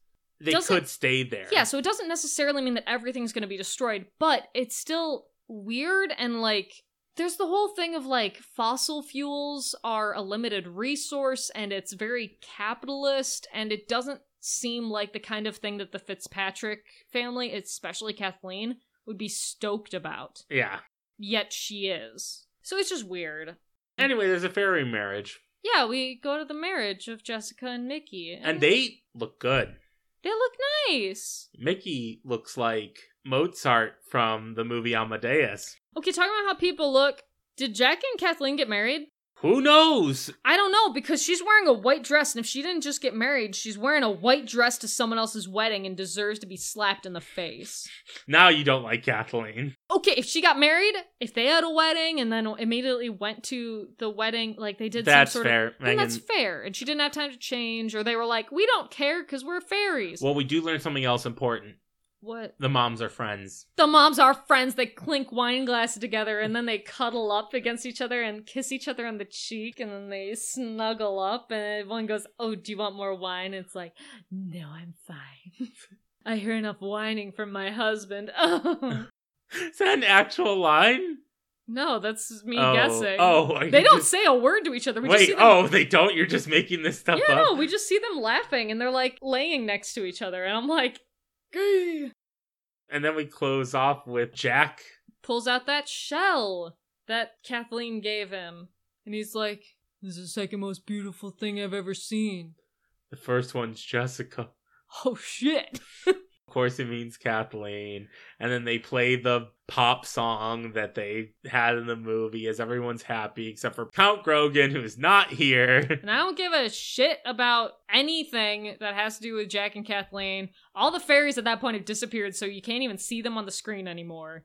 Speaker 2: they
Speaker 1: Doesn't-
Speaker 2: could stay there.
Speaker 1: Yeah, so it doesn't necessarily mean that everything's going to be destroyed, but it's still weird and like. There's the whole thing of like fossil fuels are a limited resource and it's very capitalist and it doesn't seem like the kind of thing that the Fitzpatrick family, especially Kathleen, would be stoked about.
Speaker 2: Yeah.
Speaker 1: Yet she is. So it's just weird.
Speaker 2: Anyway, there's a fairy marriage,
Speaker 1: Yeah, we go to the marriage of Jessica and Mickey.
Speaker 2: and they look good.
Speaker 1: they look nice.
Speaker 2: Mickey looks like Mozart from the movie Amadeus.
Speaker 1: Okay, talking about how people look, did Jack and Kathleen get married?
Speaker 2: Who knows?
Speaker 1: I don't know because she's wearing a white dress, and if she didn't just get married, she's wearing a white dress to someone else's wedding and deserves to be slapped in the face.
Speaker 2: Now you don't like Kathleen.
Speaker 1: Okay, if she got married, if they had a wedding and then immediately went to the wedding, like they did
Speaker 2: That's
Speaker 1: some sort
Speaker 2: fair,
Speaker 1: of. then that's
Speaker 2: Megan.
Speaker 1: fair. And she didn't have time to change, or they were like, we don't care because we're fairies.
Speaker 2: Well, we do learn something else important.
Speaker 1: what?
Speaker 2: The moms are friends. [laughs]
Speaker 1: the moms are friends. They clink wine glasses together and then they cuddle up against each other and kiss each other on the cheek and then they snuggle up and one goes, "Oh, do you want more wine?" It's like, "No, I'm fine. [laughs] I hear enough whining from my husband." [laughs] Oh.
Speaker 2: Is that an actual line?
Speaker 1: No, that's me
Speaker 2: oh,
Speaker 1: guessing.
Speaker 2: Oh, I
Speaker 1: they don't
Speaker 2: just-
Speaker 1: say a word to each other. We just
Speaker 2: Wait,
Speaker 1: see them
Speaker 2: oh, they don't? You're just making this stuff
Speaker 1: Yeah,
Speaker 2: up?
Speaker 1: no, we just see them laughing and they're like laying next to each other and I'm like, "Gay."
Speaker 2: And then we close off with Jack.
Speaker 1: pulls out that shell that Kathleen gave him. And he's like, This is the second most beautiful thing I've ever seen. [laughs]
Speaker 2: The first one's Jessica.
Speaker 1: Oh shit.
Speaker 2: Of course, it means Kathleen. And then they play the pop song that they had in the movie as everyone's happy, except for Count Grogan, who's not here. [laughs]
Speaker 1: And I don't give a shit about anything that has to do with Jack and Kathleen. All the fairies at that point have disappeared, so you can't even see them on the screen anymore.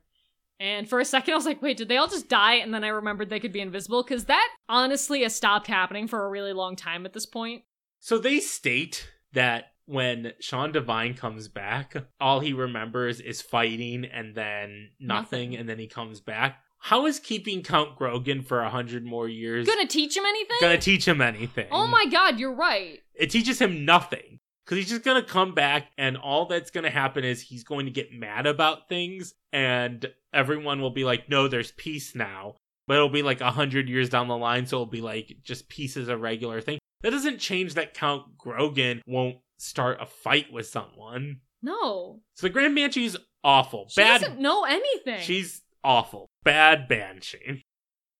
Speaker 1: And for a second, I was like, wait, did they all just die? And then I remembered they could be invisible, because that honestly has stopped happening for a really long time at this point.
Speaker 2: So they state that when Sean Devine comes back, all he remembers is fighting and then nothing,
Speaker 1: Nothing.
Speaker 2: and then he comes back. How is keeping Count Grogan for a hundred more years
Speaker 1: Gonna teach him anything?
Speaker 2: gonna teach him anything?
Speaker 1: Oh my god, you're right.
Speaker 2: it teaches him nothing because he's just going to come back and all that's going to happen is he's going to get mad about things and everyone will be like no there's peace now but it'll be like a hundred years down the line so it'll be like just peace is a regular thing that doesn't change that count grogan won't start a fight with someone
Speaker 1: No.
Speaker 2: so the grand banshee is awful
Speaker 1: She
Speaker 2: bad
Speaker 1: doesn't know anything.
Speaker 2: she's awful bad banshee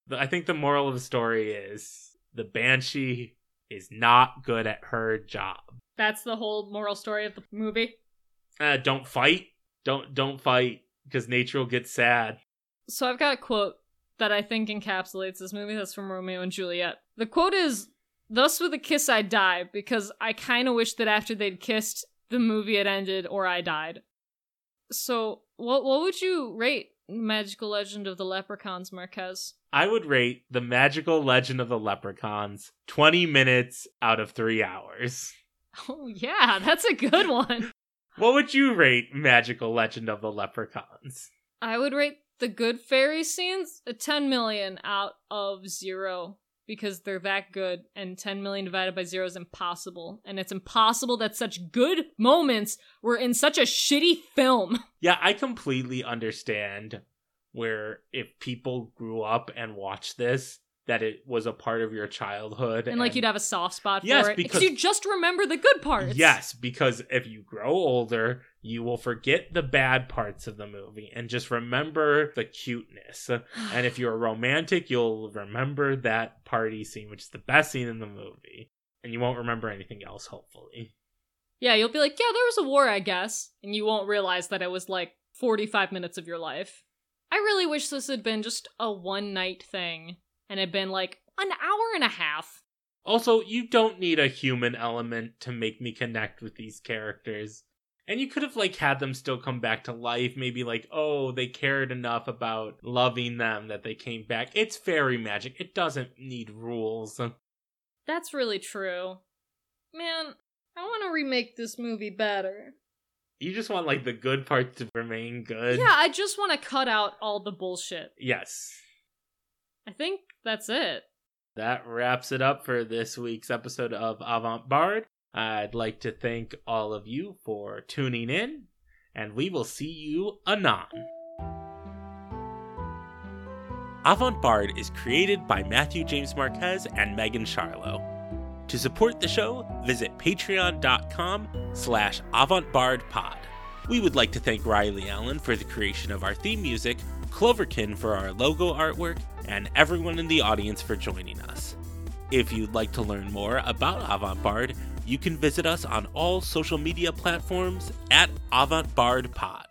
Speaker 2: The- I think the moral of the story is the banshee is not good at her job.
Speaker 1: That's the whole moral story of the movie.
Speaker 2: Uh, don't fight. Don't don't fight because nature will get sad.
Speaker 1: So I've got a quote that I think encapsulates this movie. That's from Romeo and Juliet. The quote is Thus with a kiss I die, because I kind of wish that after they'd kissed, the movie had ended or I died. So, what, what would you rate Magical Legend of the Leprechauns, Marquez? [laughs]
Speaker 2: I would rate the magical legend of the leprechauns 20 minutes out of 3 hours.
Speaker 1: Oh, yeah, that's a good one.
Speaker 2: What would you rate magical legend of the leprechauns?
Speaker 1: I would rate the good fairy scenes a 10 million out of zero because they're that good, and 10 million divided by zero is impossible. And it's impossible that such good moments were in such a shitty film.
Speaker 2: Yeah, I completely understand where if people grew up and watched this that it was a part of your childhood
Speaker 1: And like you'd have a soft spot
Speaker 2: Yes,
Speaker 1: for it
Speaker 2: because-
Speaker 1: you just remember the good parts.
Speaker 2: Yes, because if you grow older, you will forget the bad parts of the movie and just remember the cuteness. And if you're romantic, you'll remember that party scene, which is the best scene in the movie. And you won't remember anything else, hopefully.
Speaker 1: Yeah, you'll be like, yeah, there was a war, I guess. And you won't realize that it was like 45 minutes of your life. I really wish this had been just a one night thing and had been like an hour and a half.
Speaker 2: Also, you don't need a human element to make me connect with these characters. And you could have like had them still come back to life, maybe like, oh, they cared enough about loving them that they came back. It's fairy magic. It doesn't need rules.
Speaker 1: That's really true. Man, I want to remake this movie better.
Speaker 2: You just want like the good parts to remain good.
Speaker 1: yeah, I just want to cut out all the bullshit.
Speaker 2: Yes.
Speaker 1: I think that's it.
Speaker 2: That wraps it up for this week's episode of Avant Bard. I'd like to thank all of you for tuning in, and we will see you anon. Avant Bard is created by Matthew James Marquez and Megan Charlo. To support the show, visit patreon.com slash avantbardpod. We would like to thank Riley Allen for the creation of our theme music, Cloverkin for our logo artwork, and everyone in the audience for joining us. If you'd like to learn more about Avantbard, you can visit us on all social media platforms at AvantBardPod.